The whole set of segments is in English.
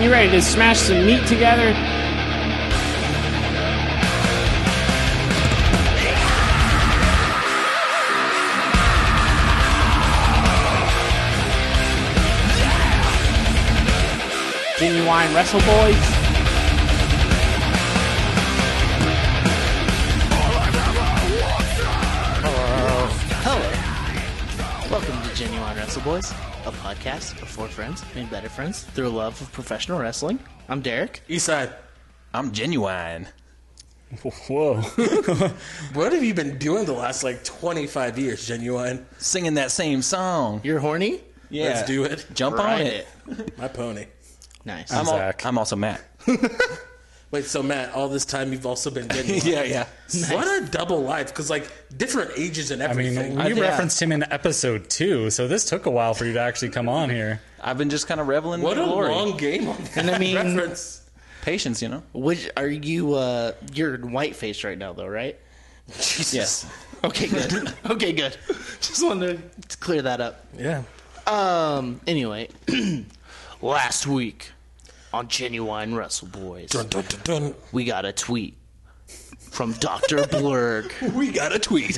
You ready to smash some meat together? Genuine Wrestle Boys. Hello. Welcome to Genuine Wrestle Boys, a podcast of four friends made better friends through love of professional wrestling. I'm Derek. Eastside, I'm genuine. Whoa. What have you been doing the last like 25 years, genuine? Singing that same song. You're horny? Yeah. Let's do it. Jump Ride on it. My pony. Nice. I'm, al- Zach. I'm also Matt. Wait, so Matt, all this time you've also been genuine. yeah, yeah. What a double life, because like different ages and I mean, everything. you referenced him in episode two, so this took a while for you to actually come on here. I've been just kind of reveling what in a the glory. long game on that And I mean- reference. Patience, you know? Which are you? Uh, you're white faced right now, though, right? Yes. Okay, good. okay, good. Just wanted to clear that up. Yeah. Um. Anyway, last week on Genuine Wrestle Boys, Dun, dun, dun, we got a tweet from Doctor Blurg. dun. We got a tweet.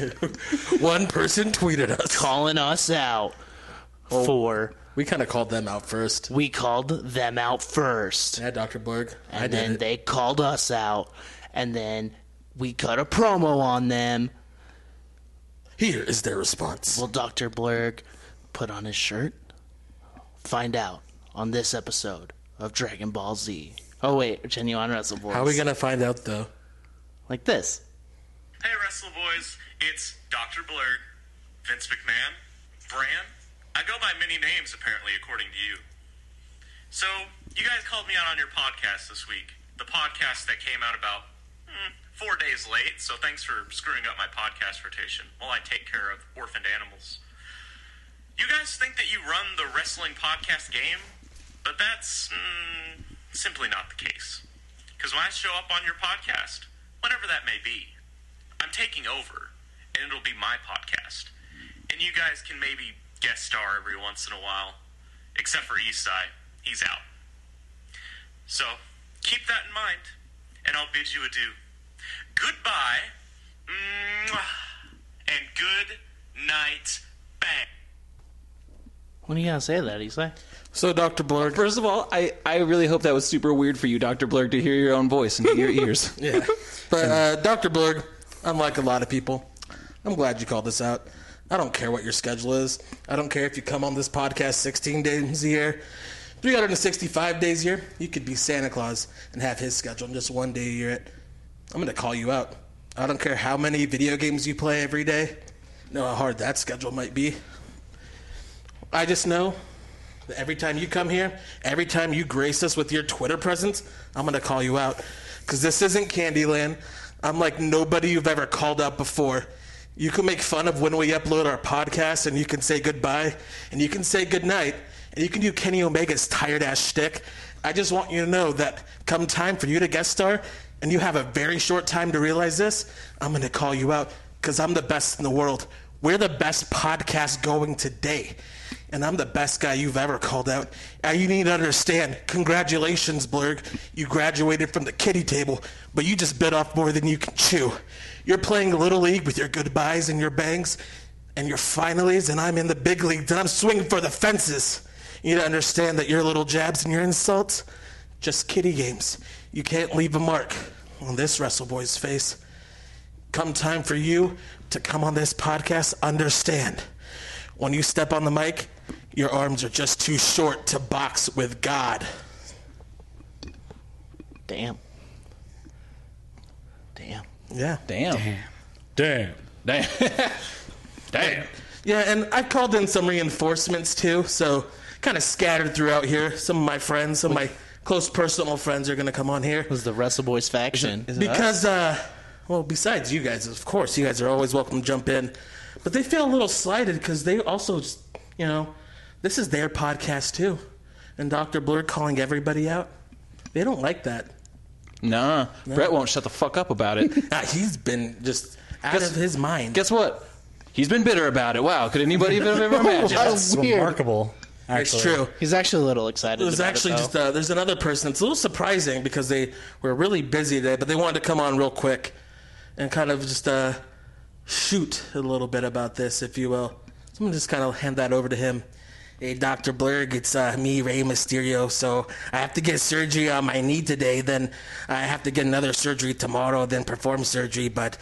One person tweeted us. calling us out Oh. for We kind of called them out first. we called them out first Yeah, Dr. Borg. I and then did. it. they called us out and then we cut a promo on them Here is their response. will dr blurg put on his shirt find out on this episode of dragon ball z oh wait genuine wrestle boys How are we going to find out, though? like this Hey, Wrestle Boys, it's Dr. Blurg, Vince McMahon, Bran. I go by many names, apparently, according to you. So, you guys called me out on your podcast this week. The podcast that came out about hmm, four days late, so thanks for screwing up my podcast rotation while I take care of orphaned animals. You guys think that you run the wrestling podcast game, but that's mm, simply not the case. Because when I show up on your podcast, whenever that may be, I'm taking over, and it'll be my podcast. And you guys can maybe guest star every once in a while, except for Eastside. He's out. So keep that in mind, and I'll bid you adieu. Goodbye, Mwah. and good night, bang. when are you gonna say that he's like So, Dr. Blurg. First of all, I, I really hope that was super weird for you, Dr. Blurg, to hear your own voice and your ears. Yeah. But uh, Dr. Blurg, unlike a lot of people, I'm glad you called this out. I don't care what your schedule is. I don't care if you come on this podcast 16 days a year, 365 days a year. You could be Santa Claus and have his schedule and just one day a year. It. I'm going to call you out. I don't care how many video games you play every day, know how hard that schedule might be. I just know that every time you come here, every time you grace us with your Twitter presence, I'm going to call you out. Because this isn't Candyland. I'm like nobody you've ever called out before. You can make fun of when we upload our podcast, and you can say goodbye, and you can say goodnight, and you can do Kenny Omega's tired ass shtick. I just want you to know that come time for you to guest star, and you have a very short time to realize this, I'm going to call you out because I'm the best in the world. We're the best podcast going today and I'm the best guy you've ever called out. And you need to understand, congratulations, Blurg. You graduated from the kitty table, but you just bit off more than you can chew. You're playing Little League with your goodbyes and your bangs and your finales, and I'm in the big leagues, and I'm swinging for the fences. You need to understand that your little jabs and your insults, just kitty games. You can't leave a mark on this Wrestle Boy's face come time for you to come on this podcast, understand when you step on the mic, your arms are just too short to box with God. damn damn Yeah. Damn. Damn. Damn. Damn. Yeah, and I called in some reinforcements too, so kind of scattered throughout here. Some of my friends, some of my close personal friends are going to come on here. was the wrestle boys faction because uh well besides you guys of course you guys are always welcome to jump in but they feel a little slighted because they also just, you know this is their podcast too and dr blur calling everybody out they don't like that Nah. Brett won't shut the fuck up about it. Ah, he's been just out Guess- of his mind Guess what? He's been bitter about it. Wow. Could anybody have ever imagined? It's remarkable. It's true. He's actually a little excited. It was about actually it, though. just uh, there's another person. It's a little surprising because they were really busy today, but they wanted to come on real quick and kind of just uh, shoot a little bit about this, if you will. So I'm gonna just kind of hand that over to him. Hey, Doctor Blurg, it's uh, me, Ray Mysterio. So I have to get surgery on my knee today. Then I have to get another surgery tomorrow. Then perform surgery, but.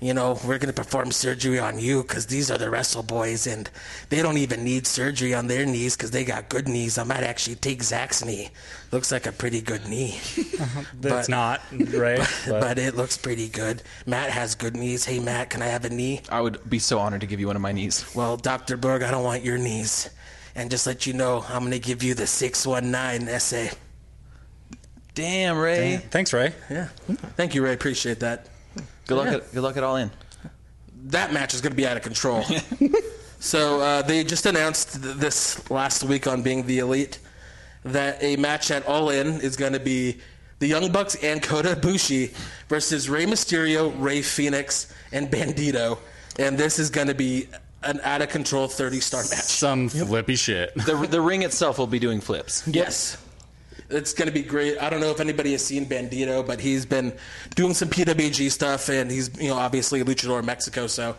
You know, we're going to perform surgery on you because these are the wrestle boys and they don't even need surgery on their knees because they got good knees. I might actually take Zach's knee. Looks like a pretty good knee. But- That's not right. But, but it looks pretty good. Matt has good knees. Hey, Matt, can I have a knee? I would be so honored to give you one of my knees. Well, Dr. Berg, I don't want your knees. And just let you know, I'm going to give you the 619 essay. Damn, Ray. thanks, Ray. Yeah. Thank you, Ray. Appreciate that. Good luck. Yeah. At, good luck at all in. that match is going to be out of control. so uh, they just announced th- this last week on Being the Elite that a match at All In is going to be the Young Bucks and Kota Ibushi versus Rey Mysterio, Rey Phoenix, and Bandito, and this is going to be an out of control thirty star match. Some flippy shit. The the ring itself will be doing flips. Yes. It's going to be great. I don't know if anybody has seen Bandito, but he's been doing some PWG stuff, and he's, you know, obviously a luchador in Mexico. So,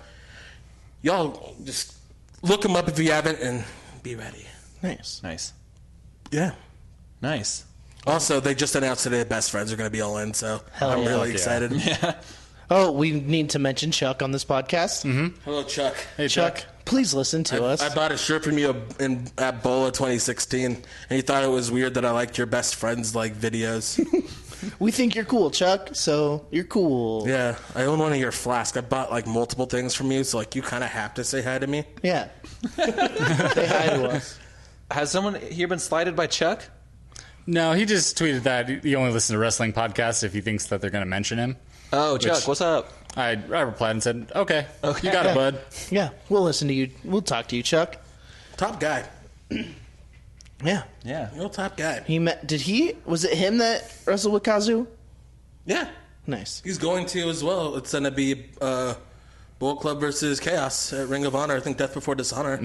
y'all just look him up if you haven't and be ready. nice. Nice, Yeah. nice. Also, they just announced today that Best Friends are going to be all in, so I'm yeah. really yeah. excited. Oh, we need to mention Chuck on this podcast. Hello, Chuck. Hey, Mm-hmm. Chuck, please listen to us. I bought a shirt from you in, at Bola 2016, and you thought it was weird that I liked your Best Friends, like, videos. we think you're cool, Chuck. So you're cool. yeah. I own one of your flasks. I bought, like, multiple things from you, so, like, you kind of have to say hi to me. Yeah. Say hi to us. Has someone here been slighted by Chuck? No, he just tweeted that he only listens to wrestling podcasts if he thinks that they're going to mention him. Oh, Chuck, Which- what's up? I, I replied and said, okay, you got it, bud. Yeah, we'll listen to you. We'll talk to you, Chuck. Top guy. Yeah. Yeah. Real top guy. He met. Did he? Was it him that wrestled with Kazu? Yeah. Nice. He's going to as well. It's going to be uh, Bull Club versus Chaos at Ring of Honor. I think Death Before Dishonor.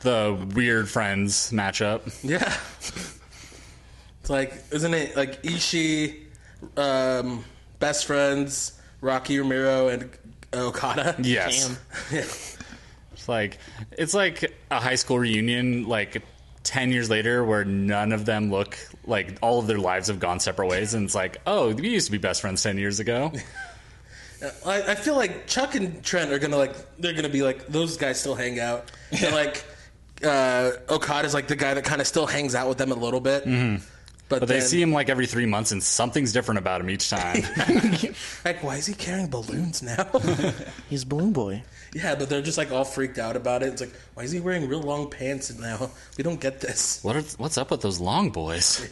The weird friends matchup. Yeah. It's like, isn't it like Ishii, um, Best Friends, Rocky Romero, and Okada? Yes. It's like it's like a high school reunion, like ten years later, where none of them look like all of their lives have gone separate ways, and it's like, oh, we used to be best friends ten years ago. I, I feel like Chuck and Trent are gonna like they're gonna be like those guys still hang out and like uh, Okada's like the guy that kind of still hangs out with them a little bit, Mm-hmm. But they then- see him like every three months, and something's different about him each time. like why is he carrying balloons now? He's Balloon Boy. Yeah, but they're just like all freaked out about it. It's like, why is he wearing real long pants now? We don't get this. what are, what's up with those long boys?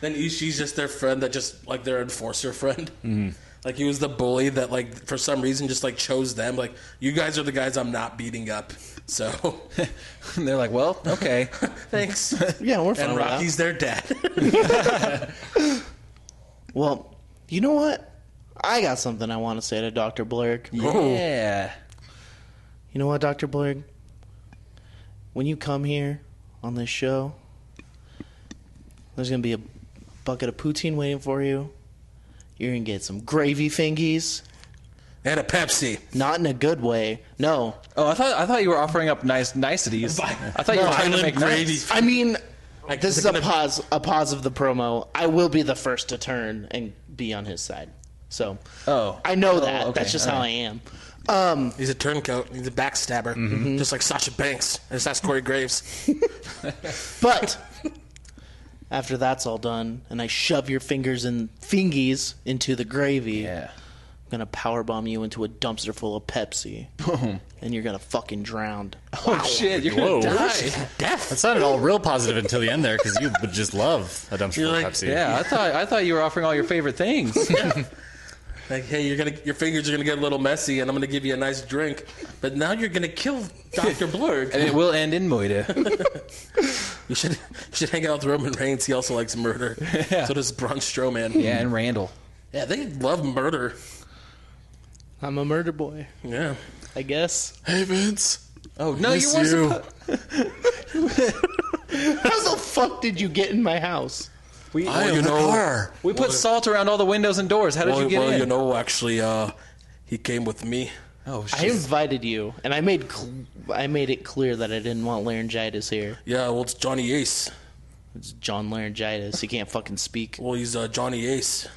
Then Ishii's just their friend that just like their enforcer friend. Mm-hmm. Like he was the bully that like for some reason just like chose them. Like you guys are the guys I'm not beating up. So And they're like, well, okay. thanks. Yeah, we're fine. and with that. Rocky's their dad. Well, you know what? I got something I want to say to Dr. Blurg. Oh. yeah. You know what, Dr. Blurg? When you come here on this show, there's going to be a bucket of poutine waiting for you. You're going to get some gravy fingies. and a Pepsi. Not in a good way. No. Oh, I thought I thought you were offering up nice niceties. I thought you were trying to Island make gravy. nice. I mean, this is they're a gonna- pause, a pause of the promo. I will be the first to turn and be on his side. So, Oh. I know Oh, that. okay. That's just All how right. I am. He's a turncoat. He's a backstabber. Mm-hmm. Just like Sasha Banks. Just ask Corey Graves. But after that's all done, and I shove your fingers and fingies into the gravy, Yeah. I'm gonna power bomb you into a dumpster full of Pepsi. And you're gonna fucking drown. Oh shit, you're Whoa. gonna die. That sounded all real positive until the end there, because you would just love a dumpster full of like, Pepsi. Yeah, I thought I thought you were offering all your favorite things. Like, hey, you're gonna your fingers are gonna get a little messy, and I'm gonna give you a nice drink. But now you're gonna kill Doctor Blurg. and it will end in Moida. You should you should hang out with Roman Reigns. He also likes murder. So does Braun Strowman. Yeah, and Randall. Yeah, they love murder. I'm a murder boy, Yeah. I guess. Hey Vince. Oh no, Miss you weren't you. suppo- How the fuck did you get in my house? Oh, We, I we am the know- car. we put salt around all the windows and doors. How did Well, you get well, in? you know, actually, uh, he came with me. oh I shit! invited you, and I made cl- I made it clear that I didn't want laryngitis here. Yeah, well, it's Johnny Ace. It's John Laryngitis. He can't fucking speak. Well, he's uh, Johnny Ace,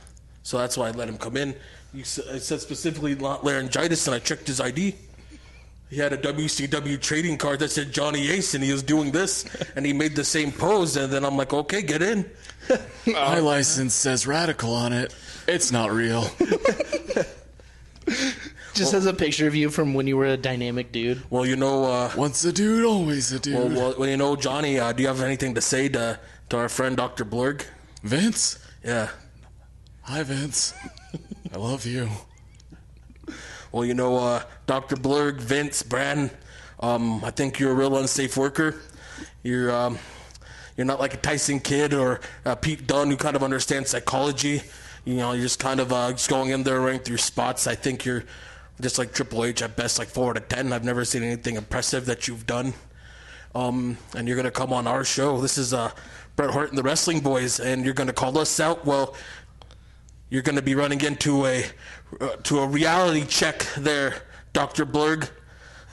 so that's why I let him come in. You s- I said specifically la- laryngitis, and I checked his ID. He had a WCW trading card that said Johnny Ace, and he was doing this, and he made the same pose. And then I'm like, okay, get in. My license says radical on it. It's not real. Just has a picture of you from when you were a dynamic dude. Well, you know, uh, Once a dude, always a dude. well, well, well, you know, Johnny. Uh, do you have anything to say to to our friend Doctor Blurg? Vince? Yeah. Hi, Vince. I love you. Well, you know, uh, Dr. Blurg, Vince, Bran, um, I think you're a real unsafe worker. You're, um, you're not like a Tyson Kidd or uh, Pete Dunn who kind of understands psychology. You know, you're just kind of uh, just going in there running through spots. I think you're just like Triple H at best, like four out of ten. I've never seen anything impressive that you've done. Um, and you're gonna come on our show. This is uh, Bret Hart and the Wrestling Boys, and you're gonna call us out. Well, you're going to be running into a uh, to a reality check there, Doctor Blurg.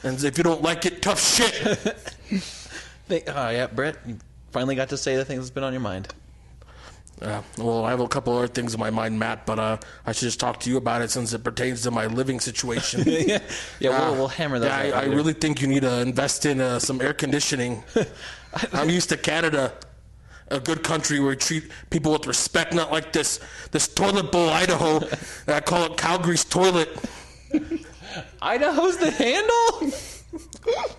And if you don't like it, tough shit. They- oh yeah, Brett, you finally got to say the thing that's been on your mind. uh, well, I have a couple other things in my mind, Matt, but uh, I should just talk to you about it since it pertains to my living situation. yeah, Uh, we'll, we'll hammer that. yeah, I, I really think you need to invest in uh, some air conditioning. I'm used to Canada, a good country where we treat people with respect, not like this this toilet bowl Idaho. that I call it Calgary's toilet. Idaho's the handle.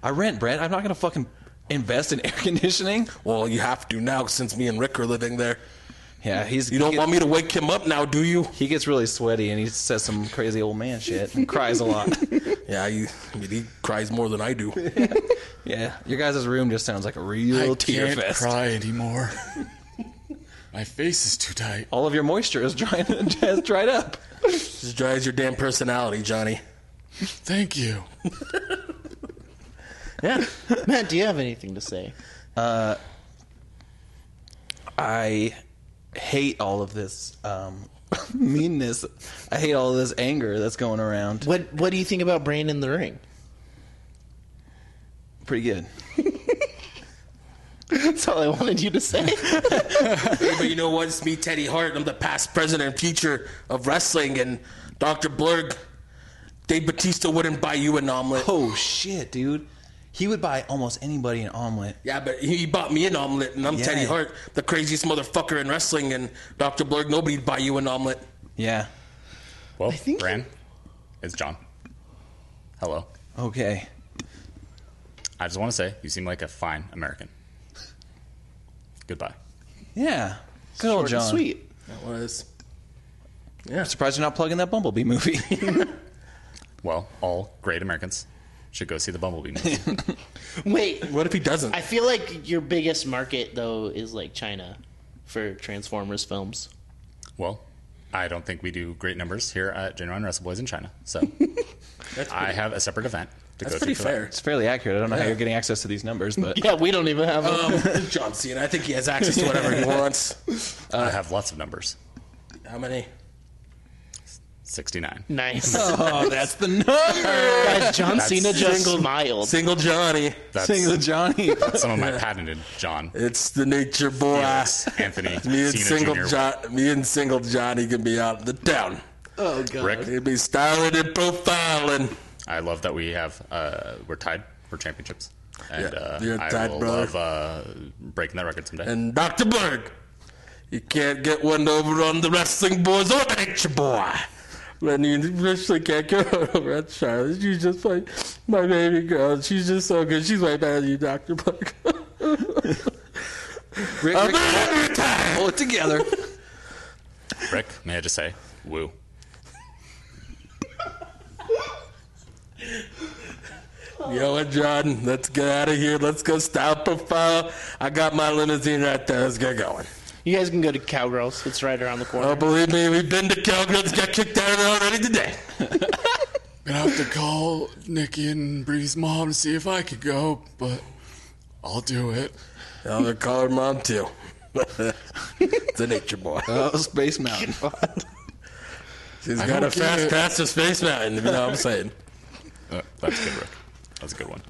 I rent, Brett. I'm not gonna fucking invest in air conditioning. Well, you have to now since me and Rick are living there. Yeah, he's. You don't want me to wake him up now, do you? He gets really sweaty and he says some crazy old man shit and cries a lot. Yeah, you, I mean, he cries more than I do. yeah, your guys' room just sounds like a I real can't tear fest. cry anymore. My face is too tight. All of your moisture is drying, has dried up. Just drives your damn personality, Johnny. Thank you. Matt, do you have anything to say? I hate all of this um, meanness. I hate all of this anger that's going around. What What do you think about Brain in the Ring? Pretty good. That's all I wanted you to say. Hey, but you know what? It's me, Teddy Hart. I'm the past, present, and future of wrestling. And Dr. Blurg, Dave Batista wouldn't buy you an omelet. Oh shit, dude. He would buy almost anybody an omelet. Yeah, but he bought me an omelet, and I'm Yeah. Teddy Hart, the craziest motherfucker in wrestling. And Dr. Blurg, nobody'd buy you an omelet. Yeah. Well, think- Bran, it's John. Hello. Okay. I just want to say you seem like a fine American. Goodbye. Yeah. Good old John. Sweet. That was. Surprised you're not plugging that Bumblebee movie. Well, all great Americans should go see the Bumblebee movie. Wait, What if he doesn't? I feel like your biggest market though is like China for Transformers films. well, I don't think we do great numbers here at Genuine Wrestle Boys in China, so I have a separate event to That's go to. pretty for that. fair. it's fairly accurate. I don't know how you're getting access to these numbers, but Yeah, we don't even have. them. Um, John Cena, I think he has access to whatever he wants. Uh, I have lots of numbers. How many? Sixty-nine. nice. Oh, that's the number. Guys, John Cena just single- smiled. Single Johnny. That's Single Johnny. some of my patented John. It's the nature boy. Yes, Anthony Me and Cena single Jr. John, me and single Johnny can be out in the town. Oh god. Rick, He'd be styling and profiling. I love that we have uh, we're tied for championships, and Yeah, uh, you're I tied, will brother. love uh, breaking that record someday. And Dr. Berg, you can't get one over on the wrestling boys or the nature boy. When you literally can't get one over on Charlotte. She's just like my baby girl. She's just so good. She's way better than you, Dr. Berg. Rick, I'm Rick, out of your time. pull it together. Rick, may I just say, woo. You know what, John? Let's get out of here. Let's go style profile. I got my limousine right there. Let's get going. You guys can go to Cowgirls. It's right around the corner. Oh, believe me, we've been to Calgary. Let's get kicked out of there already today. Gonna have to call Nikki and Bree's mom to see if I could go, but I'll do it. I'm gonna call her mom too. the nature boy. Oh, Space Mountain. She's I got don't a fast get it. pass to Space Mountain. You know what I'm saying? Uh, that's good, Rick. That's a good one.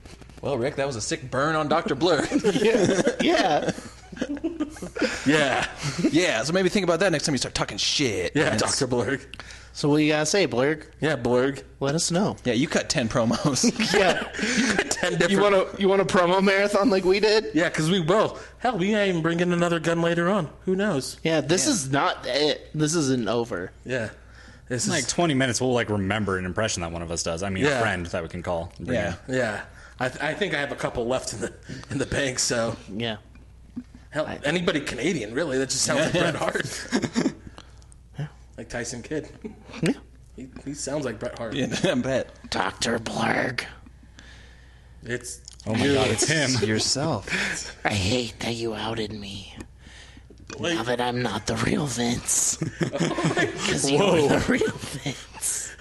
well, Rick, that was a sick burn on Dr. Blur. Oh. Yeah. Yeah, yeah, so maybe think about that next time you start talking shit. yeah, And it's- Doctor Blurg. So what do you gotta say, Blurg? Yeah, Blurg. Let us know. Yeah, you cut 10 promos. Yeah. Ten different. you want to you want a promo marathon like we did? yeah, because we will. Hell, we ain't even bringing another gun later on. Who knows? Yeah. This is not it. This isn't over. Yeah, this is In like 20 minutes, we'll like remember an impression that one of us does. I mean, Yeah. a friend that we can call. and bring yeah. yeah. I, th- I think I have a couple left in the in the bank. So Yeah. hell, anybody Canadian really? That just sounds like Bret Hart. like Tyson Kidd. Yeah. He, he sounds like Bret Hart. I bet. Doctor Blurg. It's in. Oh my god, it's him. Yourself. I hate that you outed me. now that I'm not the real Vince. Oh Because you were the real Vince.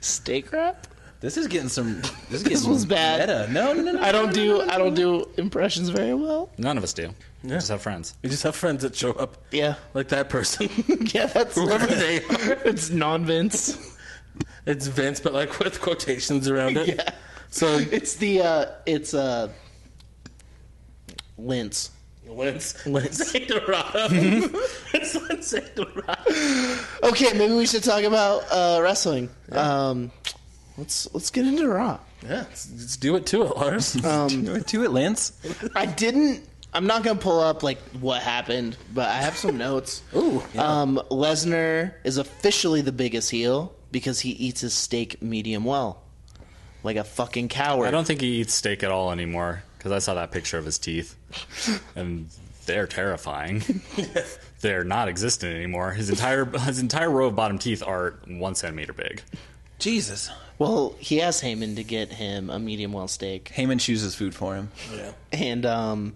Steak wrap? This is getting some. This, is getting This was bad. Meta. No, no, no, no. I don't do I don't do impressions very well. None of us do. We just have friends. we just have friends that show up Yeah. like that person. Yeah, that's Whoever they are. it's non Vince. It's Vince, but like with quotations around it. Yeah. So It's the uh it's uh Lince. Lince, Lindsay Dorado. Mm-hmm. it's Lindsay Dorado. Okay, maybe we should talk about uh wrestling. Um let's let's get into Raw. Yeah, let's, let's do it to it, Lars. Um, Do it, Lance. I didn't. I'm not gonna pull up like what happened, but I have some notes. Ooh. Um, Lesnar is officially the biggest heel because he eats his steak medium well, like a fucking coward. I don't think he eats steak at all anymore because I saw that picture of his teeth, and they're terrifying. they're not existent anymore. His entire his entire row of bottom teeth are one centimeter big. Jesus. Well, he asked Heyman to get him a medium well steak, Heyman chooses food for him. and um,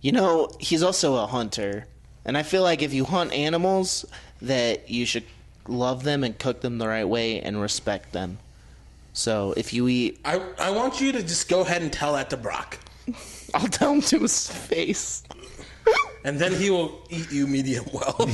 you know he's also a hunter, and I feel like if you hunt animals, that you should love them and cook them the right way and respect them. So if you eat I, I want you to just go ahead and tell that to Brock. I'll tell him to his face. And then he will eat you medium well.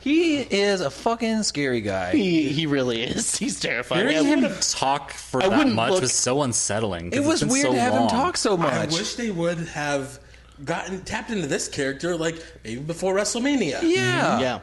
He is a fucking scary guy. He, he really is. He's terrifying. Hearing I him would've- talk for I that wouldn't much look- was so unsettling. 'cause It it's was been weird so to have him long. talk so I much. wish they would have gotten tapped into this character like maybe before WrestleMania. yeah. yeah.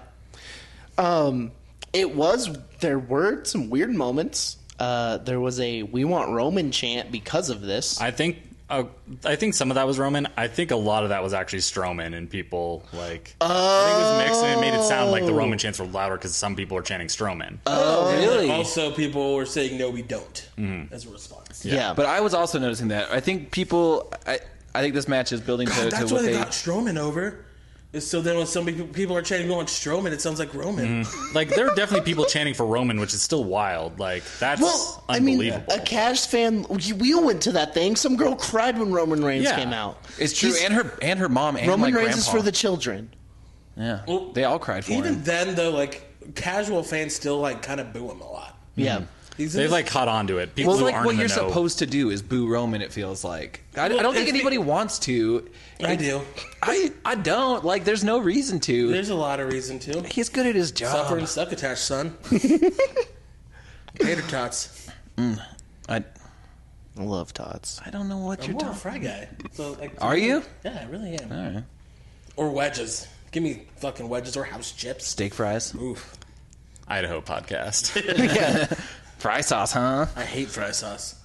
Um, it was. There were some weird moments. Uh, there was a "We want Roman" chant because of this. I think. Uh, I think some of that was Roman. I think a lot of that was actually Strowman and people like. I think it was mixed and it made it sound like the Roman chants were louder because some people were chanting Strowman. Oh, really? Also, people were saying no, we don't Mm-hmm. as a response. yeah. But I was also noticing that. I think people. I, I think this match is building to, to That's why what they they. got Strowman over. And So then when some people people are chanting, "We want Strowman," it sounds like Roman. Mm-hmm. Like there are definitely people chanting for Roman, which is still wild. Like that's well, I mean, unbelievable. uh, a Cash fan. We, we went to that thing. Some girl cried when Roman Reigns Yeah. came out. it's true, He's- and her and her mom and Roman my Reigns is grandpa. for the children. Yeah, they all cried for Even him. then, though, like casual fans still like kind of boo him a lot. Yeah. He's They've like caught on to it. People Well, who like aren't what in you're the know. supposed to do is boo Roman. It feels like I, I Well, don't think it's the- anybody wants to. I do. I I don't like. There's no reason to. There's a lot of reason to He's good at his job. suffer and succotash, son. Tater tots. I I love Tots. I don't know what You're you're a tough talking. fry guy. So, like, Are you? Yeah, I really am. All right. Or wedges. Give me fucking wedges or house chips. Steak fries, Oof. Idaho podcast. fry sauce, huh? I hate fry sauce.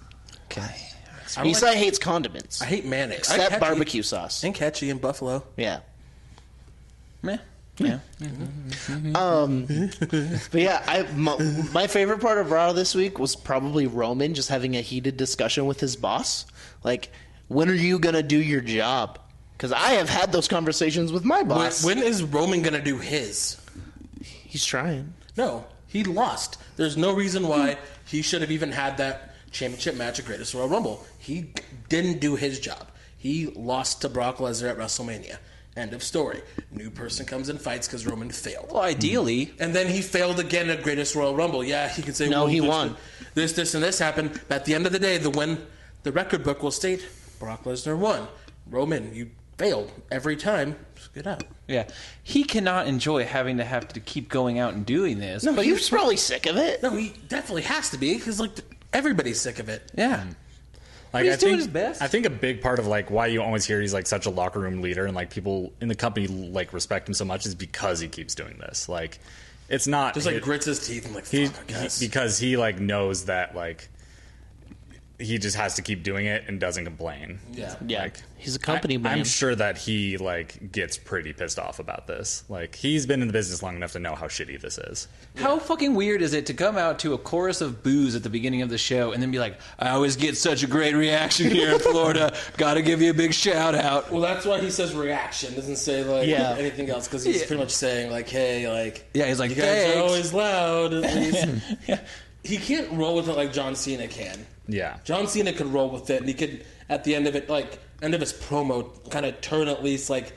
Okay. Isai hates condiments I hate mayonnaise. I except catch- barbecue sauce. And catchy in Buffalo. Yeah. Meh. Yeah. Um, but yeah, I my, my favorite part of Raw this week was probably Roman just having a heated discussion with his boss. Like, when are you gonna do your job? Because I have had those conversations with my When, boss. when is Roman gonna do his? He's trying. No, he lost. There's no reason why he should have even had that championship match at Greatest Royal Rumble. He didn't do his job. He lost to Brock Lesnar at WrestleMania. End of story. New person comes and fights because Roman failed. Well, ideally, And then he failed again at Greatest Royal Rumble. Yeah, he could say, No, well, he this- won. This, this, and this happened. But at the end of the day, the win, the record book will state Brock Lesnar won. Roman, you failed every time. Just get out. Yeah, he cannot enjoy having to have to keep going out and doing this. No, he was probably sick of it. No, he definitely has to be because like everybody's sick of it. Yeah, Like he's I think, doing his best. I think a big part of like why you always hear he's like such a locker room leader and like people in the company like respect him so much is because he keeps doing this. Like it's not Just like his- grits his teeth and like he, fuck, I guess. he- because he like knows that like he just has to keep doing it and doesn't complain. yeah. Yeah, Like, he's a company I, man. I'm sure that he like gets pretty pissed off about this. Like he's been in the business long enough to know how shitty this is. How fucking weird is it to come out to a chorus of boos at the beginning of the show and then be like, I always get such a great reaction here in Florida. Gotta give you a big shout out. Well, that's why he says reaction. Doesn't say like Yeah. anything else because he's Yeah. pretty much saying like, hey, like Yeah, he's like, you guys thanks. are always loud. At least. He can't roll with it like John Cena can. Yeah. John Cena could roll with it, and he could at the end of it, like end of his promo, kind of turn at least like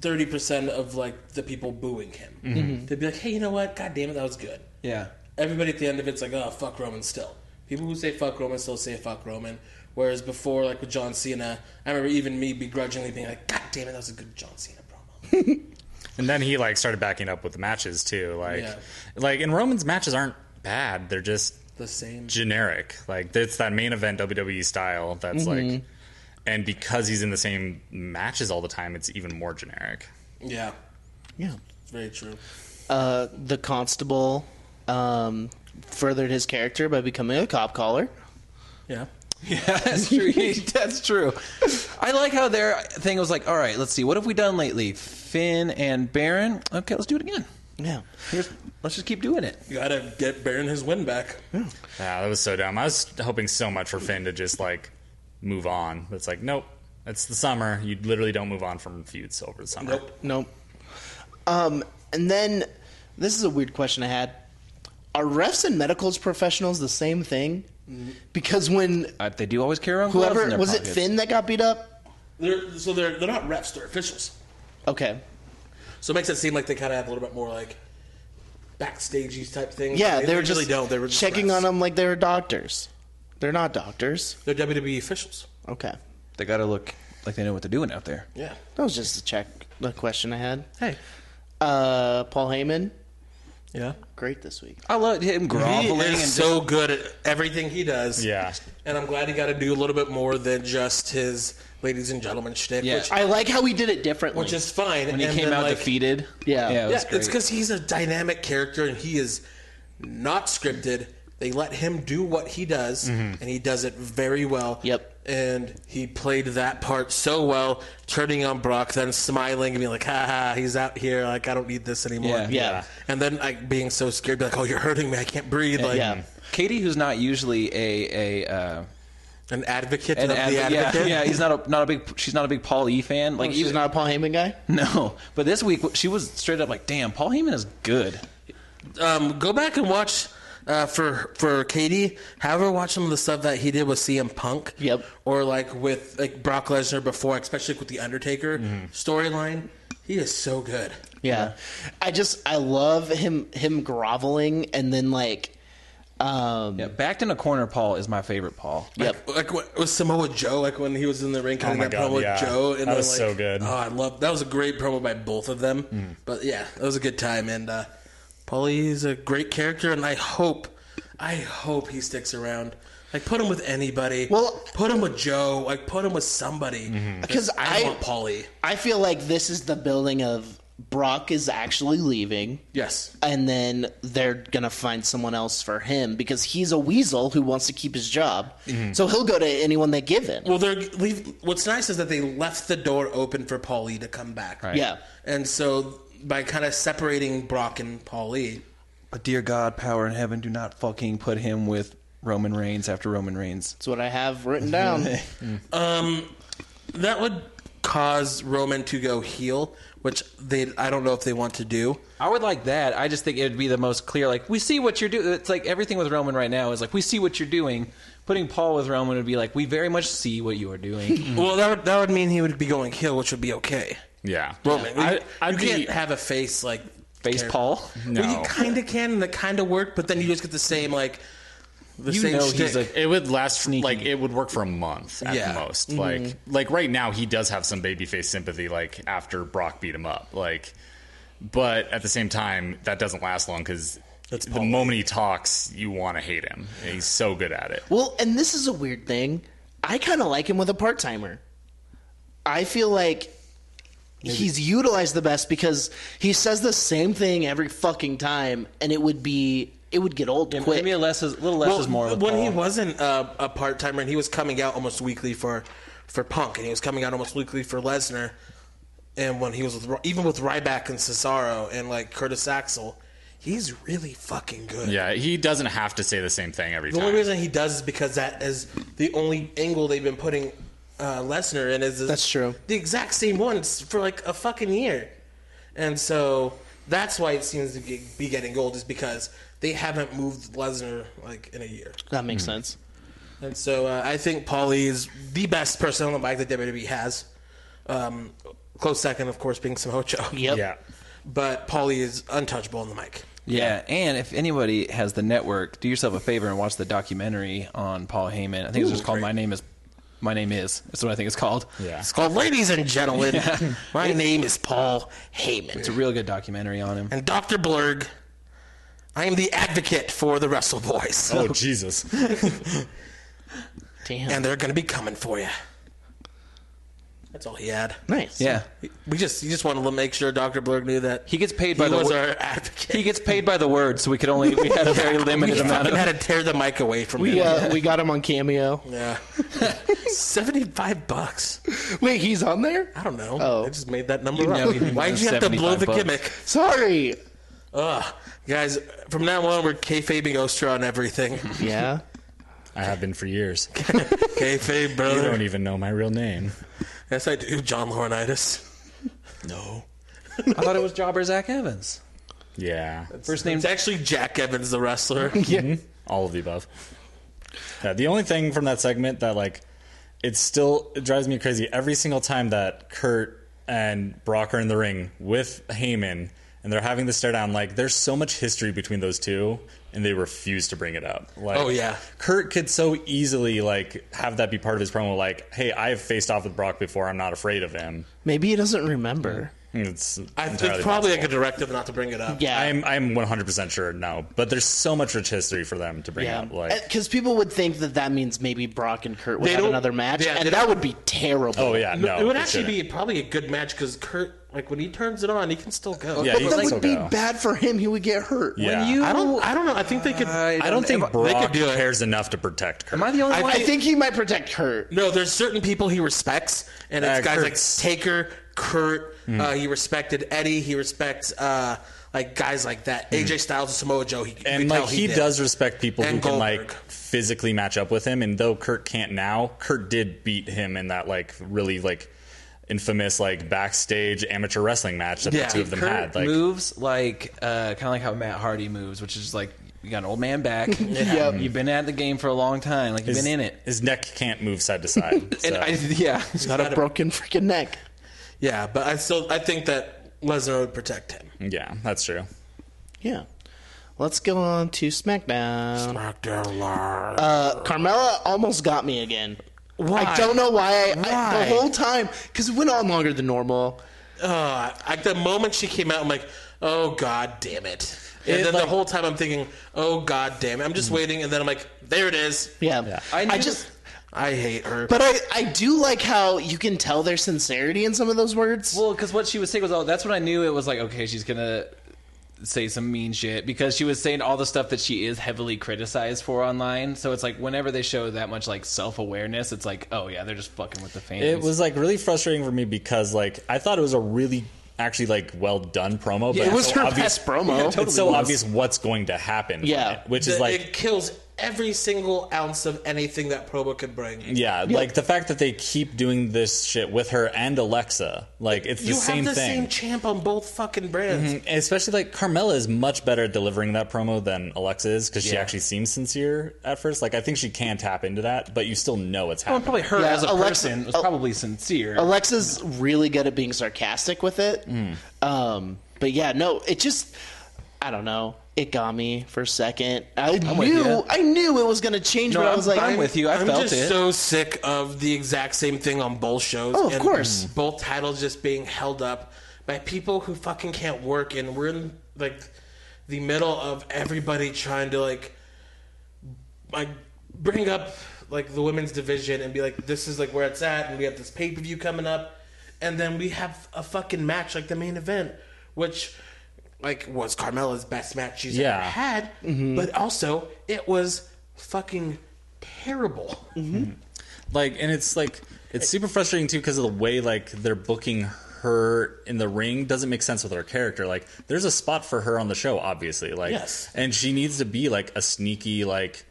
thirty percent of like the people booing him. They'd be like, hey, you know what? God damn it, that was good. Yeah. Everybody at the end of it's like, oh, fuck Roman still. People who say fuck Roman still say fuck Roman. Whereas before, like with John Cena, I remember even me begrudgingly being like, God damn it, that was a good John Cena promo. And then he like started backing up with the matches too. Like Yeah. like and Roman's matches aren't bad. They're just The same. generic. Like it's that main event WWE style that's like and because he's in the same matches all the time, it's even more generic. Yeah, yeah. it's very true. Uh, the constable um, furthered his character by becoming a cop caller. Yeah. Yeah, that's true. that's true. I like how their thing was like, all right, let's see. What have we done lately? Finn and Baron. Okay, let's do it again. Yeah. Here's, let's just keep doing it. You gotta get Baron his win back. Yeah, that was so dumb. I was hoping so much for Finn to just like move on. But it's like, nope. It's the summer. You literally don't move on from feuds over the summer. Nope. Nope. Um, and then this is a weird question I had. Are refs and medicals professionals the same thing? Mm-hmm. Because when Uh, they do always carry on gloves in whoever their was it pockets. Finn that got beat up? They're, so they're they're not refs; they're officials. Okay. So it makes it seem like they kind of have a little bit more like backstagey type things. Yeah, they, were really just don't. They were just checking refs. on them like they were doctors. They're not doctors. They're WWE officials. Okay. They gotta look like they know what they're doing out there. Yeah. That was just a check the question I had. Hey, Uh, Paul Heyman, Yeah. great this week. I love him He groveling and is just- so good at everything he does. Yeah. And I'm glad he got to do a little bit more than just his ladies and gentlemen shtick, Yeah. which, I like how he did it differently. which is fine. when he came out defeated. Yeah. yeah, it was yeah, great. it's because he's a dynamic character and he is not scripted. They let him do what he does, Mm-hmm. and he does it very well. Yep. And he played that part so well, turning on Brock, then smiling and being like, "Ha ha, he's out here. Like I don't need this anymore." Yeah. Yeah. And then like being so scared, be like, "Oh, you're hurting me. I can't breathe." Like yeah. Katie, who's not usually a a uh, an advocate an of advo- the yeah, advocate. yeah, he's not a not a big she's not a big Paul E fan. Oh, Like He's even not a Paul Heyman guy. no, but this week she was straight up like, damn, Paul Heyman is good. um, go back and watch uh, for for Katie. Have her watch some of the stuff that he did with CM Punk. Yep. Or like with like Brock Lesnar before, especially with the Undertaker storyline. He is so good. Yeah. I just I love him him groveling and then like um Yeah, backed in a corner, Paul is my favorite Paul. yep. Like when- with Samoa Joe, like when he was in the ring, cutting Oh my that God, promo with yeah. Joe, That then, was like, so good. Mm. Oh, I love that was a great promo by both of them. But yeah, that was a good time, and uh, Paulie is a great character, and I hope, I hope he sticks around. Like put him with anybody. Well- put him with Joe. Like put him with somebody. Mm-hmm. Because I, I- want Paulie. I feel like this is the building of Brock is actually leaving. Yes. And then they're gonna find someone else for him because he's a weasel who wants to keep his job. So he'll go to anyone they give him. Well, they're leave. What's nice is that they left the door open for Paulie to come back. Right. yeah. And so by kind of separating Brock and Paulie, But dear God, power in heaven, do not fucking put him with Roman Reigns after Roman Reigns. That's what I have written down. that would cause Roman to go heel, which they I don't know if they want to do. I would like that. I just think it would be the most clear. Like we see what you're doing. It's like everything with Roman right now is like we see what you're doing. Putting Paul with Roman would be like we very much see what you are doing. Well, that would, that would mean he would be going heel, which would be okay. Yeah. Roman, I, you, I'd you be, can't have a face like Face care- Paul. No. Well, you kind of can, and that kind of worked, but then you just get the same like the you same know he's shtick. a It would last like it would work for a month at Yeah. Mm-hmm. most. Like like right now he does have some babyface sympathy like after Brock beat him up. Like but at the same time that doesn't last long cuz That's the Paulie. moment he talks you want to hate him. He's so good at it. Well, and this is a weird thing. I kind of like him with a part timer. I feel like he's utilized the best because he says the same thing every fucking time, and it would be it would get old quick. maybe a less is, little less Well, is more with when Paul. he wasn't uh, a part timer and he was coming out almost weekly for for Punk and he was coming out almost weekly for Lesnar, and when he was with, even with Ryback and Cesaro and like Curtis Axel, he's really fucking good. Yeah, he doesn't have to say the same thing every The time. only reason he does is because that is the only angle they've been putting uh, Lesnar in. Is is That's true. The exact same one s- for like a fucking year, and so that's why it seems to be be getting gold is because they haven't moved Lesnar like in a year. that makes sense. And so uh, I think Paulie is the best person on the bike that WWE has. Um, close second, of course, being Samoa Joe. Yep. yeah. But Paulie is untouchable on the mic. Yeah, and if anybody has the network, do yourself a favor and watch the documentary on Paul Heyman. I think it's just called great. "My Name Is." My name is. That's what I think it's called. Yeah. It's called Ladies and Gentlemen. My name is Paul Heyman. It's a real good documentary on him. And Dr. Blurg, I am the advocate for the Wrestle Boys. Oh Jesus. Damn. And they're going to be coming for you. That's all he had. nice. Yeah, We just, you just wanted to make sure Dr. Blurg knew that he gets paid he by the was wo- our advocate. he gets paid by the word, so we could only we had a very limited We amount fucking of. had to tear the mic away from We him. uh, we got him on Cameo. Yeah. 75 bucks. Wait, he's on there? I don't know. Oh. I just made that number You know up. he didn't Why'd have you have to blow 75 the bucks. gimmick? Sorry. Ugh. Guys, from now on, we're kayfabing Ostra on everything. Yeah. I have been for years. Kayfabe, You don't e- brother. even know my real name. Yes, I do. John Laurinaitis. No. I thought it was Jobber Zach Evans. Yeah. First name It's actually Jack Evans, the wrestler. all of the above. Yeah, the only thing from that segment that like it still it drives me crazy every single time that Kurt and Brock are in the ring with Heyman and they're having the stare down. Like, there's so much history between those two, and they refuse to bring it up. Like, Oh, yeah. Kurt could so easily like have that be part of his promo. Like, hey, I have faced off with Brock before. I'm not afraid of him. Maybe he doesn't remember. It's I, it's probably entirely possible. like a directive not to bring it up. Yeah. I'm I'm 100 percent sure no, but there's so much rich history for them to bring Yeah, up. Like, because people would think that that means maybe Brock and Kurt would They have don't- another match, yeah, they and don't- that would be terrible. oh yeah, no, it would it actually shouldn't. be probably a good match because Kurt, like when he turns it on, he can still go. Yeah, but he that can would still be go. bad for him. He would get hurt. Yeah. you. I don't. I don't know. I think they could. I don't think Am, Brock do it. cares enough to protect Kurt. am I the only I one? I think he might protect Kurt. No, there's certain people he respects, and it's Uh, guys Kurt's- like Taker, Kurt. Hmm. Uh, he respected Eddie. He respects uh, like guys like that. AJ Styles and Samoa Joe. He, you Hmm. and could like tell he, did. does respect people who And can like Goldberg. physically match up with him. And though Kurt can't now, Kurt did beat him in that like really like infamous like backstage amateur wrestling match that Yeah. the two of them Kurt had. Like moves like uh, kind of like how Matt Hardy moves, which is like you got an old man back. Yep. You've been at the game for a long time. Like you've his, been in it. His neck can't move side to side. so. And I, yeah, Got a broken freaking neck. Yeah, but I still I think that Lesnar would protect him. yeah, that's true. Yeah. Let's go on to SmackDown. Doctor Lar. Uh, Carmella almost got me again. Why? I don't know why. I, I, Why? the whole time, because it went on longer than normal. Uh, at the moment she came out, I'm like, oh god damn it. And It, then the like- Hmm. whole time I'm thinking, oh god damn it. I'm just waiting, and then I'm like, there it is. Yeah. I I, knew- just, I hate her. but I, I do like how you can tell their sincerity in some of those words. Well, because what she was saying was all that's what I knew. It was like, okay, she's gonna say some mean shit because she was saying all the stuff that she is heavily criticized for online. So it's like whenever they show that much like self awareness, it's like, oh yeah, they're just fucking with the fans. It was like really frustrating for me because like I thought it was a really actually like well done promo, but Yeah, it it's was so her obvious, best promo. Yeah, it it's so was. obvious what's going to happen. from Yeah. it, which The- is like it kills every single ounce of anything that promo could bring. Yeah, like the fact that they keep doing this shit with her and Alexa, like it's you the same have the thing. Mm-hmm. same champ on both fucking brands. And Especially like Carmella is much better at delivering that promo than Alexa is because she actually seems sincere at first. Like I think she can tap into that, but you still know it's Well, probably happening. her Yeah, as a Alexa- person was probably sincere. Alexa's Hmm. really good at being sarcastic with it. Um, but yeah, no, it just I don't know. It got me for a second. I with knew you. I knew it was gonna change, but I was like, I'm with you. I am felt just it. so sick of the exact same thing on both shows. Oh, of course. Mm. Both titles just being held up by people who fucking can't work, and we're in like the middle of everybody trying to like, like bring up like the women's division and be like, this is like where it's at, and we have this pay per view coming up, and then we have a fucking match like the main event, which. Like was Carmella's best match she's Yeah. Mm-hmm. ever had, but also it was fucking terrible. like and it's like it's super frustrating too because of the way like they're booking her in the ring doesn't make sense with her character like there's a spot for her on the show obviously like Yes. and she needs to be like a sneaky like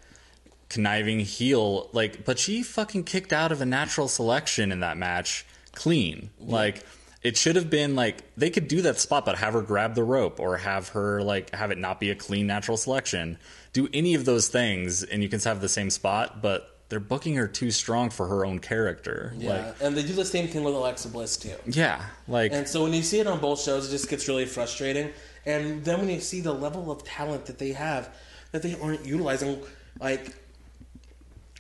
conniving heel like but she fucking kicked out of a natural selection in that match clean like it should have been like they could do that spot but have her grab the rope or have her like have it not be a clean natural selection do any of those things and you can have the same spot but they're booking her too strong for her own character Yeah, like and they do the same thing with Alexa Bliss too. yeah like And so when you see it on both shows, it just gets really frustrating. And then when you see the level of talent that they have, that they aren't utilizing, like,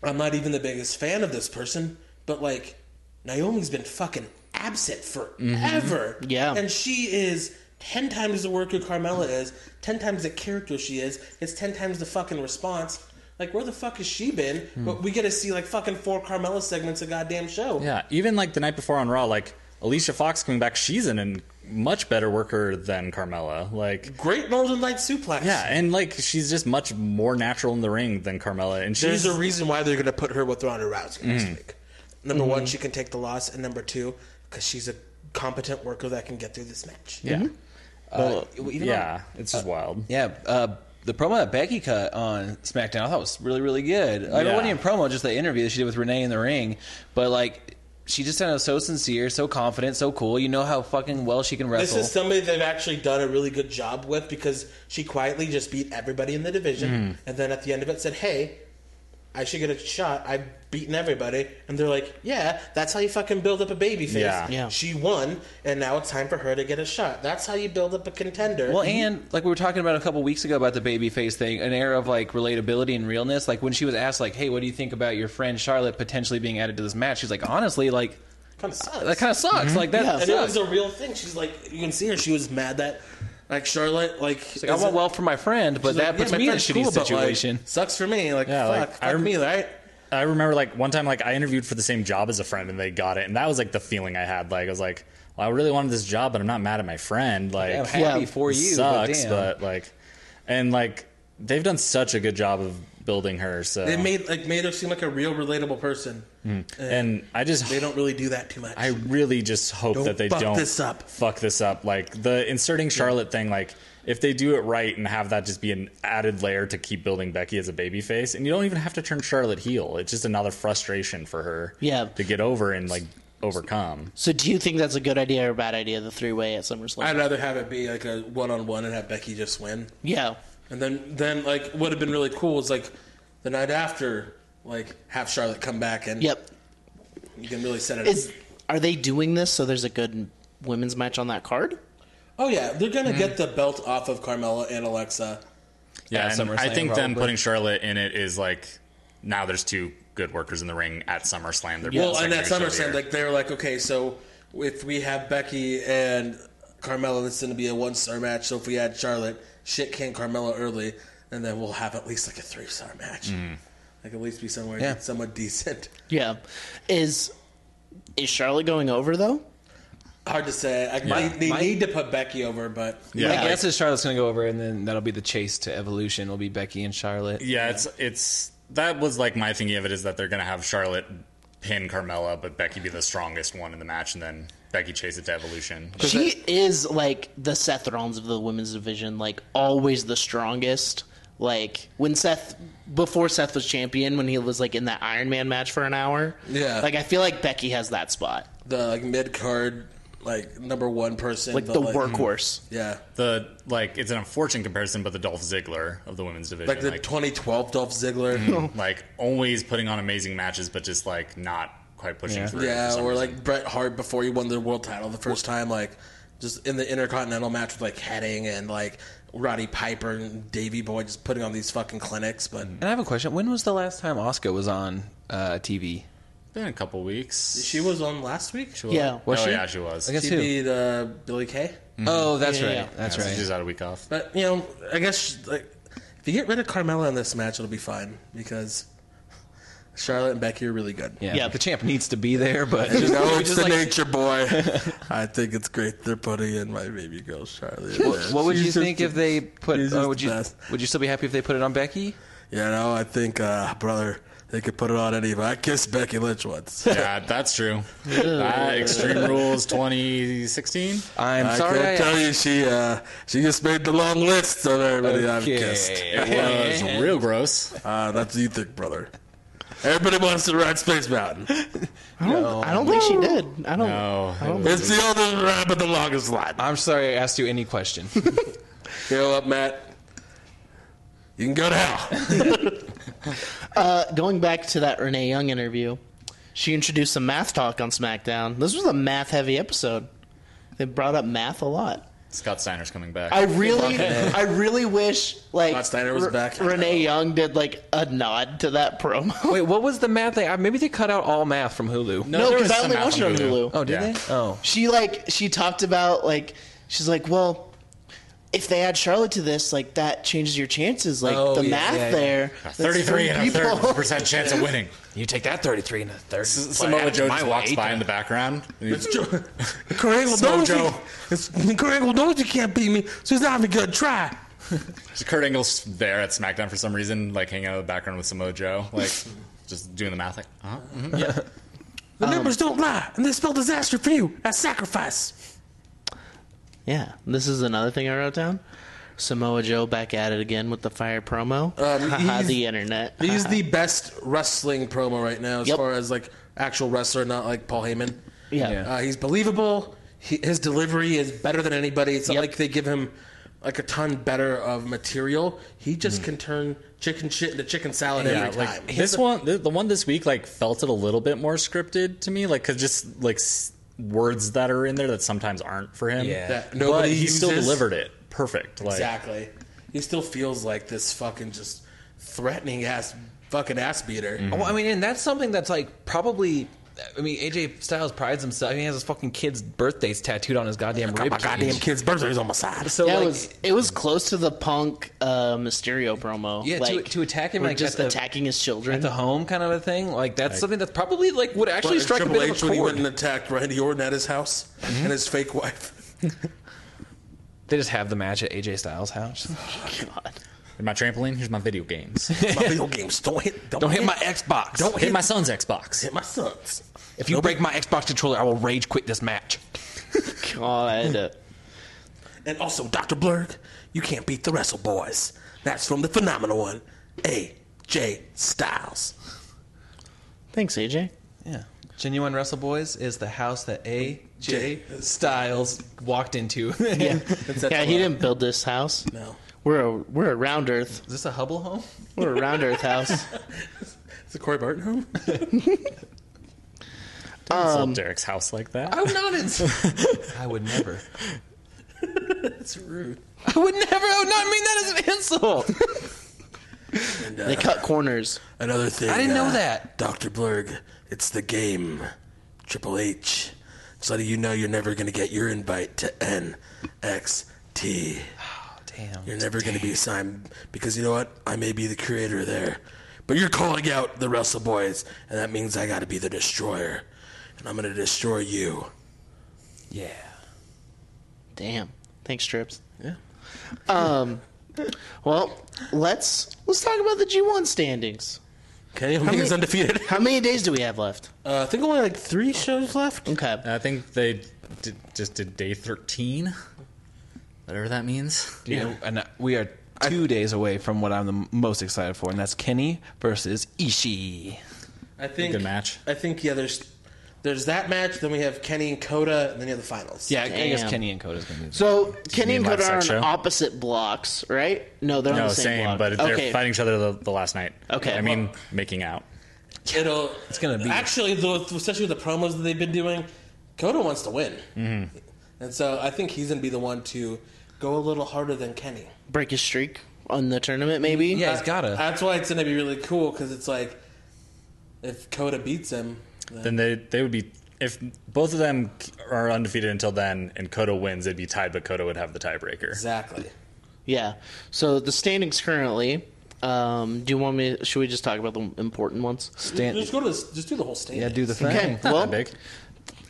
I'm not even the biggest fan of this person, but like, Naomi's been fucking absent Mm-hmm. forever. Yeah. And she is 10 times the worker Carmella is, 10 times the character she is, it's 10 times the fucking response. Like, where the fuck has she been? Hmm. But we get to see like fucking four Carmella segments a goddamn show. Yeah, even like the night before on Raw, like Alicia Fox coming back, she's an, an much better worker than Carmella. Like, Great Northern Light suplex. yeah, and like she's just much more natural in the ring than Carmella, and There's she's Mm-hmm. a reason why they're going to put her with Ronda Rousey next week. Number one, she can take the loss, and number two, because she's a competent worker that can get through this match. yeah, Uh, even on- yeah, it's just wild. Yeah, uh, the promo that Becky cut on SmackDown I thought was really, really good. I mean, it Yeah. wasn't even promo, just the interview that she did with Renee in the ring. But like, she just sounded so sincere, so confident, so cool. You know how fucking well she can This wrestle. is somebody they've actually done a really good job with because she quietly just beat everybody in the division, Mm-hmm. and then at the end of it said, "Hey, I should get a shot. I've beaten everybody," and they're like, "Yeah, that's how you fucking build up a baby face." Yeah. Yeah. She won, and now it's time for her to get a shot. That's how you build up a contender. well, and like we were talking about a couple weeks ago about the babyface thing, an era of like relatability and realness. Like when she was asked, like, "Hey, what do you think about your friend Charlotte potentially being added to this match?" She's like, "Honestly, like kind of sucks. that kind of sucks. Like that Mm-hmm. Yeah. And it sucks. was a real thing. She's like, you can see her. She was mad that, like Charlotte, like, Like, I want well for my friend, but that puts me in a shitty situation." sucks for me. Like, Yeah, fuck, like, fuck I rem- me, right? I remember like one time, like I interviewed for the same job as a friend, and they got it, and that was like the feeling I had. Like, I was like, well, I really wanted this job, but I'm not mad at my friend. Like, I'm happy Yeah. for it you. but, sucks, damn. but, like, and like they've done such a good job of building her. So They made like made her seem like a real relatable person. and I just They don't really do that too much. I really just hope Don't that they fuck don't this up. fuck this up. Like the inserting Charlotte thing, like if they do it right and have that just be an added layer to keep building Becky as a babyface, and you don't even have to turn Charlotte heel. It's just another frustration for her, Yeah. to get over and like overcome. So do you think that's a good idea or a bad idea? The three way at SummerSlam. I'd rather have it be like a one on one and have Becky just win. yeah. And then then like would have been really cool is like the night after, like have Charlotte come back and Yep. you can really set it. up. Is are they doing this so there's a good women's match on that card? Oh yeah, they're gonna get the belt off of Carmella and Alexa. Yeah, and SummerSlam, I think them probably. putting Charlotte in it is like now there's two good workers in the ring at SummerSlam. They're Well, both and at second to each SummerSlam, other. like they were like, okay, so if we have Becky and Carmella, this is going to be a one-star match. So if we add Charlotte, shit can Carmella early, and then we'll have at least like a three-star match. Like at least be somewhere Yeah. somewhat decent. Yeah. Is is Charlotte going over though? Hard to say. I, They, they need to put Becky over, but yeah, I like- guess is Charlotte's gonna go over, and then that'll be the chase to evolution. Will be Becky and Charlotte. yeah, it's it's that was like my thinking of it is that they're gonna have Charlotte pin Carmella, but Becky be the strongest one in the match, and then Becky chase it to Evolution. She is like the Seth Rollins of the women's division, like always the strongest. Like when Seth before Seth was champion, when he was like in that Iron Man match for an hour. Yeah. Like I feel like Becky has that spot. the like, mid-card, like number one person, Like but, the workhorse. Yeah, The like it's an unfortunate comparison, but the Dolph Ziggler of the women's division, like the 2012 Dolph Ziggler. like always putting on amazing matches, but just like not quite pushing Yeah. through. for Yeah, some or reason. like Bret Hart before he won the world title the first time, like just in the Intercontinental match with like heading and like Roddy Piper and Davy Boy just putting on these fucking clinics. But And I have a question. When was the last time Oscar was on uh, TV? Been a couple weeks. she was on last week. She, Yeah. Was oh she? yeah, she was. I guess she who? beat uh, Billy Kay. Oh, that's Mm-hmm. Yeah, right. yeah. That's Yeah, so right. She just had a week off. But you know, I guess like if you get rid of Carmella in this match, it'll be fine because Charlotte and Becky are really good. yeah. Yeah. the champ needs to be there, but just, No, we it's just the like- nature boy. I think it's great they're putting in my baby girl Charlotte. what, what would you think if they put? she's oh, just would the you best. would you still be happy if they put it on Becky? You know, I think uh, brother, they could put it on any. I kissed Becky Lynch once. Yeah, that's true. Uh, Extreme Rules 2016. I'm I sorry. can I- tell you, she uh, she just made the long list of everybody I've Okay. kissed. It was real gross. Uh, that's what you think, brother. Everybody wants to ride Space Mountain. Oh, I don't. I don't think she did. I don't. No, I Oh. don't it It's the oldest ride, but the longest line. I'm sorry. I asked you any question. You know what, Matt? You can go to hell. going back to that Renee Young interview, she introduced some math talk on SmackDown. This was a math heavy episode. They brought up math a lot. Scott Steiner's coming back. I really, I really wish like Scott Steiner was Re- back. Renee Young did like a nod to that promo. Wait, what was the math? They, uh, maybe they cut out all math from Hulu. No, there because was I some only math watched it on Hulu. Oh, did Yeah. they? Oh, She like she talked about like she's like well. If they add Charlotte to this, like that changes your chances. Like Oh, the yeah, math yeah, yeah. there, that's 33 and a people. third percent chance of winning. you take that thirty-three and a thirty. Samoa Joe just walks by in the background. It's Joe. Kurt Angle knows Joe. you. It's, Kurt Angle knows you can't beat me, so he's not even gonna try. Kurt Angle's there at SmackDown for some reason, like hanging out in the background with Samoa Joe, like just doing the math. Like, huh? Mhm. Um. The numbers don't lie, and they spell disaster for you as sacrifice. Yeah, this is another thing I wrote down. Samoa Joe back at it again with the fire promo. Um, Haha, he's- the internet. He's the best wrestling promo right now, as Yep. far as like actual wrestler, not like Paul Heyman. yeah. Yeah. Uh, he's believable. He, his delivery is better than anybody. It's not Yep. like they give him like a ton better of material. He just can turn chicken shit into chicken salad Mm-hmm. Yeah, every time. like this one, the, the one this week, like felt it a little bit more scripted to me, like because just like s- words that are in there that sometimes aren't for him. Yeah. That but nobody he still uses. delivered it perfect. Like, Exactly. He still feels like this fucking just threatening ass fucking ass beater. Mm-hmm. Well, I mean, and that's something that's like probably. I mean, AJ Styles prides himself. I mean, he has his fucking kid's birthdays tattooed on his goddamn rib. Oh, my goddamn cage. kid's birthday is on my side. So Yeah, like, it was it was close to the punk uh, Mysterio promo. Yeah, to- like, to attack him, we're like, just at the- attacking his children. at the home kind of a thing. Like that's something that's probably like would actually strike a Triple bit H of when a he went and chord. attacked Randy Orton at his house Mm-hmm. and his fake wife. They just have the match at AJ Styles' house. God. here's my trampoline. Here's my video games. My video games don't hit. Don't, Don't Oh, hit my Xbox. Don't Hit my son's Xbox. hit my sons. If you break my Xbox controller, I will rage quit this match. God. And also, Dr. Blurg, you can't beat the Wrestle Boys. That's from the phenomenal one, AJ Styles. Thanks, AJ. Yeah. Genuine Wrestle Boys is the house that J. AJ Styles walked into. Yeah, that yeah the he one? didn't build this house. No. We're a we're a round earth. Is this a Hubble home? We're a round earth house. Is it Corey Barton home? Sold Derek's house like that. I'm not in. I would never. That's rude. I would never. I would not mean that as an insult. And, uh, They cut corners. Another thing. I didn't know that. Dr. Blurg, it's the game. Triple H. It's letting you know you're never going to get your invite to NXT. Damn. You're never going to be assigned because you know what? I may be the creator there. But you're calling out the Russell Boys, and that means I got to be the destroyer. And I'm going to destroy you. Yeah. Damn. Thanks, Trips. Yeah. Um. Well, let's let's talk about the G1 standings. Okay, I'm many- undefeated. How many days do we have left? Uh, I think only like three shows left. Okay. I think they did, just did day 13, whatever that means. Dude, and uh, we are two days away from what I'm the m- most excited for, and that's Kenny versus Ishii. I think Good match. I think yeah. There's there's that match. Then we have Kenny and Coda, and then you have the finals. Yeah, I guess Damn. Kenny and Coda's gonna be. the- So Kenny and mean Coda live are on sex show? opposite blocks, right? No, they're on No, the same, same, block. but they're okay. fighting each other the, the last night. Okay. I mean, making out. It'll, It's gonna be- actually the, especially with the promos that they've been doing. Coda wants to win, mm-hmm. and so I think he's gonna be the one to Go a little harder than Kenny. Break his streak on the tournament, maybe. Yeah, he's gotta. That's why it's gonna be really cool because it's like if Coda beats him, then, Then they they would be if both of them are undefeated until then, and Cota wins, it'd be tied, but Cota would have the tiebreaker. exactly. Yeah. So the standings currently. Um, do you want me? Should we just talk about the important ones? Stand, Just go to this, just do the whole stage. yeah, do the thing. Okay. Not Well, big.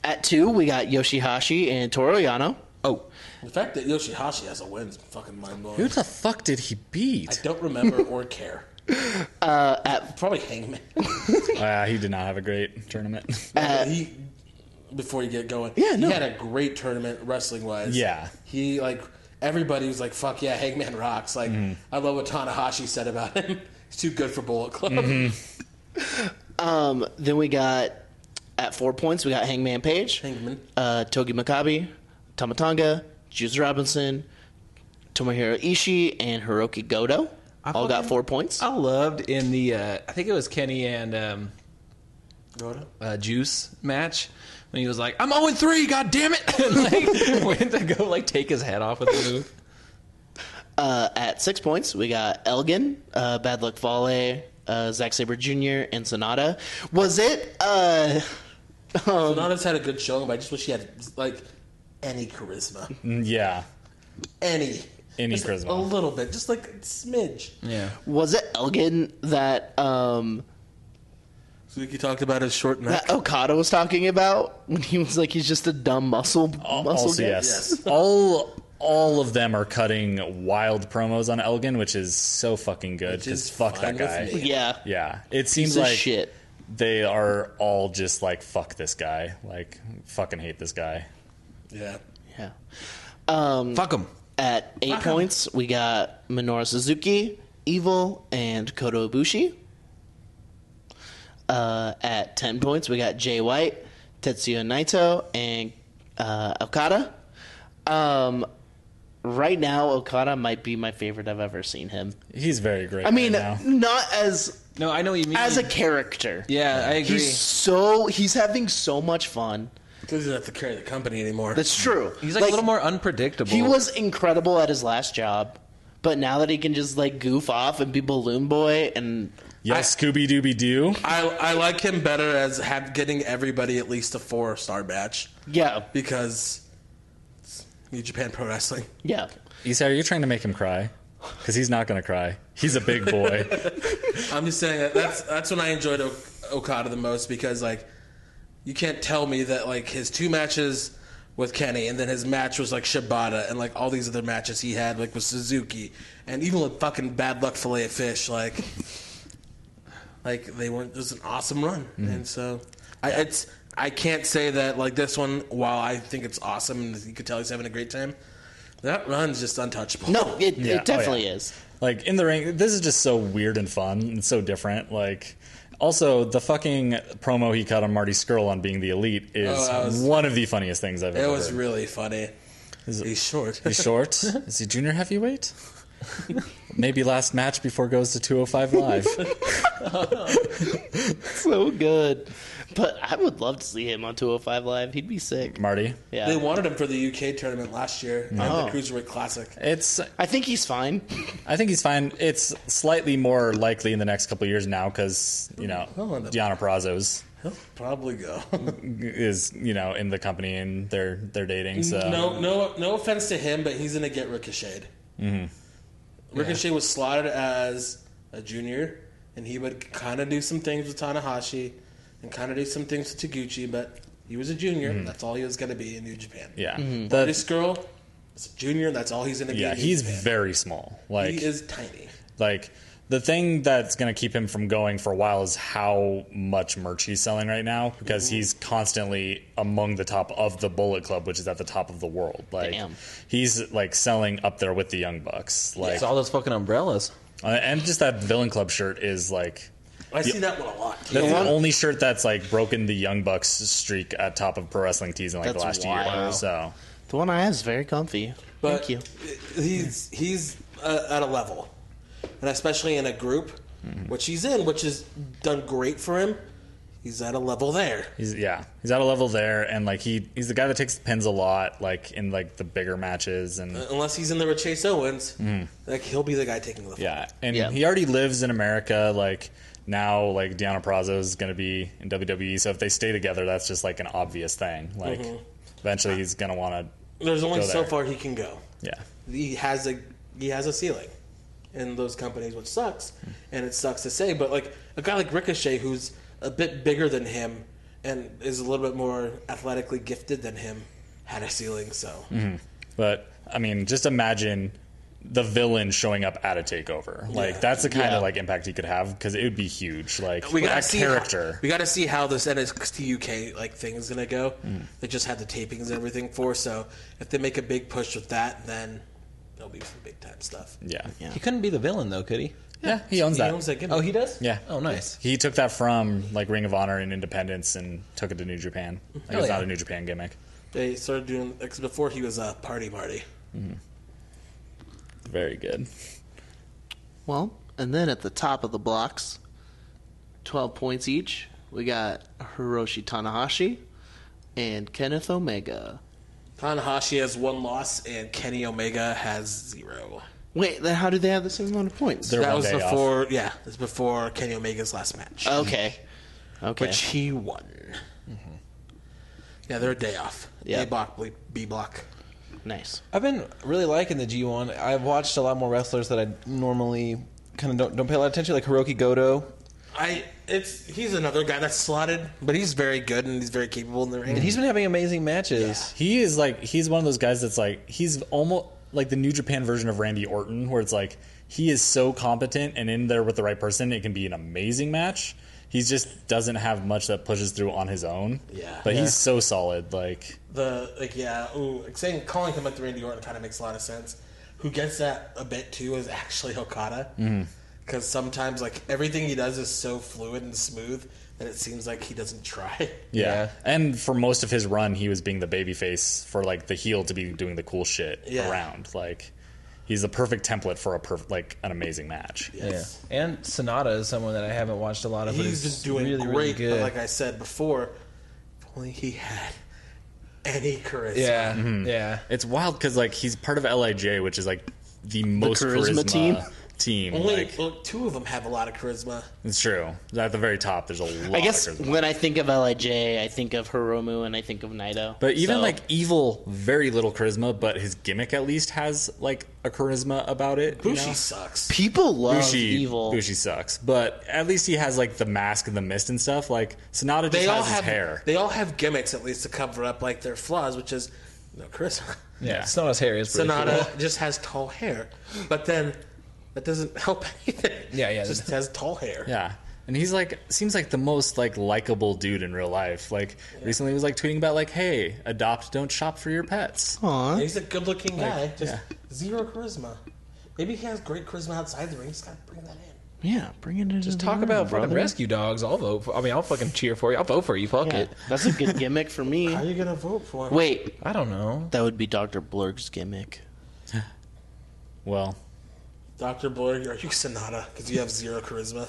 at two we got Yoshihashi and Toroyano. Oh, The fact that Yoshihashi has a win is fucking mind blowing. Who the fuck did he I beat? don't remember or care. Uh, probably Hangman. Uh, he did not have a great tournament. Uh, he before you get going, Yeah, no. he had a great tournament wrestling wise. Yeah. he like everybody was like, "Fuck yeah, Hangman rocks!" Like Mm-hmm. I love what Tanahashi said about him. He's too good for Bullet Club. Mm-hmm. Then we got at four points we got Hangman Page, Hangman. uh, Togi Makabe, Tamatanga, Juice Robinson, Tomohiro Ishii, and Hiroki Goto. all got fucking- Oh. four points. I loved in the uh, I think it was Kenny and um, Go to- uh, Juice match when he was like, "I'm 0 3, god damn it!" and like went to go like take his head off with the move. Uh, at six points, we got Elgin, uh, Bad Luck Fale, uh, Zack Saber Jr., and Sonata. Was it? Uh, Sonata's had a good showing, but I just wish she had like any charisma, yeah. any, Any Just charisma. a little bit, just like a smidge. Yeah, was it Elgin that um, Suzuki talked about his short neck. that Okada was talking about when he was like he's just a dumb muscle Al- muscle also, guy? yes. Yes. all all of them are cutting wild promos on Elgin, which is so fucking good. Which is Because fuck fine that with guy. me. yeah, Yeah, it seems Piece of like shit. they are all just like fuck this guy, like fucking hate this guy. yeah, Yeah. Mm. fuck him. At eight points, we got Minoru Suzuki, Evil, and Kota Ibushi. Uh, at ten points, we got Jay White, Tetsuya Naito, and uh, Okada. Um, right now, Okada might be my favorite I've ever seen him. He's very great. I mean, right now. not as No, I know what you mean. as a character. yeah, I agree. He's so he's having so much fun. because he doesn't have to carry the company anymore. That's true. He's like, a little more unpredictable. He was incredible at his last job, but now that he can just like goof off and be Balloon Boy and yes, Scooby Dooby Doo. I, I like him better as have getting everybody at least a four star match yeah, because it's New Japan Pro Wrestling. yeah. Isai, are you trying to make him cry? Because he's not gonna cry. He's a big boy. I'm just saying that that's that's when I enjoyed o- Okada the most because like you can't tell me that like his two matches with Kenny and then his match was like Shibata and like all these other matches he had like with Suzuki and even with fucking Bad Luck Fillet of Fish like like they weren't just an awesome run and so I it's I can't say that like this one while I think it's awesome and you could tell he's having a great time that run's just untouchable No, it, Yeah, oh, it definitely yeah. is. like in the ring, this is just so weird and fun and so different. Like. Also, the fucking promo he cut on Marty Skrull on being the elite is Oh, that was- one of the funniest things I've it ever. was heard. really funny it- he's short He's short. Is he junior heavyweight? Maybe last match before goes to 205 live. So good. But I would love to see him on 205 Live. He'd be sick. Marty. Yeah. They wanted him for the UK tournament last year at the Cruiserweight Classic. It's I think he's fine. I think he's fine. It's slightly more likely in the next couple of years now cuz, you know, He'll end up- Deanna Prazo's He'll probably go. is, you know, in the company and they're they're dating, so no, no, no offense to him, but he's gonna get ricocheted. Mm-hmm. Ricochet was slotted as a junior, and he would kind of do some things with Tanahashi, and kind of do some things with Taguchi, but he was a junior. Mm-hmm. That's all he was gonna be in New Japan. yeah. This The, girl is a junior. and That's all he's gonna be. yeah, in New he's Japan. very small. Like he is tiny. Like the thing that's going to keep him from going for a while is how much merch he's selling right now because Mm-hmm. he's constantly among the top of the Bullet Club, which is at the top of the world. Like Damn. he's like selling up there with the Young Bucks. Like it's all those fucking umbrellas. uh, and just that Villain Club shirt is like I see that one a lot. that's the only shirt that's like broken the Young Bucks streak at top of pro wrestling tees in like the That's last year. wild. So The one I have is very comfy. But Thank you. He's he's uh, at a level, Mm-hmm. and especially in a group, which he's in, which has done great for him. He's at a level there. He's yeah, he's at a level there, and like he he's the guy that takes the pins a lot, like in like the bigger matches, and Unless he's in there with Chase Owens, like he'll be the guy taking the. Mm-hmm. yeah, and Yeah. he already lives in America, like. Now, like Deanna Prazo is going to be in WWE, so if they stay together, that's just like an obvious thing. Like, Mm-hmm. eventually, he's going to want There's only Go so there. far he can go. to, yeah. he has a he has a ceiling in those companies, which sucks, Mm-hmm. and it sucks to say. But like a guy like Ricochet, who's a bit bigger than him and is a little bit more athletically gifted than him, had a ceiling. So But I mean, just imagine the villain showing up at a takeover. Like that's the kind Yeah. of like impact he could have because it would be huge. Like we a got to see character. How, we got to see how this NXT UK like thing is gonna go. Hmm. They just had the tapings and everything for. So if they make a big push with that, then there'll be some big time stuff. yeah. yeah, He couldn't be the villain though, could he? He owns He that. owns that gimmick. Oh, he does. Yeah. Oh, nice. He took that from like Ring of Honor and Independence and took it to New Japan. Like it's yeah. not a New Japan gimmick. They started doing because before he was a uh, party Marty. Very good. Well, and then at the top of the blocks, 12 points each, we got Hiroshi Tanahashi and Kenneth Omega. Tanahashi has one loss and Kenny Omega has zero. Wait, then how do they have the same amount of points? They're- That one was day off. Oh, before, yeah, it was before Kenny Omega's last match, okay. Okay. which he won. Mm-hmm. Yeah, they're a day off. Yeah. A block, ble- B block. nice. I've been really liking the G1. I've watched a lot more wrestlers that I normally kind of don't, don't pay a lot of attention, like Hiroki Goto. I it's he's another guy that's slotted, but he's very good and he's very capable in the ring. And he's been having amazing matches. He is like he's one of those guys that's like he's almost like the New Japan version of Randy Orton, where it's like he is so competent and in there with the right person, it can be an amazing match. He just doesn't have much that pushes through on his own. Yeah. but he's so solid. Like the like yeah, ooh, like saying calling him like the Randy Orton kind of makes a lot of sense. Who gets that a bit too is actually Okada, Mm-hmm. because sometimes like everything he does is so fluid and smooth that it seems like he doesn't try. yeah. Yeah. and for most of his run, he was being the babyface for like the heel to be doing the cool shit Yeah. around. Like he's the perfect template for a perf- like an amazing match. Yes. Yeah. And Sonata is someone that I haven't watched a lot of. but He's is just doing really, great. really But good. like I said before, if only he had any charisma. yeah, yeah. It's wild because like he's part of Lij, which is like the most charisma charisma, team? team. Team, Only like well, two of them have a lot of charisma. it's true. At the very top, there's a lot. I guess of charisma. when I think of Lij, I think of Hiromu and I think of Naito. But even So- like evil, very little charisma, but his gimmick at least has like a charisma about it. you Bushi know? sucks. people love Bushi, evil. Bushi sucks, but at least he has like the mask and the mist and stuff. Like Sonata just They has all his have hair. they all have gimmicks at least to cover up like their flaws, which is no charisma. Yeah, it's not as hairy as pretty Sonata cool. just has tall hair, but then that doesn't help anything. Yeah, yeah. Just has tall hair. yeah, and he's like seems like the most like likable dude in real life. Like recently, he was like tweeting about like, "Hey, adopt, don't shop for your pets." Aw. He's a good-looking guy, just zero charisma. Maybe he has great charisma outside the ring. Just gotta bring that in. Yeah, bring it in. Just talk Mm-hmm. about fucking rescue dogs. I'll vote. For, I mean, I'll fucking cheer for you. I'll vote for you. Fuck Yeah, it. that's a good gimmick for me. How are you gonna vote for? him? Wait, I don't know. that would be Dr. Blurg's gimmick. Well, Dr. Blurg, are you Sonata? Because you have zero charisma.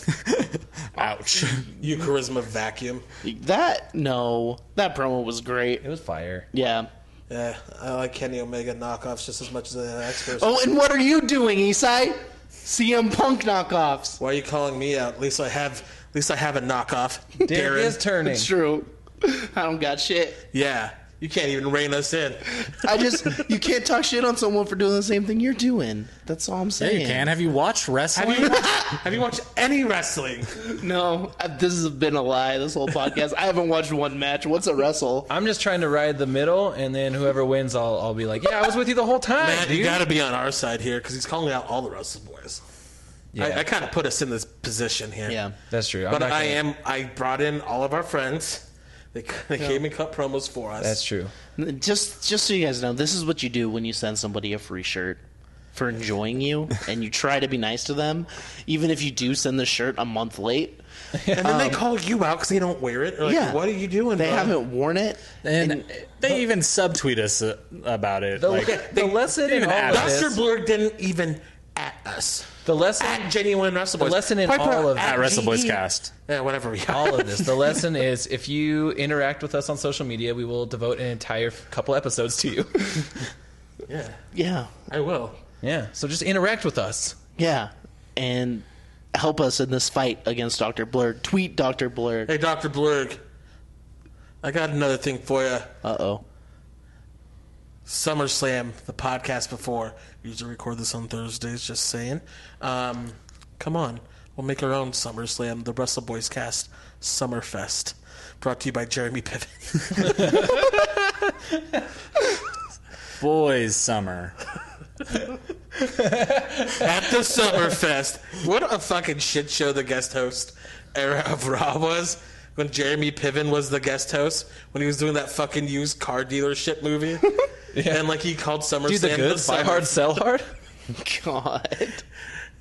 ouch. you charisma vacuum. That, no. That promo was great. It was fire. Yeah. Yeah, I like Kenny Omega knockoffs just as much as the next person. Oh, and what are you doing, Isai? CM Punk knockoffs. Why are you calling me out? At least I have, at least I have a knockoff. Derek Darren. is turning. It's true. I don't got shit. yeah, you can't even rein us in. I just you can't talk shit on someone for doing the same thing you're doing. That's all I'm yeah, saying. you can. Have you watched wrestling? Have you watched any wrestling? No, I- this has been a lie. This whole podcast. I haven't watched one match. What's a wrestle? I'm just trying to ride the middle, and then whoever wins, I'll I'll be like, yeah, I was with you the whole time, Matt, dude. you got to be on our side here because he's calling out all the wrestling boys. I, I kind of put us in this position here. Yeah. That's true. I'm but not I gonna- am. I brought in all of our friends. They they came and cut promos for us. That's true. Just just so you guys know, this is what you do when you send somebody a free shirt for enjoying you, and you try to be nice to them, even if you do send the shirt a month late. And then they call you out because they don't wear it. They're like, Yeah. what are you doing? They bro?" haven't worn it. and, they even subtweet us uh, about it. The, like, the lesson in even all of add this. Dr. Blurg didn't even at us. The lesson, At genuine wrestle the boys. lesson in Probably put all of at At Wrestle Boys GE. Cast. Yeah, whatever we are. all of this, the lesson is if you interact with us on social media, we will devote an entire f- couple episodes to you. Yeah, Yeah. I will. yeah, so just interact with us. Yeah. And help us in this fight against Dr. Blur. Tweet Dr. Blur. Hey, Dr. Blurg, I got another thing for you. Uh oh. SummerSlam, the podcast before. We usually record this on Thursdays, just saying. Um, come on. We'll make our own SummerSlam, the Russell Boys Cast Summerfest. Brought to you by Jeremy Piven. Boys Summer. At the Summerfest. What a fucking shit show the guest host era of Raw was. When Jeremy Piven was the guest host, when he was doing that fucking used car dealership movie. And like he called SummerSlam Do the good, buy Summer- hard, sell hard. God.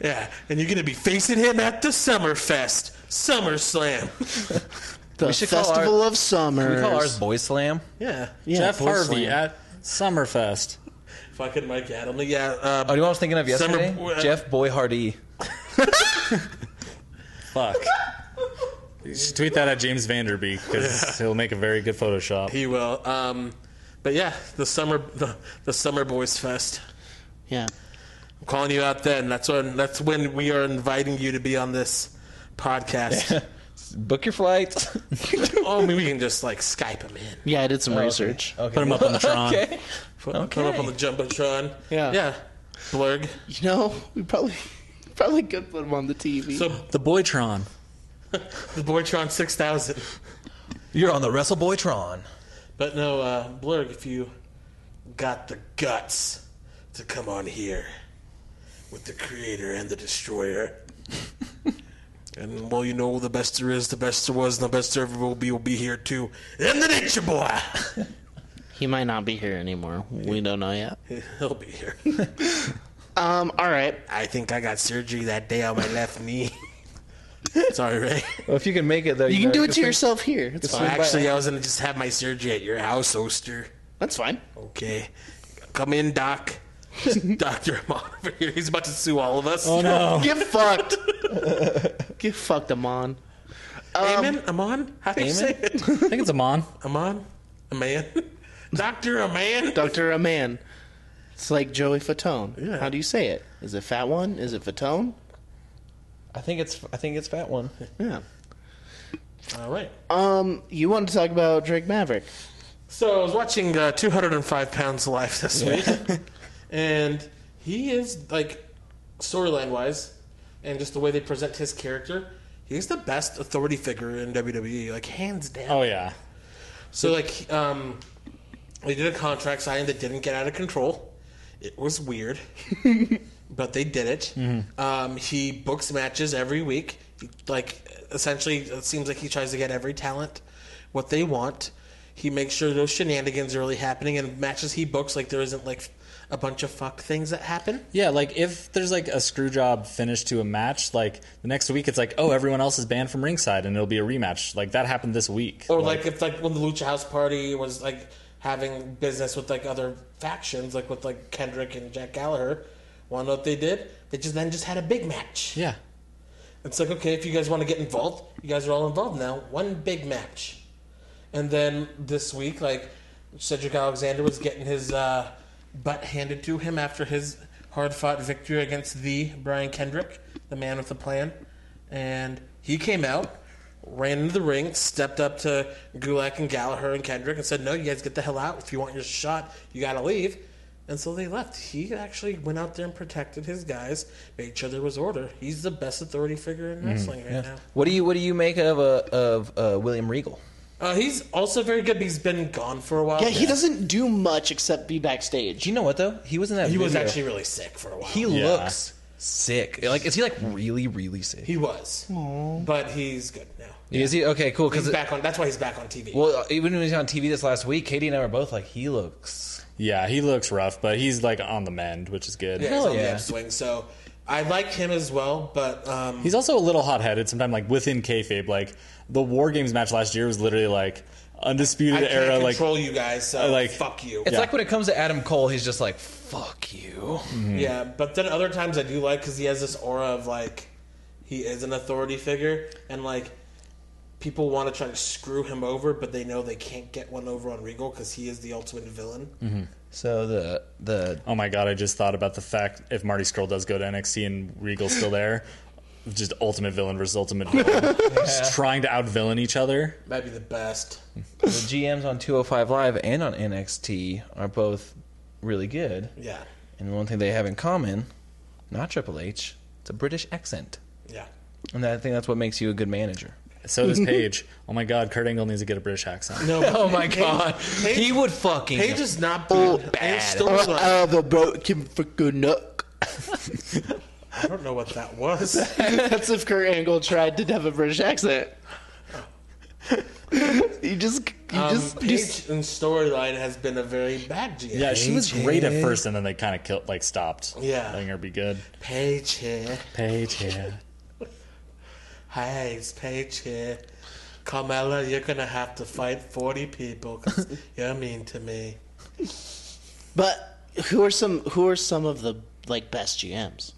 Yeah, and you're gonna be facing him at the Summerfest, SummerSlam. The should call our- Festival of Summer. We call ours Boy Slam. Yeah, yeah, Jeff Boy Harvey Slam. at Summerfest. fucking Mike Adam. Yeah, uh, Oh, do you know what I was thinking of Summer- yesterday? Jeff Boy Hardy. Fuck. You should tweet that at James Vanderbeek because he'll make a very good Photoshop. he will. Um, but yeah, the summer, the, the Summer Boys Fest. Yeah. I'm calling you out. Then that's when that's when we are inviting you to be on this podcast. Book your flight. oh, I mean, we can just like Skype him in. Yeah, I did some research. Okay. Put him up on the Tron. Okay. Put, put him up on the jumbotron. Yeah. yeah. Blurg. You know, we probably probably could put him on the TV. So The Boytron. the Boytron six thousand. You're on the Wrestle Boy Tron. But no, uh, Blurg, if you got the guts to come on here with the creator and the destroyer, and well, you know, the best there is, the best there was, and the best there ever will be will be here too. And the Nature Boy! he might not be here anymore. We don't know yet. He'll be here. Um, all right. I think I got surgery that day on my left knee. Sorry, Ray. Well, if you can make it though, You can gotta do it just to make- yourself here. It's fine. Actually, I was gonna just have my surgery at your house, Oster. That's fine. Okay. Come in, Doc. Dr. Amon over here. He's about to sue all of us. Oh, No. Get fucked. Get fucked, Amon. Amon? Amon? How do you say it? I think it's Amon. Amon? A man? Doctor a man? Dr. Aman. It's like Joey Fatone. Yeah. How do you say it? Is it fat one? Is it Fatone? I think it's I think it's fat one. Yeah. All right. Um, you wanted to talk about Drake Maverick. So I was watching uh, 205 Pounds Live this week, and he is, like, storyline wise, and just the way they present his character, he's the best authority figure in WWE, like, hands down. Oh, yeah. So like, um, they did a contract signing that didn't get out of control. It was weird, but they did it. Um, he books matches every week. He, like, essentially, it seems like he tries to get every talent what they want. He makes sure those shenanigans are really happening, and matches he books like there isn't like a bunch of fuck things that happen. Yeah, like if there's like a screw job finish to a match, like the next week it's like, oh, everyone else is banned from ringside and it'll be a rematch. Like that happened this week. Or like, if like when the Lucha House Party was like having business with like other factions, like with like Kendrick and Jack Gallagher, want to know what they did? They just then just had a big match. yeah. It's like okay, if you guys want to get involved, you guys are all involved now. One big match, and then this week, like Cedric Alexander was getting his uh, butt handed to him after his hard-fought victory against the Brian Kendrick, the man with the plan, and he came out, ran into the ring, stepped up to Gulak and Gallagher and Kendrick, and said, "No, you guys get the hell out. If you want your shot, you got to leave." And so they left. He actually went out there and protected his guys, made sure there was order. He's the best authority figure in wrestling right now. What do you what do you make of a of uh, William Regal? Uh, he's also very good. but He's been gone for a while. Yeah, he doesn't do much except be backstage. Do you know what though? He was in that. He was video. actually really sick for a while. He Yeah. looks sick. Like is he like really really sick? He was, but he's good now. Is he okay? Cool. He's Because back on. That's why he's back on TV. well, even when he was on TV this last week, Katie and I were both like, he looks. Yeah, he looks rough, but he's like on the mend, which is good. yeah, he's on yeah. the upswing. So I like him as well, but um, He's also a little hot headed sometimes, like within kayfabe. Like the War Games match last year was literally like, Undisputed I can't era, like control you guys, so I like- fuck you. It's like when it comes to Adam Cole, he's just like, fuck you. Mm-hmm. Yeah, but then other times I do like because he has this aura of like he is an authority figure, and like people want to try to screw him over, but they know they can't get one over on Regal because he is the ultimate villain. Mm-hmm. So the the Oh my god, I just thought about the fact if Marty Scroll does go to NXT and Regal's still there, just ultimate villain versus ultimate villain. Just trying to out villain each other. Might be the best. Mm-hmm. the GMs on 205 Live and on NXT are both really good. Yeah, And one thing they have in common, not Triple H, it's a British accent. yeah. And I think that's what makes you a good manager. So does Paige. Oh my god, Kurt Angle needs to get a British accent. No, Oh my god. Paige- he would fucking Paige is not Oh, bad. I bad. still was like, have a broken fucking neck. I don't know what that was. That's if Kurt Angle tried to have a British accent. you just, you Um, just, Paige just- in storyline has been a very bad GM. Yeah, she was great at first, and then they kind of killed, like stopped. Yeah. letting her be good. Paige here. Paige, yeah. Hey, it's Paige here. Carmella, you're gonna have to fight 40 people because you're mean to me. But who are some who are some of the like best GMs,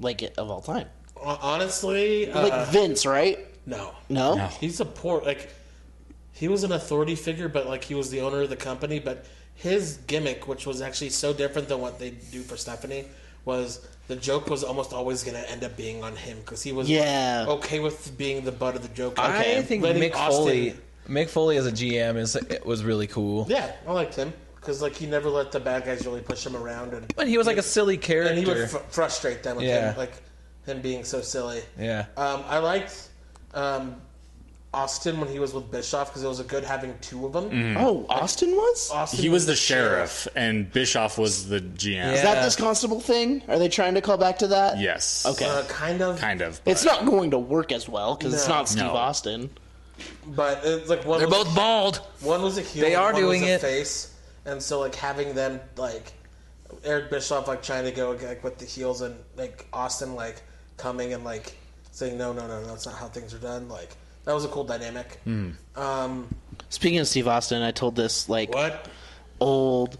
like of all time? Hon- Honestly, uh, Like Vince, right? no. No, No. He's a poor, like, he was an authority figure, but, like, he was the owner of the company. But his gimmick, which was actually so different than what they do for Stephanie, was the joke was almost always gonna end up being on him because he was Yeah. okay with being the butt of the joke. I think Letting Mick Austin- Foley Mick Foley as a GM is it was really cool. Yeah, I liked him because, like, he never let the bad guys really push him around and. But he was like a silly character. and he would fr- frustrate them with Yeah. him, like him being so silly. yeah. Um, I liked um, Austin when he was with Bischoff because it was a good having two of them. Hmm. Oh, Austin was. Austin He was the sheriff, and Bischoff was the GM. Is Yeah. that this constable thing? Are they trying to call back to that? Yes. Okay. uh, kind of, Kind of. but- It's not going to work as well because it's No. not Steve No. Austin. but it's like one. They're was, both bald. one was a heel. They and are one doing was a it. Face, and so like having them like Eric Bischoff like trying to go like with the heels and like Austin like coming and like saying no no no no that's not how things are done like. That was a cool dynamic. Um, Speaking of Steve Austin, I told this like what? old,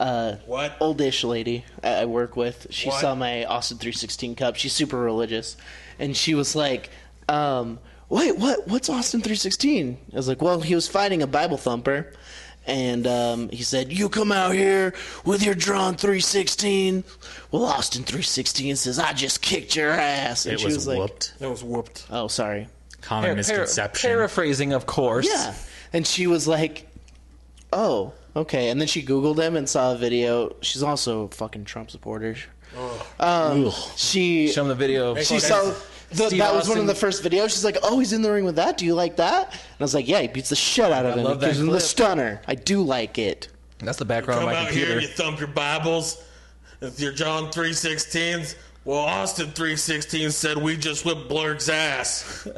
uh, What? oldish lady I I work with. She What? saw my Austin three sixteen cup. She's super religious, and she was like, um, "Wait, what? What's Austin three sixteen? I was like, "Well, he was fighting a Bible thumper." And um, he said, "You come out here with your drawn 316." Well, Austin 316 says, "I just kicked your ass." And It she was, was, like, whooped. That was whooped. "Oh, sorry." Common Par- par- misconception. paraphrasing, of course. Yeah. And she was like, oh, okay. And then she Googled him and saw a video. She's also a fucking Trump supporter. Um, she Show him the video. Of she saw the, Steve that was one Austin. of the first videos. She's like, oh, he's in the ring with that. Do you like that? And I was like, yeah, he beats the shit out of him. love He that gives him the clip. stunner. I do like it. That's the background Come of my out here computer. and you thump your Bibles. If you're John 3.16s, well, Austin 3.16 said we just whipped Blurg's ass.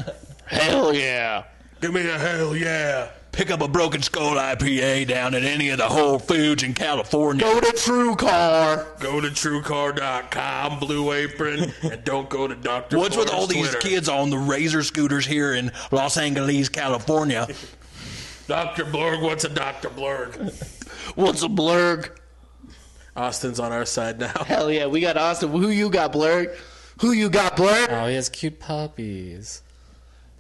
Hell yeah. Give me a hell yeah. Pick up a Broken Skull IPA down at any of the Whole Foods in California. Go to True Car. Go to TrueCar.com, Blue Apron, and don't go to Dr. What's with all Flores' these Twitter. kids on the razor scooters here in Los Angeles, California? Dr. Blurg, what's a Dr. Blurg? What's a blurg? Austin's on our side now. Hell yeah. We got Austin. Who you got, blurg? Who you got, blurg? Oh, he has cute puppies.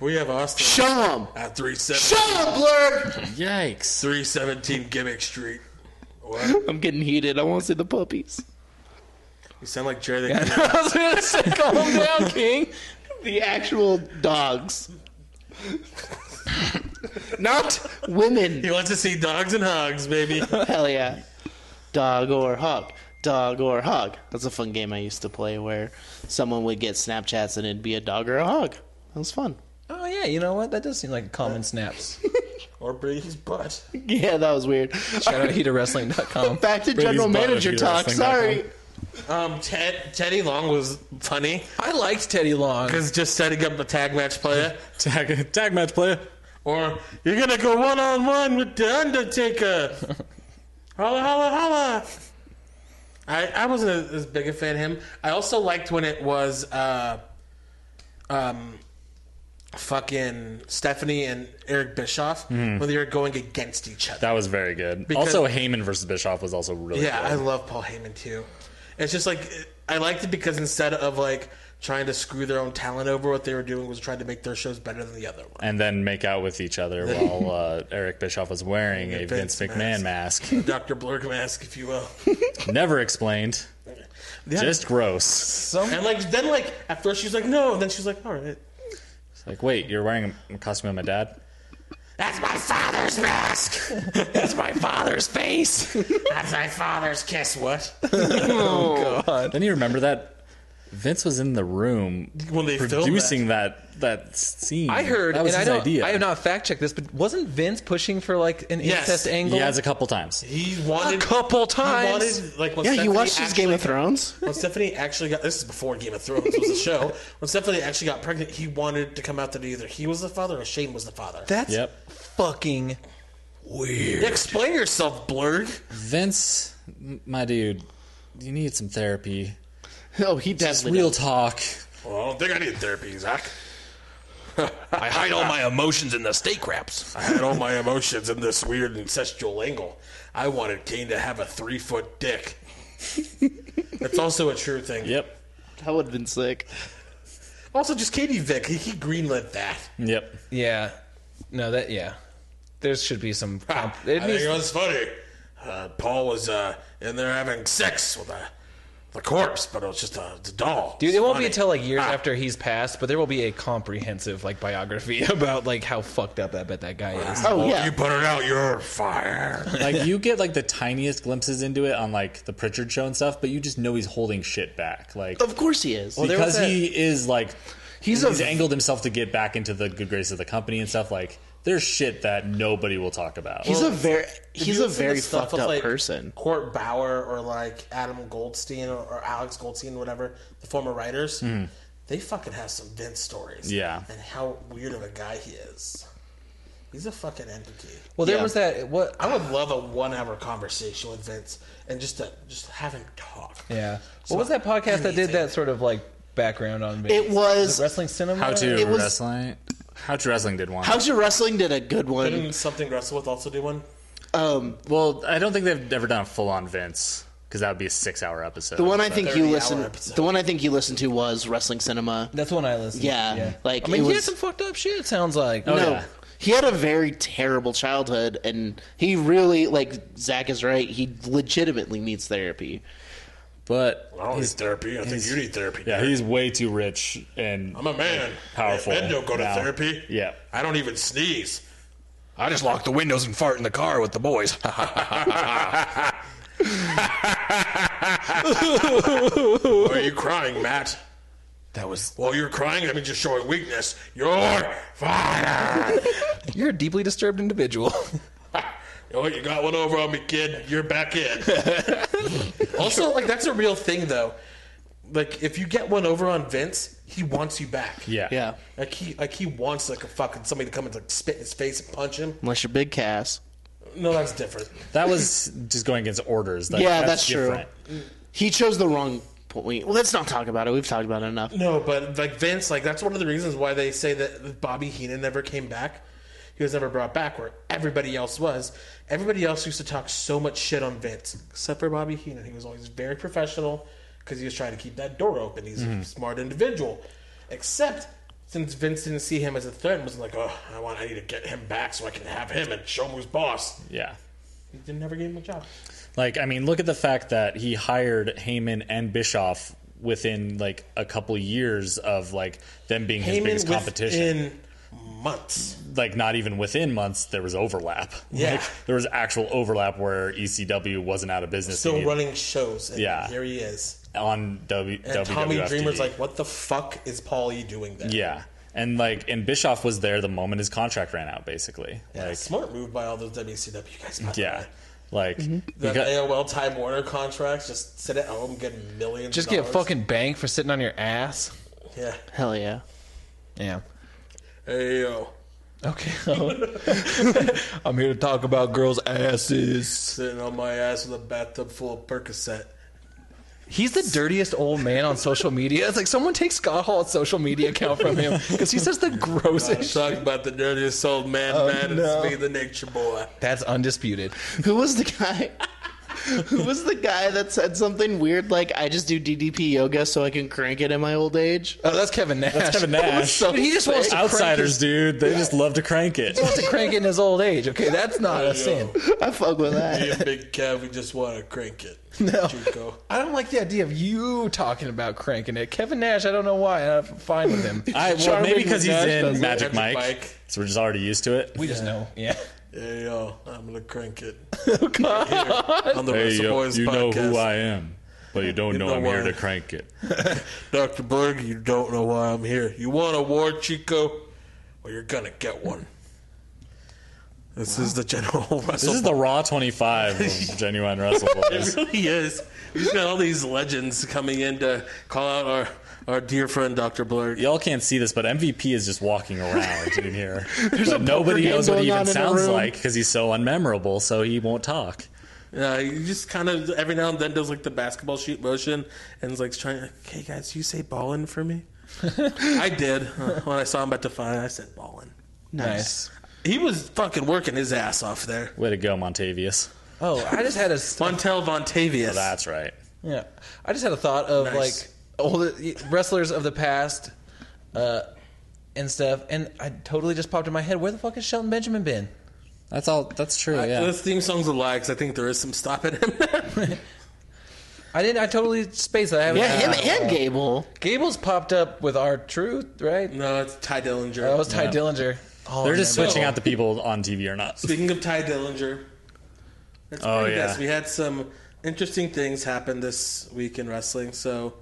We have Austin Show him. at 317, Show him, blurg. Yikes. 317 Gimmick Street. What? I'm getting heated. I want to see the puppies. You sound like Jerry the King. I was gonna say, calm down, King. The actual dogs. Not women. You want to see dogs and hogs, baby. Hell yeah. Dog or hog. Dog or hog. That's a fun game I used to play where someone would get Snapchats and it'd be a dog or a hog. That was fun. Oh yeah, you know what? That does seem like common snaps. or Brady's butt. Yeah, that was weird. Shout out heatawrestling.com. Back to general butt manager if you're talk. wrestling Sorry. back Um, Ted, Teddy Long was funny I liked Teddy Long. because just setting up the tag match player, Tag, tag match player. or you're gonna go one on one with the Undertaker. holla holla holla! I I wasn't a- as big a fan of him. I also liked when it was uh, um, fucking Stephanie and Eric Bischoff when they were going against each other. That was very good. Because- also, Heyman versus Bischoff was also really Yeah, I good. love Paul Heyman too. It's just like I liked it because instead of like trying to screw their own talent over, what they were doing was trying to make their shows better than the other one. and then make out with each other while uh, Eric Bischoff was wearing a Vince, Vince McMahon mask. Doctor Blurg mask, if you will. Never explained. Just gross. and like then like at first she's like no, and then she's like all right. It's like, wait, you're wearing a costume of my dad? That's my father's mask. That's my father's face. That's my father's kiss. What? Then you remember that Vince was in the room When they filmed producing that. that scene. I heard, that was and I his don't, idea. I have not fact checked this, but wasn't Vince pushing for like an Yes. incest angle? He has a couple times. He wanted A couple He times. wanted, like, when Yeah, Stephanie you watched his actually Game of Thrones. when Stephanie actually got this is before Game of Thrones was a show. When Stephanie actually got pregnant, he wanted to come out that either he was the father or Shane was the father. That's Yep. fucking weird. Explain yourself, Blurred. Vince, m- my dude, you need some therapy. Oh, he It's definitely. real talk. Well, I don't think I need therapy, Zach. I hide all my emotions in the steak wraps. I had all my emotions in this weird ancestral angle. I wanted Kane to have a three foot dick. That's also a true thing. Yep. That would have been sick. Also, just Katie Vick. He, he greenlit that. Yep. Yeah. No, that yeah. There should be some. Comp- it Ah, I needs- think it was funny. Uh, Paul was uh, in there having sex with a, the corpse, but it was just a, it's a doll. Dude, It's it won't funny. be until like years Ah. after he's passed, but there will be a comprehensive like biography about like how fucked up I bet that guy is. Oh Well, yeah. You put it out, you're fired. Like you get like the tiniest glimpses into it on like the Pritchard show and stuff, but you just know he's holding shit back. Like of course he is. there was because he is like he's, a- angled himself to get back into the good grace of the company and stuff. Like there's shit that nobody will talk about. He's a very he's you a listen to very stuff fucked with, up like, person. Court Bauer or like Adam Goldstein or, or Alex Goldstein, whatever, the former writers, Hmm. they fucking have some Vince stories. Yeah. And how weird of a guy he is. He's a fucking entity. Well, there Yeah. was that what I would love a one hour conversation with Vince and just to just have him talk. yeah. What was that podcast that did that sort of like background on me? It was- wrestling cinema. How to It was- wrestling? How to wrestling did one. How's your wrestling? Did a good one. Didn't something wrestle with also do one? Um, well, I don't think they've ever done a full on Vince because that would be a six hour episode. the one I think you 30-hour listened. episode. The one I think you listened to was Wrestling Cinema. That's when I listened. Yeah, like, I mean, it he had was- some fucked up shit. It sounds like no, yeah. he had a very terrible childhood, and he really like Zach is right. He legitimately needs therapy. but I don't need therapy. I think you need therapy. yeah, he's way too rich and I'm a man. powerful. Men don't go to now. therapy. Yeah. I don't even sneeze. I just lock the windows and fart in the car with the boys. Why are you crying, Matt? that was Well, you're crying. That means you're showing weakness. You're fired. you're a deeply disturbed individual. oh, you got one over on me, kid. You're back in. also, like that's a real thing, though. Like if you get one over on Vince, he wants you back. Yeah. Yeah, Like he, like he wants like a fucking somebody to come and like spit in his face and punch him. unless you're big Cass. No, that's different. That was just going against orders. That, yeah, that's, that's, true. different. He chose the wrong point. Well, let's not talk about it. We've talked about it enough. No, but like Vince, like that's one of the reasons why they say that Bobby Heenan never came back. He was never brought back where everybody else was. Everybody else used to talk so much shit on Vince, except for Bobby Heenan. He was always very professional because he was trying to keep that door open. He's a smart individual. Except since Vince didn't see him as a threat and was like, oh, I want, I need to get him back so I can have him and show him who's boss. Yeah. He didn't never give him a job. Like, I mean, look at the fact that he hired Heyman and Bischoff within like a couple years of like them being his biggest competition. within months. Like, not even within months, there was overlap. Yeah. Like, there was actual overlap where ECW wasn't out of business Still immediately running shows. And Yeah. Here he is. on w- And WWF. Tommy Dreamer's TV. like, what the fuck is Paulie doing there? yeah. And like, and Bischoff was there the moment his contract ran out, basically. Yeah, Like, smart move by all those WCW guys. by the yeah. way. Like, Mm-hmm. That because- AOL Time Warner contracts, just sit at home, get millions. Just of get dollars. fucking banged for sitting on your ass. yeah. Hell yeah. Yeah. Ayo, Okay. I'm here to talk about girls' asses. sitting on my ass with a bathtub full of Percocet. He's the dirtiest old man on social media. It's like someone take Scott Hall's social media account from him because he says the grossest. Talk about the dirtiest old man, man. Oh, no. It's me, the nature boy. That's undisputed. Who was the guy? Who was the guy that said something weird like I just do DDP yoga so I can crank it in my old age? Oh, that's Kevin Nash. That's Kevin That was Nash. so But he just wants to Outsiders, dude, they just love to crank it. Crank, to crank in his old age. Okay, that's not a sin. I fuck with that. Me and Big Kev, we just want to crank it. No. Chico. I don't like the idea of you talking about cranking it. Kevin Nash, I don't know why. I'm fine with him. I, well, maybe because he's Nash in does Magic Magic Mike, Mike. so we're just already used to it. We just know. Yeah. Yeah, yo, I'm gonna crank it. Here on the Hey, Wrestle yo, Boys you know podcast. who I am, but you don't know, know I'm why. here to crank it. Dr. Berg, you don't know why I'm here. You want a war, Chico? Well, you're gonna get one. This is the general Wrestle. This is the Raw 25 of Genuine Wrestle Boys. He is. He's got all these legends coming in to call out our, our dear friend Dr. Blur. Y'all can't see this, but MVP is just walking around in here. But nobody knows what he even sounds like because he's so unmemorable, so he won't talk. Uh, he just kind of every now and then does like the basketball shoot motion and is like trying. Like, hey guys, you say ballin' for me? I did uh, when I saw him at Defy. I said ballin'. Nice. He was fucking working his ass off there. Way to go, Montavious. Oh, I just had a Montel Vontavious. That's right. yeah. I just had a thought of Nice. like old wrestlers of the past, uh, and stuff. And I totally just popped in my head. Where the fuck has Shelton Benjamin been? That's all. That's true. This theme song's a lie because I think there is some stopping him. I didn't. I totally spaced. it. I haven't. Yeah, him and Gable. Gable's popped up with our truth, right? no, it's Ty Dillinger. That was Ty Dillinger. Oh, They're just man. switching out the people on TV or not. Speaking of Ty Dillinger, that's Oh, pretty yeah. best. We had some interesting things happen this week in wrestling. So,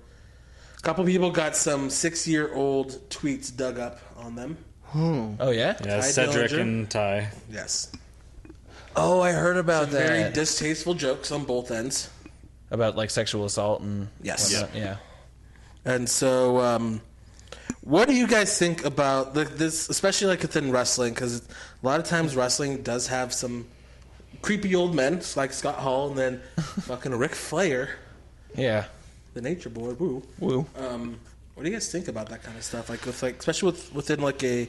a couple people got some six-year-old tweets dug up on them. Oh yeah. Yeah, Ty Cedric Dillinger. and Ty. Yes, Oh, I heard about that. very distasteful jokes on both ends. about like sexual assault and Yes. whatnot. yeah. And so, um, what do you guys think about the, this, especially like within wrestling? Because a lot of times wrestling does have some creepy old men, just like Scott Hall, and then fucking Ric Flair, Yeah. the Nature Boy. Woo. Woo. Um, what do you guys think about that kind of stuff? Like with like, especially with within like a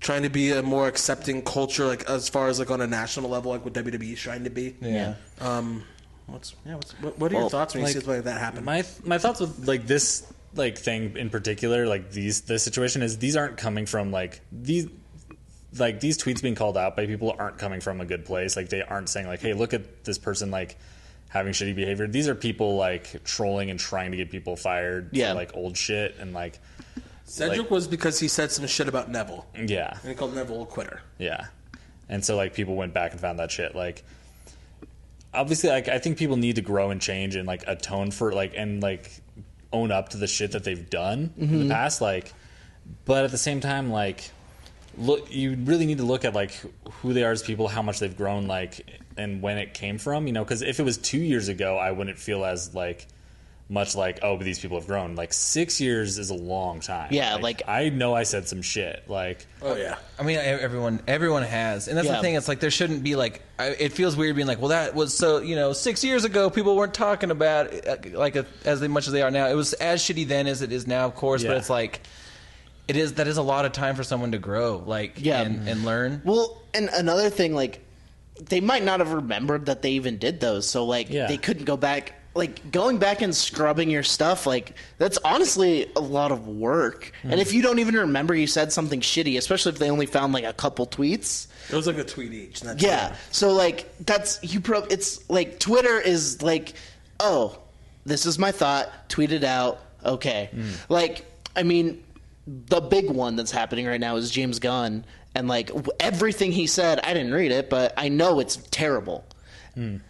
trying to be a more accepting culture, like as far as like on a national level, like what WWE is trying to be. Yeah. Um, what's yeah? What's, what, what are Well, your thoughts when like, you see something like that happen? My my thoughts with like this like thing in particular, like these this situation is these aren't coming from like these like these tweets being called out by people aren't coming from a good place. Like they aren't saying like, hey, look at this person like having shitty behavior. These are people like trolling and trying to get people fired. for, Yeah. like old shit and like Cedric like- was because he said some shit about Neville. yeah. And he called Neville a quitter. Yeah. And so like people went back and found that shit. Like obviously like I think people need to grow and change and like atone for like and like own up to the shit that they've done in Mm-hmm. the past. Like but at the same time, like look you really need to look at like who they are as people, how much they've grown, like and when it came from, you know, because if it was two years ago, I wouldn't feel as like much like oh but these people have grown like six years is a long time Yeah, like- i know i said some shit like Oh yeah. I mean, e- everyone everyone has, and that's Yeah. the thing. It's like there shouldn't be like. I, it feels weird being like, well, that was so you know six years ago. People weren't talking about it, uh, like a, as much as they are now. It was as shitty then as it is now, of course. Yeah. But it's like it is that is a lot of time for someone to grow, like Yeah. and, and learn. Well, and another thing, like they might not have remembered that they even did those, so like Yeah. they couldn't go back. Like going back and scrubbing your stuff, like that's honestly a lot of work. And if you don't even remember you said something shitty, especially if they only found like a couple tweets, It was like a tweet each. and that's yeah. So like that's you pro it's like Twitter is like, oh, this is my thought, tweet it out. Okay. Like I mean the big one that's happening right now is James Gunn and like w- everything he said, I didn't read it, but I know it's terrible.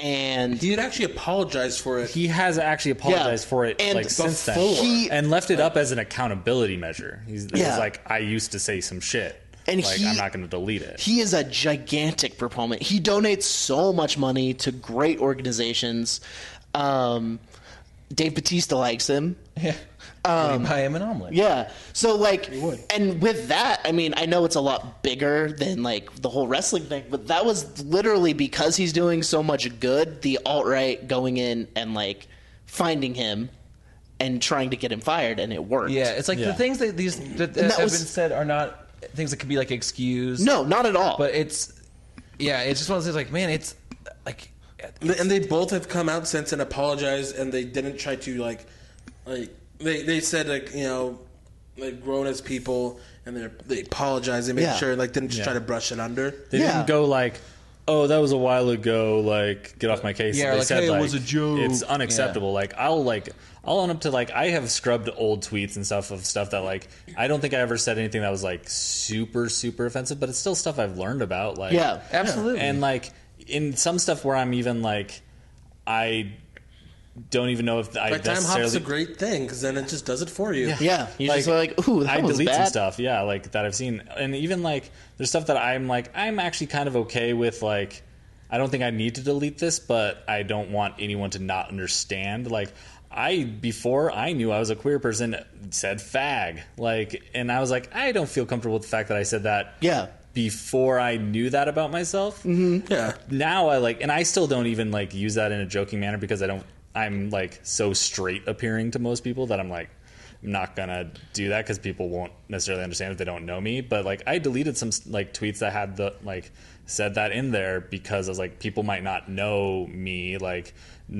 And He had actually apologized for it. he has actually apologized Yeah. for it And like since then before- He- and left it up as an accountability measure. He's, he's Yeah. like, I used to say some shit. And like he- I'm not going to delete it. he is a gigantic proponent. He donates so much money to great organizations. Um, Dave Batista likes him. Yeah, Would you buy him an omelet. Um, Yeah. So like and with that, I mean, I know it's a lot bigger than like the whole wrestling thing, but that was literally because he's doing so much good, the alt right going in and like finding him and trying to get him fired, and it worked. Yeah, it's like the Yeah. things that these that, that that have was- been said are not things that could be like excused. No, not at all. but it's yeah, it's just one of those things. Like, man, it's like And they both have come out since and apologized, and they didn't try to like, like they they said like you know, like grown as people, and they they apologized and made Yeah. sure like didn't just try to brush it under. They Yeah. didn't go like, "Oh, that was a while ago." Like, get off my case. Yeah, they like, "Hey, it was a joke." It's unacceptable. Like, I'll like, I'll own up to like, I have scrubbed old tweets and stuff of stuff that like, I don't think I ever said anything that was like super super offensive, but it's still stuff I've learned about. Like, yeah, absolutely. and like in some stuff where I'm even like, I don't even know if I Like time hop's a necessarily great thing because then it just does it for you. yeah. You just were like, ooh, that I was delete bad. some stuff, yeah, like that I've seen, and even like there's stuff that I'm like I'm actually kind of okay with, like I don't think I need to delete this, but I don't want anyone to not understand. Like I before I knew I was a queer person, said fag, like, and I was like I don't feel comfortable with the fact that I said that, Yeah. Mm-hmm. before I knew that about myself. Yeah. Now I like, and I still don't even like use that in a joking manner because I don't. I'm like so straight appearing to most people that I'm like, I'm not gonna do that because people won't necessarily understand if they don't know me. But like, I deleted some like tweets that had the like said that in there because I was like, people might not know me, like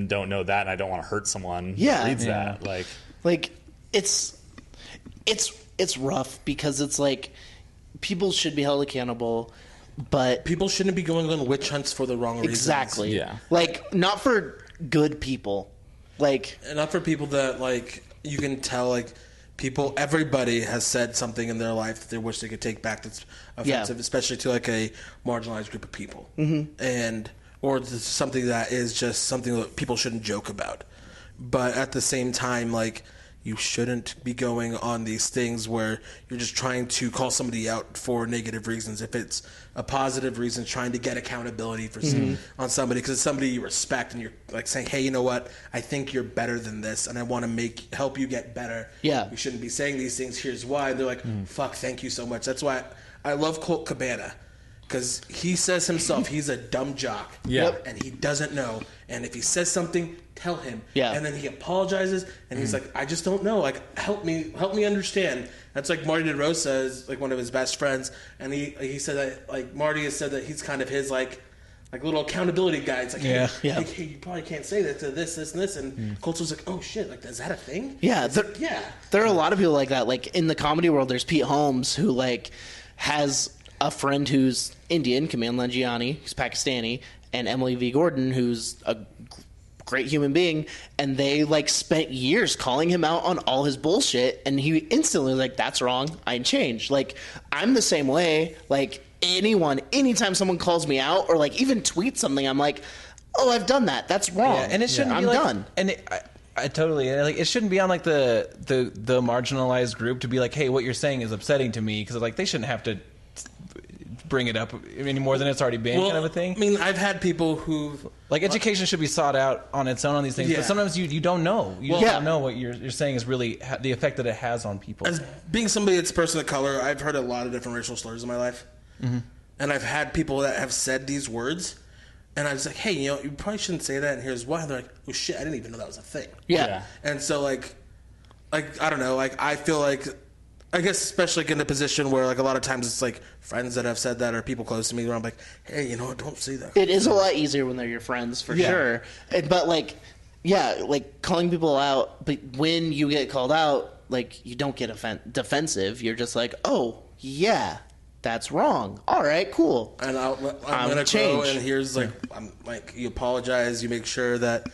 don't know that, and I don't want to hurt someone. that Yeah. reads Yeah. that like like it's it's it's rough because it's like people should be held accountable but People shouldn't be going on witch hunts for the wrong reasons. exactly Yeah. like not for good people like And not for people that like you can tell like people everybody has said something in their life that they wish they could take back that's offensive especially to like a marginalized group of people mm-hmm. and or just something that is just something that people shouldn't joke about but at the same time like you shouldn't be going on these things where you're just trying to call somebody out for negative reasons if it's a positive reason trying to get accountability for some, on somebody because it's somebody you respect and you're like saying hey you know what i think you're better than this and i want to make help you get better Yeah. we shouldn't be saying these things here's why and they're like fuck thank you so much that's why i love colt cabana because he says himself he's a dumb jock Yeah. Yep. and he doesn't know and if he says something tell him Yeah. and then he apologizes and Mm. he's like, I just don't know. Like, help me, help me understand. That's like Marty DeRosa is like one of his best friends, and he he said that like Marty has said that he's kind of his like like little accountability guy. It's like, yeah, hey, Yeah. like, hey, you probably can't say that to this, this, and this. And Mm. Colts was like, oh shit, like is that a thing? yeah It's there, like, yeah. there are a lot of people like that like in the comedy world there's pete holmes who like has a friend who's indian kamal nanjiani who's pakistani and emily v gordon who's a g- great human being and they like spent years calling him out on all his bullshit and he instantly was like that's wrong i changed like i'm the same way like anyone anytime someone calls me out or like even tweets something i'm like oh i've done that that's wrong Yeah, and it shouldn't i'm be like, done And it, I, I totally like it shouldn't be on like the the the marginalized group to be like, hey, what you're saying is upsetting to me because like they shouldn't have to bring it up any more than it's already been, kind of a thing. I mean, I've had people who've like education should be sought out on its own on these things, Yeah. but sometimes you you don't know. You Well- don't Yeah. know what you're you're saying is really ha- the effect that it has on people. as being somebody that's a person of color, I've heard a lot of different racial slurs in my life, and I've had people that have said these words, and I was like, "Hey, you know, you probably shouldn't say that." And here's why. And they're like, "Oh shit, I didn't even know that was a thing." yeah. Yeah. And so, like, like I don't know, like I feel like, I guess especially like, in the position where like a lot of times it's like friends that have said that or people close to me where I'm like, "Hey, you know, what? don't say that." it is a lot easier when they're your friends for sure And- but like yeah like calling people out but when you get called out like you don't get offen- defensive you're just like oh yeah that's wrong all right cool and I'll, I'm, I'm gonna change. grow. And here's like, I'm like, you apologize, you make sure that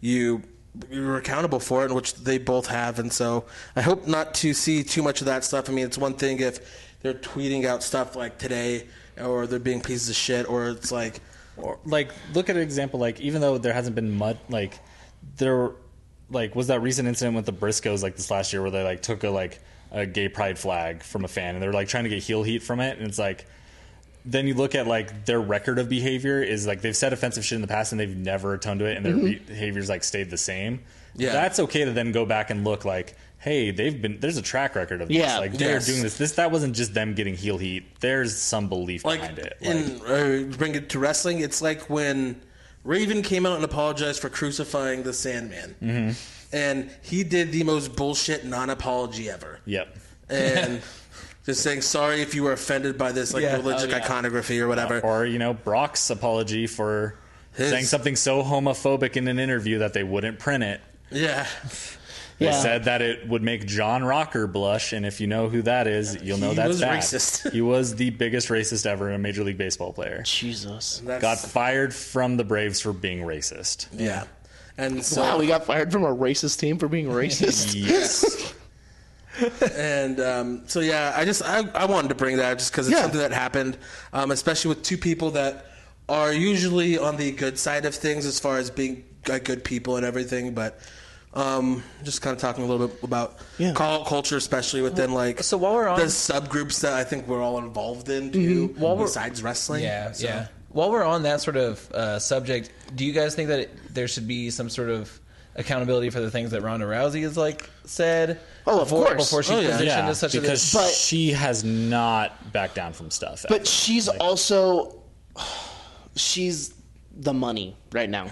you you're accountable for it, and which they both have. And so I hope not to see too much of that stuff. I mean, it's one thing if they're tweeting out stuff like today, or they're being pieces of shit, or it's like, or like look at an example like even though there hasn't been much like there like was that recent incident with the briscoes like this last year where they like took a like a gay pride flag from a fan and they were like trying to get heel heat from it and it's like then you look at like their record of behavior is like they've said offensive shit in the past and they've never atoned to it and their behaviors like stayed the same Mm-hmm. Yeah. that's okay to then go back and look like hey they've been there's a track record of this Yeah. like they're Yes. doing this this that wasn't just them getting heel heat there's some belief like, behind it in, uh, bring it to wrestling. It's like when Raven came out and apologized for crucifying the Sandman, and he did the most bullshit non-apology ever. Yep. and just saying sorry if you were offended by this like Yeah. religious Oh, yeah. iconography or whatever. Or you know Brock's apology for His- saying something so homophobic in an interview that they wouldn't print it. yeah, They Yeah. said that it would make John Rocker blush, and if you know who that is, you'll know He that's was bad. racist. he was the biggest racist ever, a Major League Baseball player. Jesus. That's- Got fired from the Braves for being racist. yeah, and so Wow, we got fired from a racist team for being racist. Yes. and um, so yeah, I just I, I wanted to bring that up just because it's Yeah. something that happened, um, especially with two people that are usually on the good side of things as far as being like, good people and everything, but. Um, just kind of talking a little bit about Yeah. call culture, especially within like so while we're on- Mm-hmm. the subgroups that I think we're all involved in too, While we're- besides wrestling. Yeah, So- yeah. While we're on that sort of uh, subject, do you guys think that it, there should be some sort of accountability for the things that Ronda Rousey has like said? Oh, of before, course. Before she's Oh, yeah. positioned yeah, as such because a But- she has not backed down from stuff. But she's also she's the money right now.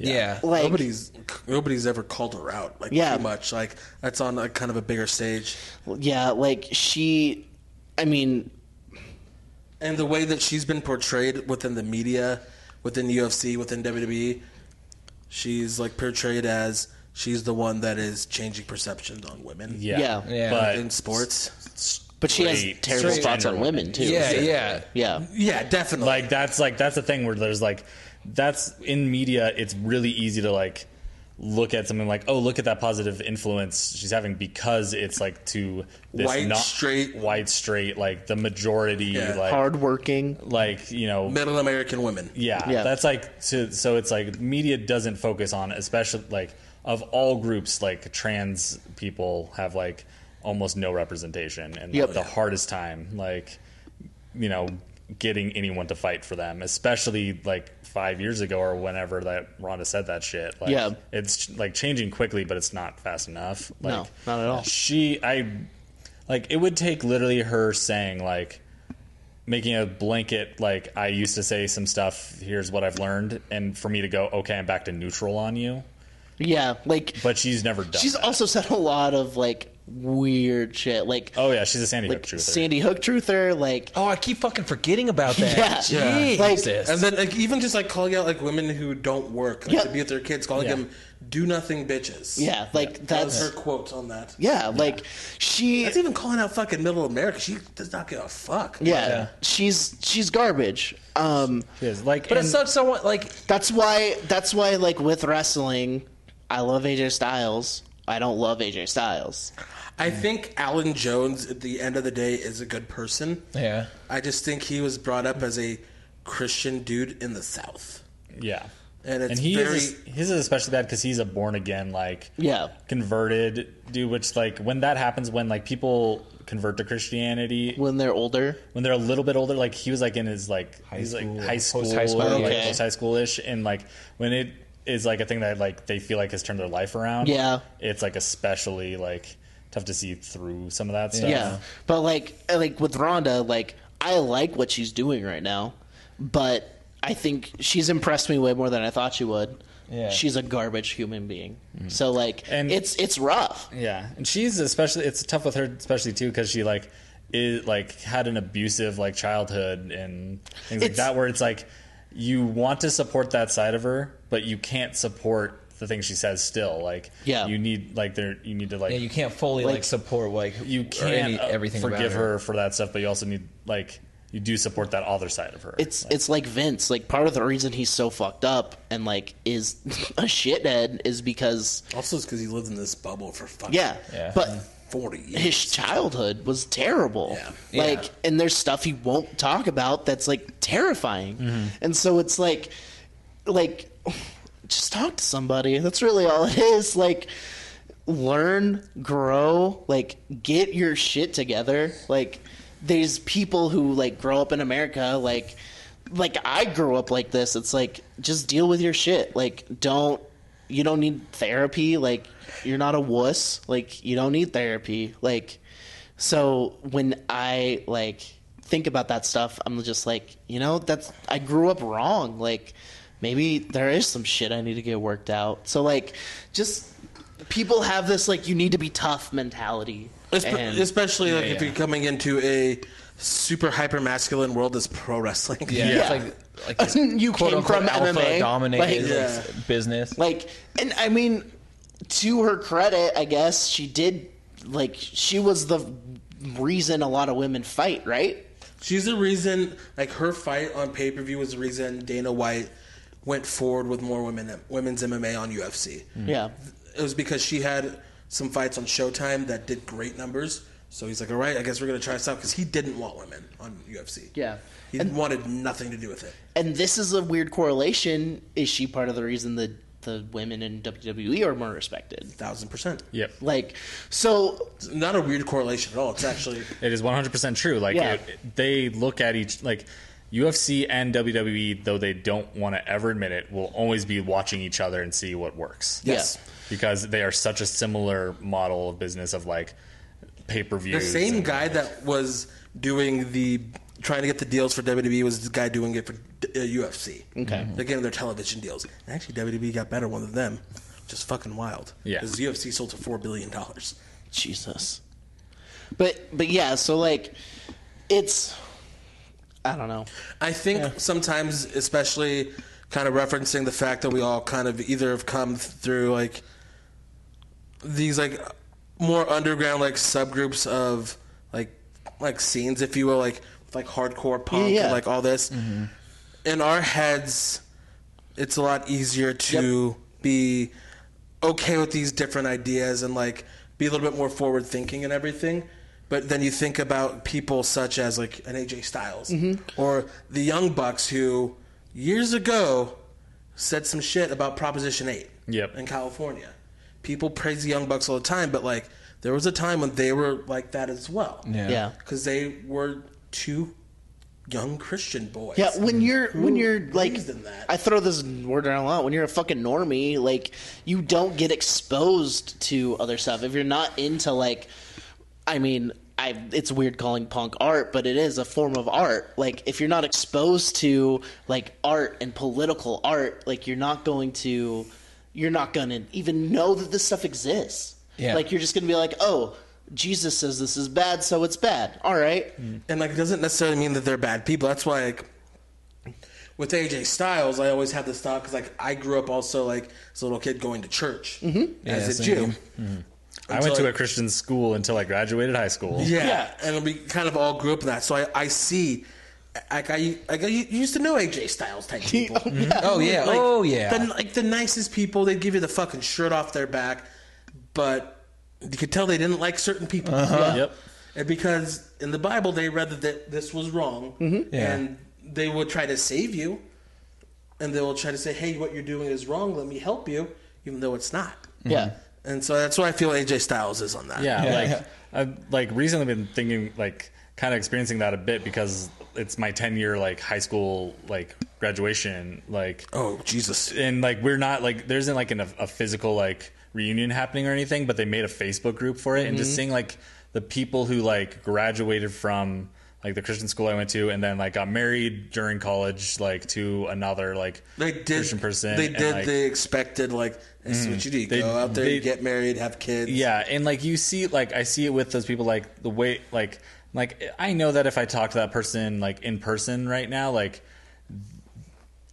yeah. Like nobody's nobody's ever called her out like Yeah. too much. Like that's on a kind of a bigger stage, yeah, like she I mean, and the way that she's been portrayed within the media, within UFC, within WWE, she's like portrayed as she's the one that is changing perceptions on women yeah, yeah. Yeah. but in sports. but she has straight- terrible straight thoughts on gender women too. yeah, yeah, Yeah. Yeah, definitely. like that's like that's the thing where there's like that's in media it's really easy to like look at something like oh look at that positive influence she's having because it's like to this White, not- straight- white straight like the majority Yeah. like Hardworking. like you know Middle American women. yeah, Yeah. that's like so, so it's like media doesn't focus on especially like of all groups like trans people have like almost no representation and Yep. like, the hardest time like you know getting anyone to fight for them especially like 5 years ago or whenever that Rhonda said that shit like Yeah. it's like changing quickly but it's not fast enough like No, not at all. she I like it would take literally her saying like making a blanket like I used to say some stuff. Here's what I've learned, and for me to go, okay, I'm back to neutral on you. Yeah, like But she's never done. she's that. also said a lot of like weird shit like oh yeah, she's a Sandy Hook truther. Sandy Hook truther like Oh, I keep fucking forgetting about yeah, that. Like, Jesus. And then like even just like calling out like women who don't work like, Yeah. to be with their kids, calling Yeah. them do nothing bitches. yeah, like that was that's her quote on that. yeah, like she That's even calling out fucking middle America. She does not give a fuck. yeah, she's she's garbage. Um She is, like, But and- it's not someone like That's why. That's why. Like with wrestling, I love AJ Styles. I don't love AJ Styles. I think Alan Jones, at the end of the day, is a good person. yeah. I just think he was brought up as a Christian dude in the South. yeah, And it's and he very. is his is especially bad because he's a born again like Yeah. converted dude. Which like when that happens, when like people convert to Christianity When they're older, when they're a little bit older, like he was like in his like he's like high school, post-high school, or, like Okay. post high schoolish, and like when it is like a thing that like they feel like has turned their life around. Yeah. it's like especially like tough to see through some of that stuff. yeah. But like, like with Rhonda, like I like what she's doing right now, but I think she's impressed me way more than I thought she would. Yeah. She's a garbage human being. So like, And- it's it's rough. yeah, and she's especially it's tough with her especially too because she like is like had an abusive like childhood and things like It's- that where it's like you want to support that side of her, but you can't support the things she says still like Yeah. you need like there you need to like Yeah, you can't fully like, Like, support like you or can't any- uh, everything about forgive her. her. for that stuff, but you also need like you do support that other side of her. It's it's like Vince. Like part of the reason he's so fucked up and like is a shithead is because also, it's because he lived in this bubble for fucking yeah. Yeah. But 40 years. his childhood was terrible. Yeah. Like, Yeah. and there's stuff he won't talk about that's like terrifying. Mm-hmm. And so it's like, like, just talk to somebody. That's really all it is. Like, learn, grow, like, get your shit together. Like, there's people who like grow up in America, like, like I grew up like this. It's like just deal with your shit. Like, don't you don't need therapy. Like, you're not a wuss. Like, you don't need therapy. Like. So when I like think about that stuff, I'm just like, you know, that's I grew up wrong. Like maybe there is some shit I need to get worked out. So like, just people have this like you need to be tough mentality. Espe- And- especially like if yeah. you're coming into a super hyper masculine world that's pro wrestling. Yeah, Yeah. it's like like you quote came unquote from alpha MMA, dominated Like, Yeah. like, business. like, and I mean, to her credit, I guess she did. Like, she was the reason a lot of women fight, right? She's the reason, like her fight on pay per view was the reason Dana White went forward with more women women's MMA on UFC. Yeah, It was because she had some fights on Showtime that did great numbers. So he's like, all right, I guess we're gonna try this out because he didn't want women on UFC. yeah. he wanted nothing to do with it. And this is a weird correlation. Is she part of the reason that the women in WWE are more respected? Thousand percent. Yep. Like, so It's not a weird correlation at all. It's actually It is 100% true. Like Yeah. it, they look at each like UFC and WWE though they don't want to ever admit it will always be watching each other and see what works. Yes. Because they are such a similar model of business of like pay-per-view. the same guy that was doing the trying to get the deals for WWE was the guy doing it for uh, UFC. Okay, they're getting their television deals. And actually, WWE got better one of them, which is fucking wild. Yeah. because UFC sold for four billion dollars. Jesus. But but yeah, so like, it's I don't know. I think sometimes, especially kind of referencing the fact that we all kind of either have come through like these like more underground like subgroups of like like scenes, if you will, like like hardcore punk, Yeah, yeah. and, like all this. In our heads, it's a lot easier to be okay with these different ideas and like be a little bit more forward thinking and everything. But then you think about people such as like an AJ Styles or the Young Bucks who years ago said some shit about Proposition 8 Yep. in California. People praise the Young Bucks all the time, but like there was a time when they were like that as well. Yeah. Yeah. yeah. Because they were two young Christian boys. when you're when you're like, believes in that? I throw this word around a lot. When you're a fucking normie, like you don't get exposed to other stuff if you're not into like. I mean, I it's weird calling punk art, but it is a form of art. Like if you're not exposed to like art and political art, like you're not going to, you're not gonna even know that this stuff exists. Yeah. Like you're just gonna be like, oh, Jesus says this is bad, so it's bad. All right. and like it doesn't necessarily mean that they're bad people. That's why like with AJ Styles, I always had this thought because like I grew up also like as a little kid going to church as a Jew. Mm-hmm. same. I went until to I- a Christian school until I graduated high school. Yeah. and we kind of all grew up in that. So I, I see. Like I, like I used to know AJ Styles type people. Oh yeah. Like, oh yeah. The, like the nicest people, they'd give you the fucking shirt off their back, but you could tell they didn't like certain people. Uh-huh. Yep. And because in the Bible they read that this was wrong, Yeah. and they will try to save you, and they will try to say, "Hey, what you're doing is wrong. Let me help you," even though it's not. Yeah. And so that's why I feel AJ Styles is on that. Yeah, Mm-hmm. Yeah. like Yeah. I've like recently been thinking like kind of experiencing that a bit because it's my 10 year like high school like graduation like Oh Jesus. and like we're not like there isn't like an, a physical like reunion happening or anything but they made a facebook group for it and Mm-hmm. just seeing like the people who like graduated from like the christian school i went to and then like got married during college like to another like They did. christian person They and, did like- mm-hmm. the expected. Like this is what you do. You They- go out there, they- you get married, have kids. Yeah, and like you see, like I see it with those people, like the way, like, like I know that if I talk to that person, like in person right now, like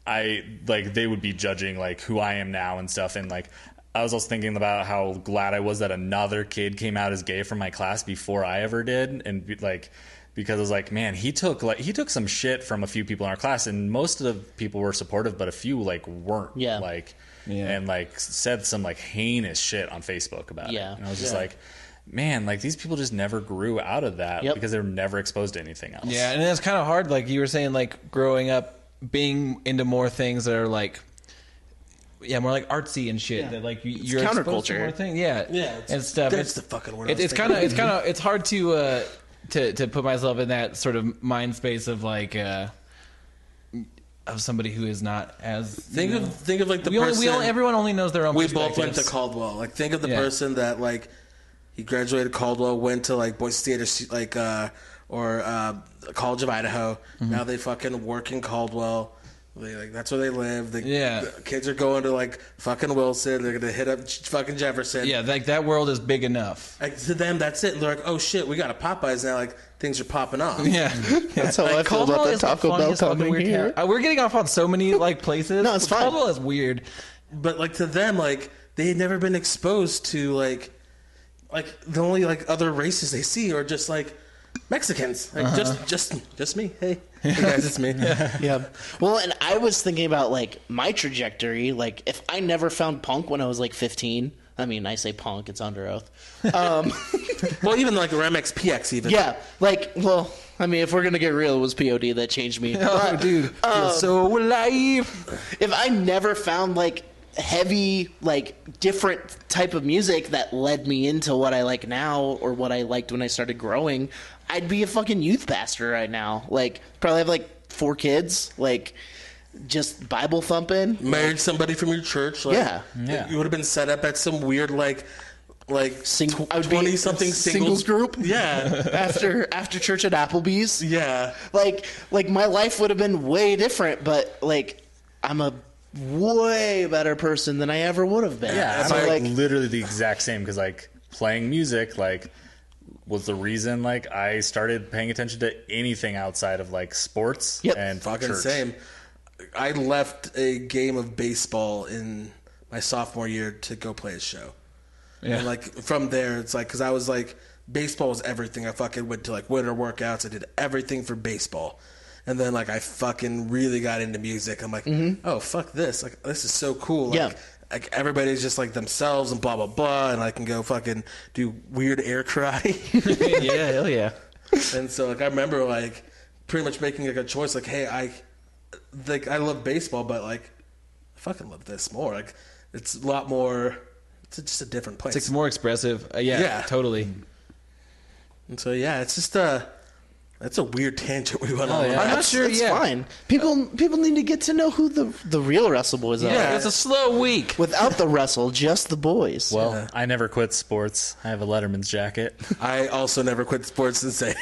I like they would be judging like who I am now and stuff, and like I was also thinking about how glad I was that another kid came out as gay from my class before I ever did, and be, like because I was like, man, he took like he took some shit from a few people in our class, and most of the people were supportive, but a few like weren't, Yeah. like. Yeah. And like said some like heinous shit on Facebook about it. Yeah. And I was just like, man, like these people just never grew out of that Yep. because they were never exposed to anything else. Yeah, and it's kind of hard, like you were saying, like growing up, being into more things that are like, yeah, more like artsy and shit. That like you, you're exposed to counterculture. more things, yeah, Yeah, it's- and stuff. that's the fucking word I It, was it's kind of it's kind of it's hard to uh, to to put myself in that sort of mind space of like. Uh, of somebody who is not as Think you know, of think of like the we person. only, we only, everyone only knows their own. we both went to perspectives. Caldwell. Like, think of the Yeah. person that like he graduated Caldwell, went to like Boise State or se- like Mm-hmm. uh, or uh, College of Idaho. Now they fucking work in Caldwell. They, like that's where they live. The, Yeah. the kids are going to like fucking Wilson. They're gonna hit up J- fucking Jefferson. Yeah, like that world is big enough. Like, to them, that's it. And they're like, oh shit, we got a Popeyes now. Like things are popping off. Yeah, That's how I feel Caldwell about the is the Taco Bell funniest fucking coming weird here. character. Uh, we're getting off on so many like places. No, it's But fine. Caldwell is weird. But like to them, like they had never been exposed to like, like the only like other races they see are just like Mexicans. Like just just just me. Hey, hey guys, it's me. Uh-huh. Yeah. Well, and I was thinking about like my trajectory. Like, if I never found punk when I was like 15, I mean, I say punk, it's under oath. Um, Well, even like Remex PX even. yeah. Like, well, I mean, if we're going to get real, it was POD that changed me. Oh, dude, you're Um, so alive. if I never found like heavy, like different type of music that led me into what I like now or what I liked when I started growing, I'd be a fucking youth pastor right now. Like, probably have like four kids, like just Bible thumping. married somebody from your church. Like, Yeah. Yeah. You would have been set up at some weird like like Sing- I would be twenty something a singles, singles group? Yeah, after after church at Applebee's. yeah. Like like my life would have been way different, but like I'm a way better person than I ever would have been. Yeah, that's I'm so, like, like, literally the exact same because like playing music like was the reason like I started paying attention to anything outside of like sports Yep. and Fucking church. same. I left a game of baseball in my sophomore year to go play a show. Yeah. And like from there, it's like because I was like baseball was everything. I fucking went to like winter workouts. I did everything for baseball, and then like I fucking really got into music. I'm like, oh fuck this! Like this is so cool. Like, Yeah. Like everybody's just like themselves and blah blah blah, and I can go fucking do weird air karate. yeah, hell yeah. and so like I remember like pretty much making like a choice like hey I like I love baseball but like I fucking love this more like it's a lot more it's just a different place It's more expressive. Uh, yeah, Yeah. totally. and so yeah it's just a that's a weird tangent we went on I'm that's, not sure, It's Oh, yeah. fine. People people need to get to know who the the real Wrestle Boys are. It's a slow week. Without the wrestle, just the boys. Well, I never quit sports. I have a Letterman's jacket. I also never quit sports the same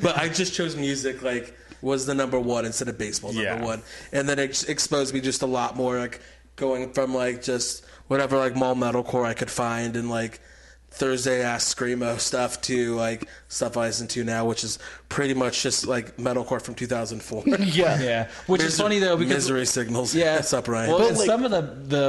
but I just chose music like was the number one instead of baseball number Yeah. one and then it ex- exposed me just a lot more like going from like just whatever like mall metalcore I could find and like Thursday ass screamo stuff to like stuff I listen to now, which is pretty much just like metalcore from 2004. yeah. Yeah, which is Miser- funny though because misery signals. yeah, that's up right. Well, But, and like- some of the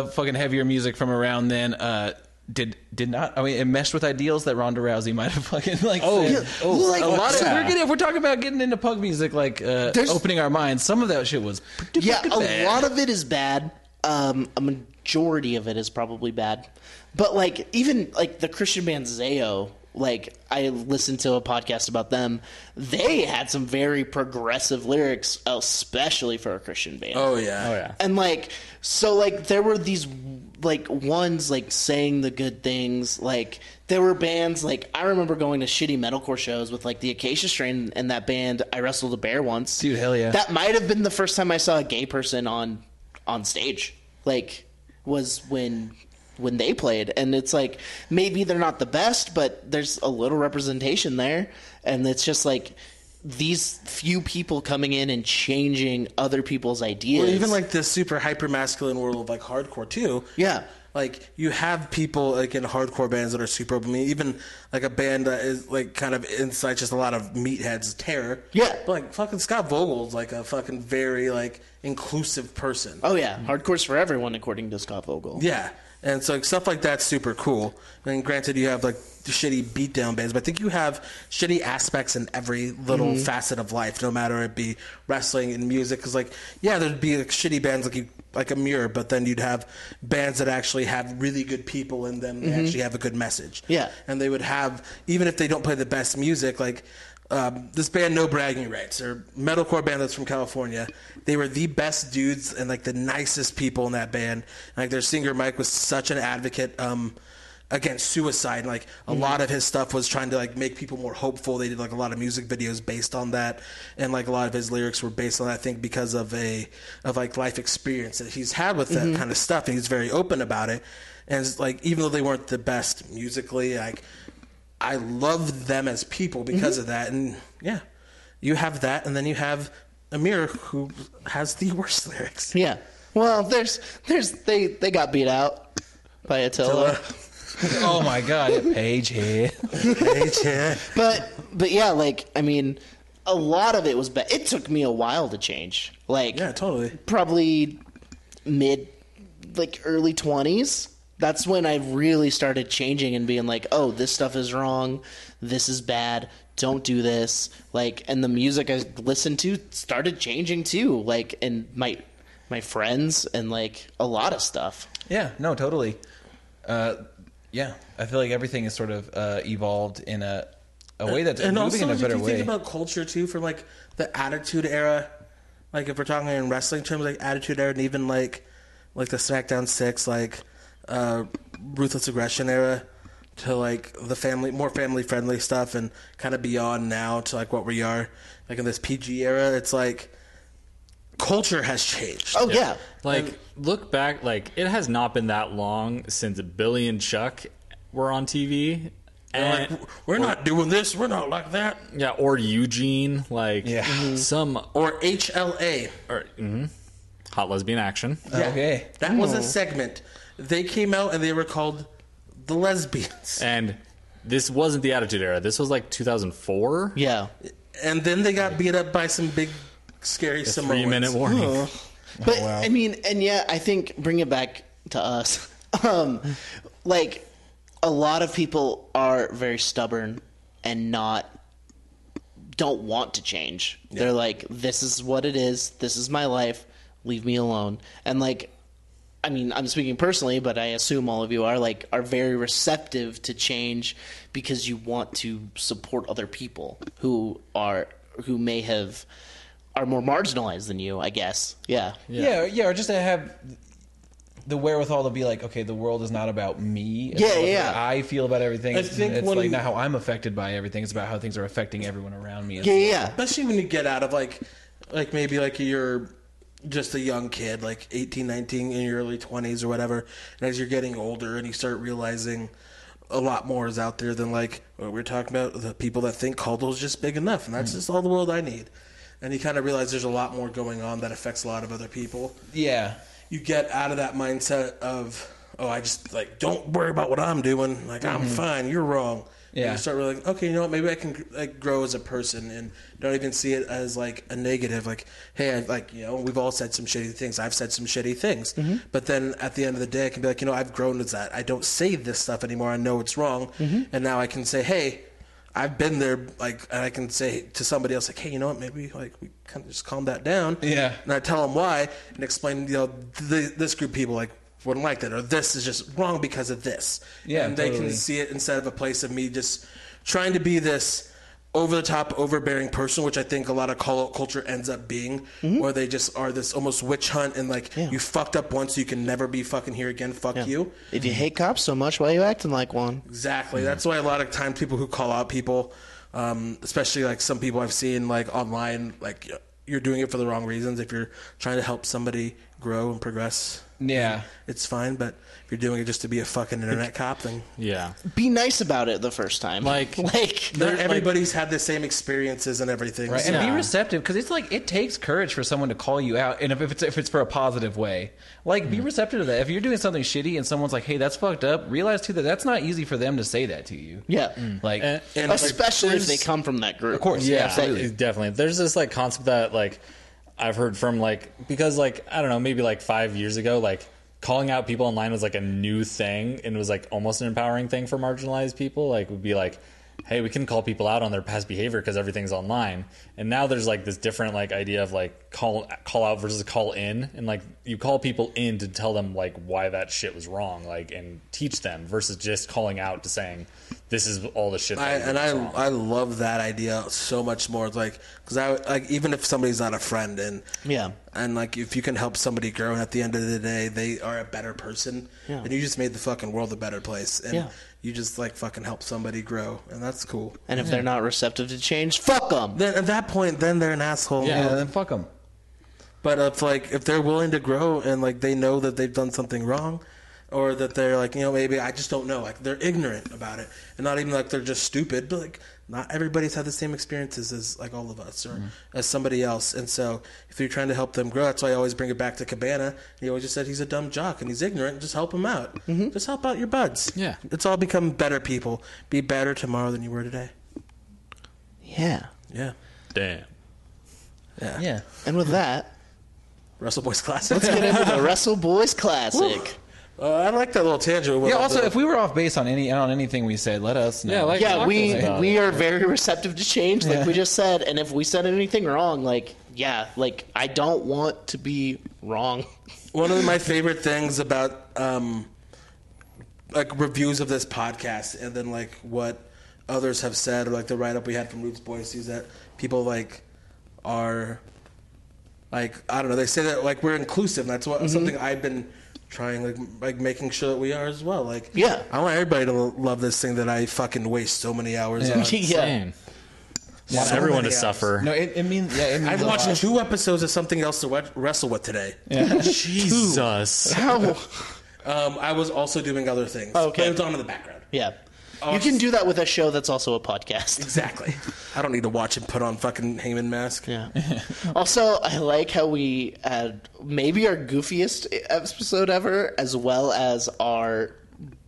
the fucking heavier music from around then uh, did did not. I mean, it meshed with ideals that Ronda Rousey might have fucking like. Oh, yeah. Oh, Like- a lot of yeah. we're getting if we're talking about getting into punk music, like uh, There's- opening our minds. Some of that shit was pretty Yeah, fucking a bad. lot of it is bad. Um, a majority of it is probably bad. But like even like the Christian band Zayo, like I listened to a podcast about them. They had some very progressive lyrics, especially for a Christian band. oh yeah. Oh yeah. And like so like there were these like ones like saying the good things like there were bands like I remember going to shitty metalcore shows with like the Acacia Strain and that band I wrestled a bear once. Dude, hell yeah. That might have been the first time I saw a gay person on on stage. Like was when when they played and it's like maybe they're not the best but there's a little representation there and it's just like these few people coming in and changing other people's ideas Well, even like the super hyper masculine world of like hardcore too. Yeah. Like you have people like in hardcore bands that are super. I mean, even like a band that is like kind of inside just a lot of meatheads terror. Yeah. But like fucking Scott Vogel's like a fucking very like inclusive person. Oh yeah, hardcore's for everyone, according to Scott Vogel. Yeah. And so like, stuff like that's super cool. And granted, you have like the shitty beatdown bands, but I think you have shitty aspects in every little facet of life, no matter it be wrestling and music. Because like, yeah, there'd be like shitty bands like you like a mirror, but then you'd have bands that actually have really good people in them. They actually have a good message. Yeah. And they would have even if they don't play the best music, like. Um, this band, No Bragging Rights, or metalcore band that's from California. They were the best dudes and like the nicest people in that band. And, like their singer Mike was such an advocate um, against suicide. And, like a lot of his stuff was trying to like make people more hopeful. They did like a lot of music videos based on that, and like a lot of his lyrics were based on that. I think because of a of like life experience that he's had with that kind of stuff, and he's very open about it. And it's, like even though they weren't the best musically, like I love them as people because of that. And yeah, you have that, and then you have Amir, who has the worst lyrics. Yeah. Well, there's there's they they got beat out by Attila. Oh my god, Paige here. But but yeah, like I mean, a lot of it was bad. It took me a while to change. Like Yeah, totally. probably mid like early 20s that's when i really started changing and being like oh this stuff is wrong this is bad don't do this like and the music i listened to started changing too like and my my friends and like a lot of stuff Yeah, no, totally. Uh, yeah, I feel like everything is sort of uh, evolved in a a way that's and moving also, in a if better you way. think about culture too, from like the Attitude Era, like if we're talking in wrestling terms, like Attitude Era, and even like like the SmackDown Six, like uh, Ruthless Aggression Era, to like the family, more family friendly stuff, and kind of beyond now to like what we are, like in this PG era, it's like culture has changed. oh yeah, Like, look back. Like, it has not been that long since Billy and Chuck were on TV. And, We're not doing this. We're not like that. yeah, or Eugene, like Yeah. Mm-hmm. Mhm. some Or HLA. or, mhm. hot lesbian action. Okay. That was a segment. They came out and they were called the lesbians. And this wasn't the Attitude Era. This was like 2004. yeah And then they got beat up by some big, scary Samoans. Three minute warning. Oh. But I mean, and yeah, I think bring it back to us. um, like a lot of people are very stubborn and not don't want to change. They're like, this is what it is. This is my life. Leave me alone. And like, I mean, I'm speaking personally, but I assume all of you are like are very receptive to change because you want to support other people who are who may have are more marginalized than you. I guess. Yeah. Yeah. yeah, or just to have the wherewithal to be like, okay, the world is not about me. It's Yeah, not what yeah. I feel about everything. I It's- think it's when- like not how I'm affected by everything. It's about how things are affecting everyone around me. Yeah, yeah, yeah. Especially when you get out of like, like maybe like you're just a young kid, like 18, 19, in your early 20s or whatever. And as you're getting older and you start realizing a lot more is out there than like what we are talking about, the people that think Caldwell's just big enough. And that's just all the world I need. And you kind of realize there's a lot more going on that affects a lot of other people. yeah. you get out of that mindset of oh i just like don't worry about what i'm doing like i'm fine you're wrong Yeah. and you start really like okay you know what maybe i can like grow as a person and don't even see it as like a negative like hey I, like you know we've all said some shitty things i've said some shitty things but then at the end of the day i can be like you know i've grown as that i don't say this stuff anymore i know it's wrong and now i can say hey I've been there, like, and I can say to somebody else, like, "Hey, you know what? Maybe like we kind of just calm that down." Yeah. And I tell them why and explain, you know, th- this group of people like wouldn't like that, or this is just wrong because of this. Yeah, And they totally. can see it instead of a place of me just trying to be this over the top, overbearing person, which I think a lot of call out culture ends up being, Mm-hmm. or they just are this almost witch hunt and like you fucked up once, you can never be fucking here again. Fuck you. If you hate cops so much, why are you acting like one? Exactly. Hmm. That's why a lot of times people who call out people, um, especially like some people I've seen like online, like you're doing it for the wrong reasons. If you're trying to help somebody grow and progress, Yeah. it's fine. But if you're doing it just to be a fucking internet cop, then Yeah. Be nice about it the first time. Like- like, Not everybody's had the same experiences and everything. Right, So- and be Yeah. receptive because it's like it takes courage for someone to call you out, and if, if it's if it's for a positive way, like be receptive to that. If you're doing something shitty and someone's like, "Hey, that's fucked up," realize too that that's not easy for them to say that to you. yeah, Like, And- and, like, especially if there's- they come from that group. of course, yeah, yeah, absolutely. it- definitely. There's this like concept that like I've heard from like because like I don't know, maybe like five years ago, like calling out people online was like a new thing and was like almost an empowering thing for marginalized people. Like would be like, hey, we can call people out on their past behavior because everything's online. And now there's like this different like idea of like call call out versus call in, and like you call people in to tell them like why that shit was wrong, like and teach them versus just calling out to saying this is all the shit. That I, we and did I wrong." I love that idea so much more. It's Like because I like even if somebody's not a friend and Yeah. and like if you can help somebody grow and at the end of the day they are a better person Yeah. and you just made the fucking world a better place and Yeah. you just like fucking help somebody grow and that's cool. And if they're not receptive to change, fuck them. Then at that point then they're an asshole. yeah, then fuck them. But if like if they're willing to grow and like they know that they've done something wrong or that they're like, you know, maybe I just don't know. Like they're ignorant about it, and not even like they're just stupid, but like not everybody's had the same experiences as like all of us or as somebody else. And so if you're trying to help them grow, that's why I always bring it back to Cabana. He always just said he's a dumb jock and he's ignorant. Just help him out. Just help out your buds. Yeah. let's all become better people. Be better tomorrow than you were today. Yeah. Yeah. Damn. Yeah. And with that, Russell Boys Classic. let's get into the Wrestle Boys Classic. Uh, I like that little tangent. we Yeah. went Also, on. if we were off base on any on anything we said, let us know. Yeah. like- yeah, talk we to us about we are very receptive to change, like we just said. And if we said anything wrong, like yeah, like I don't want to be wrong. one of my favorite things about um, like reviews of this podcast and then like what others have said or like the write up we had from Roots Boise is that people like are like I don't know they say that like we're inclusive. And that's Mm-hmm. what something I've been trying like m- like making sure that we are as well. Like Yeah. I want everybody to lo- love this thing that I fucking waste so many hours on. yeah, Damn. Want everyone to many hours. suffer. No, it, it means yeah. It means I've a watched lot. two episodes of something else to wet- wrestle with today. Jesus. how? Um, I was also doing other things. Oh, Okay. but it was on in the background. Yeah, you can do that with a show that's also a podcast. Exactly. I don't need to watch him put on fucking Heyman mask. Yeah. also, I like how we had maybe our goofiest episode ever, as well as our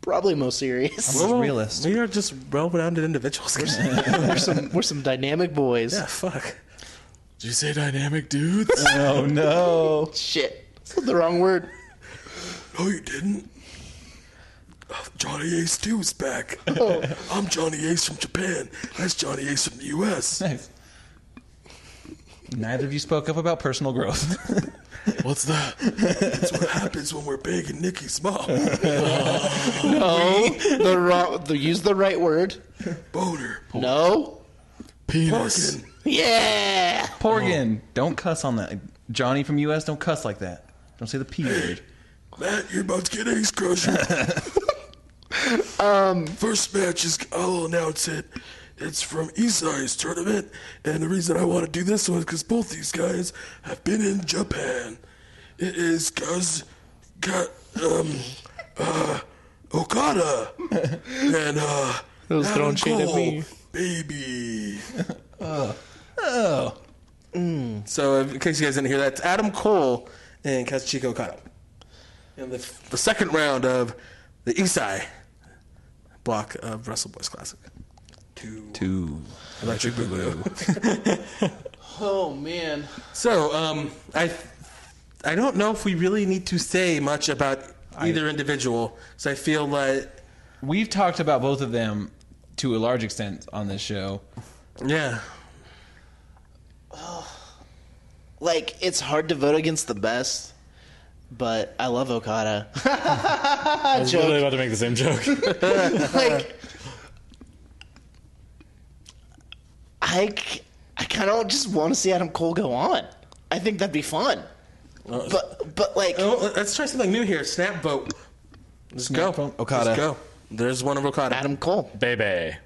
probably most serious. We're all- realist. We are just well-rounded individuals. we're some we're some dynamic boys. yeah, fuck. Did you say dynamic dudes? Oh no. Shit, said the wrong word. No, you didn't. Oh, Johnny Ace 2 is back. Oh. I'm Johnny Ace from Japan. That's Johnny Ace from the U.S. Nice. Neither of you spoke up about personal growth. What's that? That's what happens when we're big and Nikki's small. No, the wrong. The, use the right word. Boner. No. Penis. Fucking. Yeah. Porgan, don't cuss on that. Johnny from US, don't cuss like that. Don't say the P word. Matt, you're about to get Ace Crusher. um, First match is, I'll announce it. It's from Isai's tournament. And the reason I want to do this one is because both these guys have been in Japan. It is Kaz, Ka, um, uh, Okada and, uh, It was Adam throwing shade at Cole, me. Baby. Oh. Oh. So, in case you guys didn't hear that, it's Adam Cole and Kazuchika Okada in the, the second round of the Isai block of Wrestle Boys Classic. Two. Ooh. Electric Boogaloo. Oh man. so, um, I, I don't know if we really need to say much about either individual, so I feel like, We've talked about both of them to a large extent on this show. yeah. Like it's hard to vote against the best, but I love Okada. I was literally about to make the same joke. like I, c- I kind of just want to see Adam Cole go on. I think that'd be fun. But but like Oh, let's try something new here. Snap vote. Let's go. vote. Okada. Let's go. There's one of Okada. Adam Cole. Baby.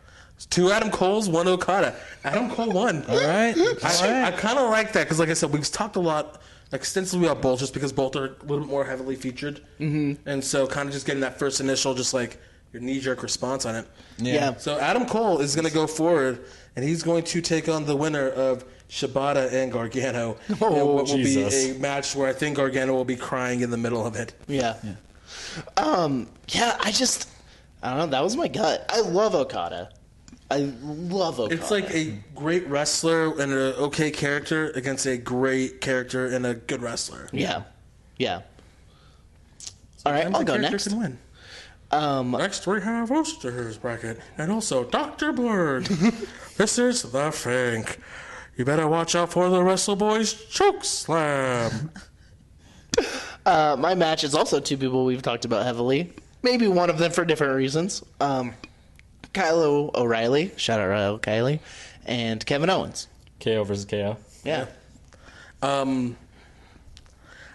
Two Adam Coles, one Okada. Adam Cole won. All right. I, I kind of like that because, like I said, we've talked a lot extensively about both just because both are a little bit more heavily featured. Mm-hmm. And so, kind of just getting that first initial, just like your knee jerk response on it. Yeah. Yeah. So, Adam Cole is going to go forward and he's going to take on the winner of Shibata and Gargano. Oh, in what will Jesus. be a match where I think Gargano will be crying in the middle of it. Yeah. Um. Yeah. I just. I don't know. That was my gut. I love Okada. I love Okada. It's like a great wrestler and an okay character against a great character and a good wrestler. Yeah. Yeah. All right. I'll Sometimes a go character next. Can win. Um. Next, we have Oster's bracket, and also Dr. Blurred. this is The Fink. You better watch out for the Wrestle Boys choke slam. Uh, my match is also two people we've talked about heavily. Maybe one of them for different reasons. Um. Kylo O'Reilly. Shout out Kyle O'Reilly. And Kevin Owens. KO versus KO. Yeah. Um,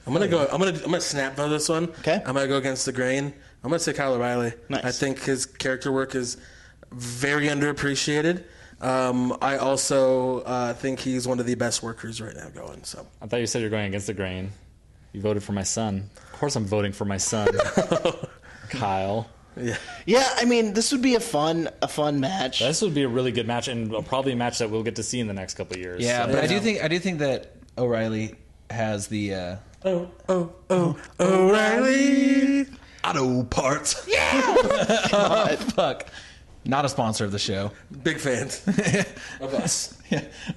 I'm gonna go. I'm gonna. I'm gonna snap vote this one. Okay. I'm gonna go against the grain. I'm gonna say Kyle O'Reilly. Nice. I think his character work is very underappreciated. Um, I also uh, think he's one of the best workers right now going. So I thought you said you were going against the grain. You voted for my son. Of course I'm voting for my son. Kyle. Yeah, I mean, this would be a fun, a fun match. This would be a really good match, and probably a match that we'll get to see in the next couple of years. Yeah, So- but I do think I do think that O'Reilly has the. Uh, O'Reilly. Auto parts. fuck, not a sponsor of the show. Big fans of us.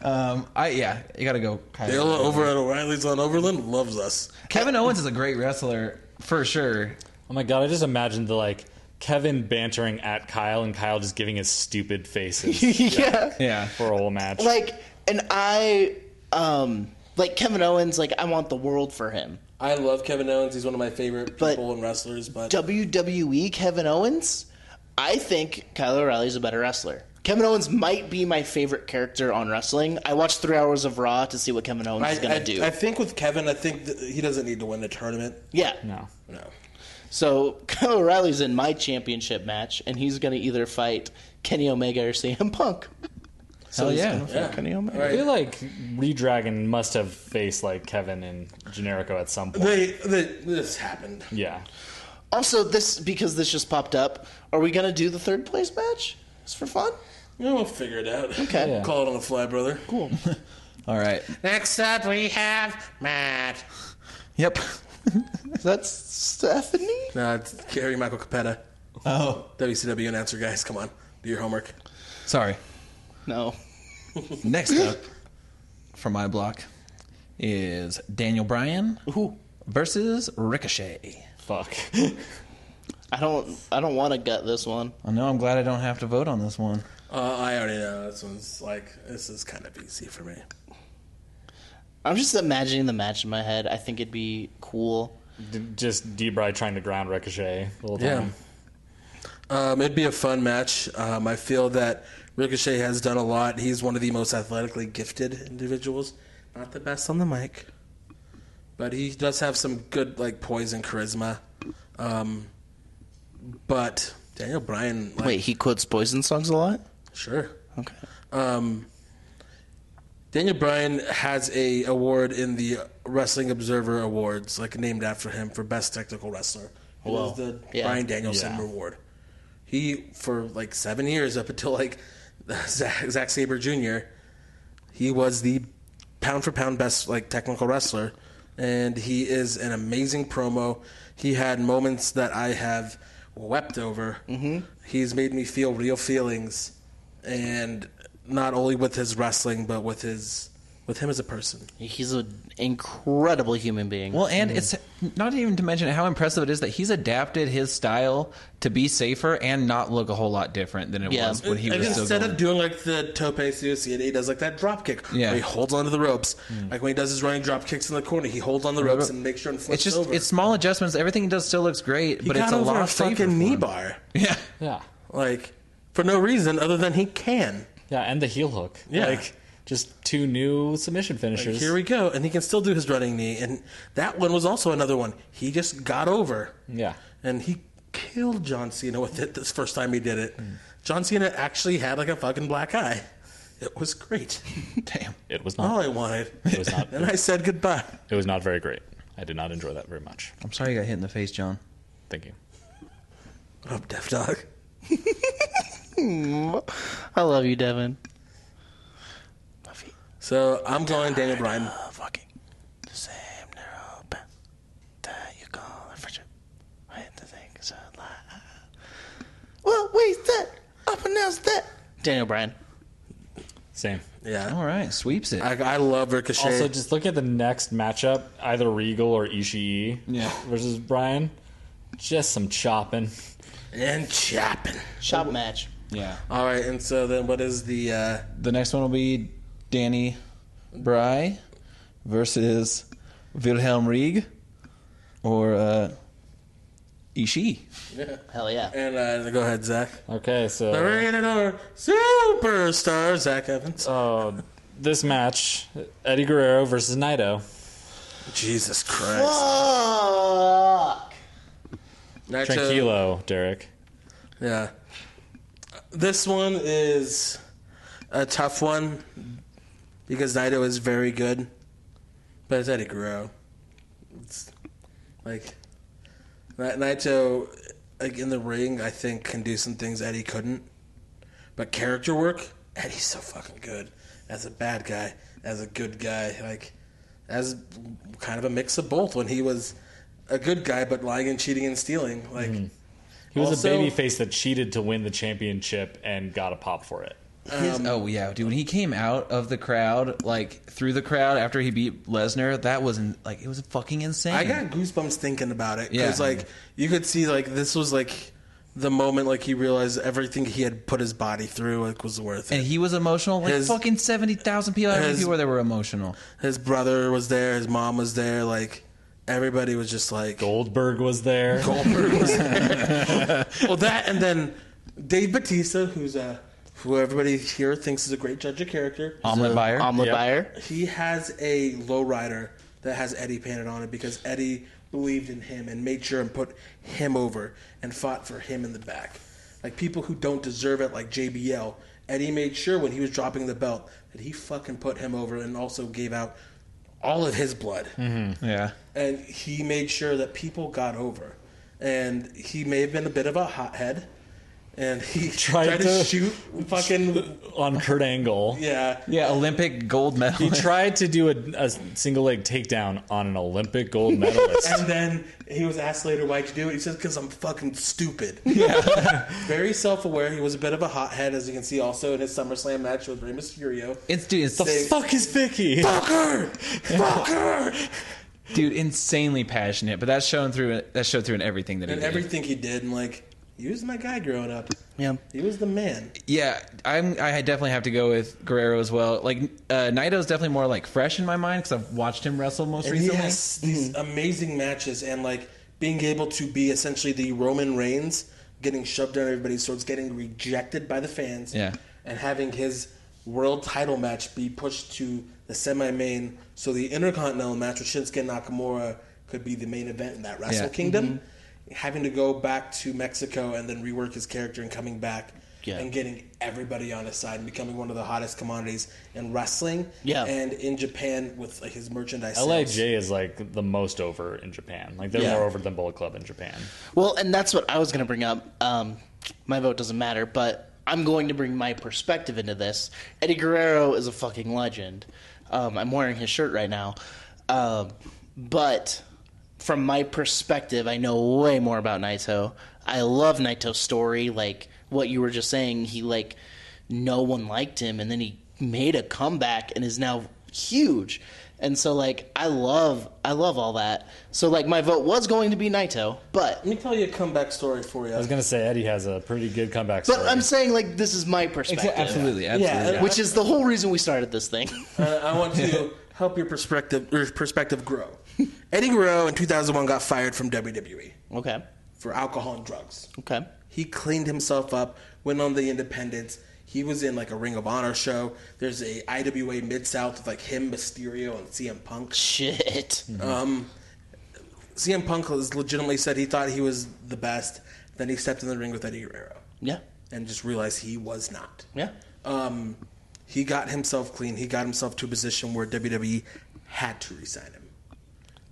um, I yeah, you gotta go. Kyle. Dale over at O'Reilly's on Overland loves us. Kevin Owens is a great wrestler for sure. Oh my god, I just imagined the like Kevin bantering at Kyle and Kyle just giving his stupid faces yeah. Yeah, for a whole match. like, and I, um, like Kevin Owens, like I want the world for him. I love Kevin Owens. He's one of my favorite But- people and wrestlers. But WWE E Kevin Owens, I think Kyle O'Reilly's a better wrestler. Kevin Owens might be my favorite character on wrestling. I watched three hours of Raw to see what Kevin Owens I, is gonna I, do. I think with Kevin, I think th- he doesn't need to win the tournament. yeah. no. No. So Kyle O'Reilly's in my championship match, and he's gonna either fight Kenny Omega or CM Punk. So Hell he's yeah. gonna fight Yeah. Kenny Omega. All I feel right. like Redragon must have faced like Kevin and Generico at some point. They, they, this happened. Yeah. Also, this because this just popped up. Are we gonna do the third place match? Just for fun? Yeah, we'll figure it out. Okay. Yeah. Call it on the fly, brother. Cool. all right. Next up, we have Matt. Yep. That's Stephanie. No, it's Gary Michael Capetta. Oh, WCW announcer, guys. Come on. Do your homework. sorry. No. Next up from my block is Daniel Bryan versus Ricochet. Fuck. I don't. I don't want to gut this one. I know I'm glad I don't have to vote on this one. Uh, I already know. This one's like, this is kind of easy for me. I'm just imagining the match in my head. I think it'd be cool. D- just Debray trying to ground Ricochet the whole time. Um, it'd be a fun match. Um, I feel that Ricochet has done a lot. He's one of the most athletically gifted individuals. Not the best on the mic, but he does have some good like poise and charisma. Um, but Daniel Bryan, like, Wait, he quotes Poison songs a lot. sure. Okay. Um, Daniel Bryan has a award in the Wrestling Observer Awards, like named after him for best technical wrestler. It was the yeah. Bryan Danielson Yeah. Award. He for like seven years up until like Zack, Zack Saber Jr. He was the pound for pound best like technical wrestler, and he is an amazing promo. He had moments that I have wept over. Mm-hmm. He's made me feel real feelings, and not only with his wrestling, but with his with him as a person. He's an incredible human being. Well, and it's not even to mention how impressive it is that he's adapted his style to be safer and not look a whole lot different than it Yeah. was when he And was still instead going. of doing like the tope suicide, he does like that drop kick. Yeah. Hmm. where he holds onto the ropes. Like when he does his running drop kicks in the corner, he holds on the ropes and makes sure and flips it's just over. it's small adjustments. Everything he does still looks great, He but it's got a over lot a safer. for fucking knee him. bar, Yeah, Yeah. like for no reason other than he can. Yeah, and the heel hook. Yeah. Like just two new submission finishers. Here we go, and he can still do his running knee. And that one was also another one. He just got over. yeah. and he killed John Cena with it this first time he did Hmm. it. John Cena actually had like a fucking black eye. It was great. damn. It was All not I wanted. it was not And I said goodbye. it was not very great. I did not enjoy that very much. I'm sorry you got hit in the face, John. Thank you. What up, Def Dog? I love you, Devin. So I'm going Daniel Bryan. fucking the same narrow path that you call a friendship. I had to think so loud. Well, wait, that I pronounced that. Daniel Bryan. Same. Yeah. All right, sweeps it. I, I love Ricochet. Also, just look at the next matchup, either Regal or Ishii Yeah. versus Brian. Just some chopping. and chopping. Shop match. yeah. All right, and so then what is the. Uh, The next one will be Danny Bry versus Wilhelm Rieg or uh, Ishii. Hell yeah. and uh, go ahead, Zach. Okay, so Rated R Superstar Zach Evans. Oh, this match, Eddie Guerrero versus Naito. Jesus Christ. Fuck. Nacho- Tranquilo, Derek. Yeah. This one is a tough one because Naito is very good, but it's Eddie Guerrero. It's like Na- Naito like in the ring, I think can do some things Eddie couldn't. But character work, Eddie's so fucking good as a bad guy, as a good guy, like as kind of a mix of both. When he was a good guy, but lying and cheating and stealing, like He was Also- a baby face that cheated to win the championship and got a pop for it. Um, His- oh yeah, dude. When he came out of the crowd, like through the crowd after he beat Lesnar, that was in, like it was fucking insane. I got goosebumps thinking about it because Yeah. like you could see like this was like the moment like he realized everything he had put his body through like was worth it. and he was emotional. Like His- fucking seventy thousand people. How many his- people there were emotional? his brother was there, his mom was there, like everybody was just like Goldberg was there. Goldberg was there. well, that and then Dave Batista, who's a who everybody here thinks is a great judge of character. Omelet buyer. um, Omelet Yep. buyer. He has a lowrider that has Eddie painted on it because Eddie believed in him and made sure and put him over and fought for him in the back. Like people who don't deserve it, like JBL, Eddie made sure when he was dropping the belt that he fucking put him over and also gave out all of his blood Mm-hmm. Hmm, yeah. and he made sure that people got over. And he may have been a bit of a hothead, and he tried, Tried to, to- shoot fucking on Kurt Angle. yeah. Yeah. Olympic gold He medal. tried to do a, a single leg takedown on an Olympic gold medalist. And then he was asked later why'd you do it. He says because I'm fucking stupid. Very self-aware. He was a bit of a hothead, as you can see, also in his SummerSlam match with Rey Mysterio. it's dude. It's They- Fuck is Vicky. Fucker, fucker, dude insanely passionate. But that's shown through. That showed through in everything that he and did. everything he did, and like he was my guy growing up. Yeah. He was the man. Yeah, I'm. I definitely have to go with Guerrero as well. Like uh, Naito's definitely more like fresh in my mind because I've watched him wrestle most And recently. he has these amazing matches and like being able to be essentially the Roman Reigns, getting shoved down everybody's throats, getting rejected by the fans, Yeah. and having his world title match be pushed to the semi-main, so the Intercontinental match with Shinsuke Nakamura could be the main event in that Wrestle Yeah. Kingdom. Having to go back to Mexico and then rework his character and coming back. Yeah. And getting everybody on his side and becoming one of the hottest commodities in wrestling Yeah. and in Japan with like, his merchandise. Lij sales. is like the most over in Japan. Like they're Yeah. more over than Bullet Club in Japan. Well, and that's what I was going to bring up. Um, my vote doesn't matter, but I'm going to bring my perspective into this. Eddie Guerrero is a fucking legend. Um, I'm wearing his shirt right now. Um, but from my perspective, I know way more about Naito. I love Naito's story. Like what you were just saying, he like no one liked him and then he made a comeback and is now huge and so like i love i love all that so like my vote was going to be naito but Let me tell you a comeback story for you. I was gonna say Eddie has a pretty good comeback but story. i'm saying like this is my perspective Uh, absolutely, absolutely. Yeah. which is the whole reason we started this thing Uh, I want to help your perspective your perspective grow. Eddie Guerrero in 2001 got fired from WWE okay for alcohol and drugs. okay He cleaned himself up, went on the independents. He was in like a Ring of Honor show. There's a IWA Mid South with like him, Mysterio, and CM Punk. shit CM Punk has legitimately said he thought he was the best. Then he stepped in the ring with Eddie Guerrero yeah and just realized he was not. yeah um, he got himself clean. He got himself to a position where WWE had to resign him.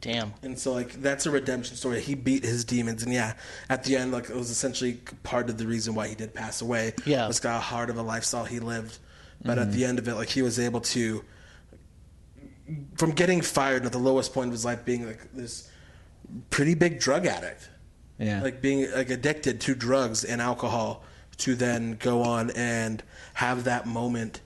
damn And so, like, that's a redemption story. He beat his demons, and yeah, at the end, like, it was essentially part of the reason why he did pass away. Yeah. was how hard of a lifestyle he lived, but at the end of it, like, he was able to, from getting fired at the lowest point of his life, being like this pretty big drug addict, Yeah. like being like addicted to drugs and alcohol, to then go on and have that moment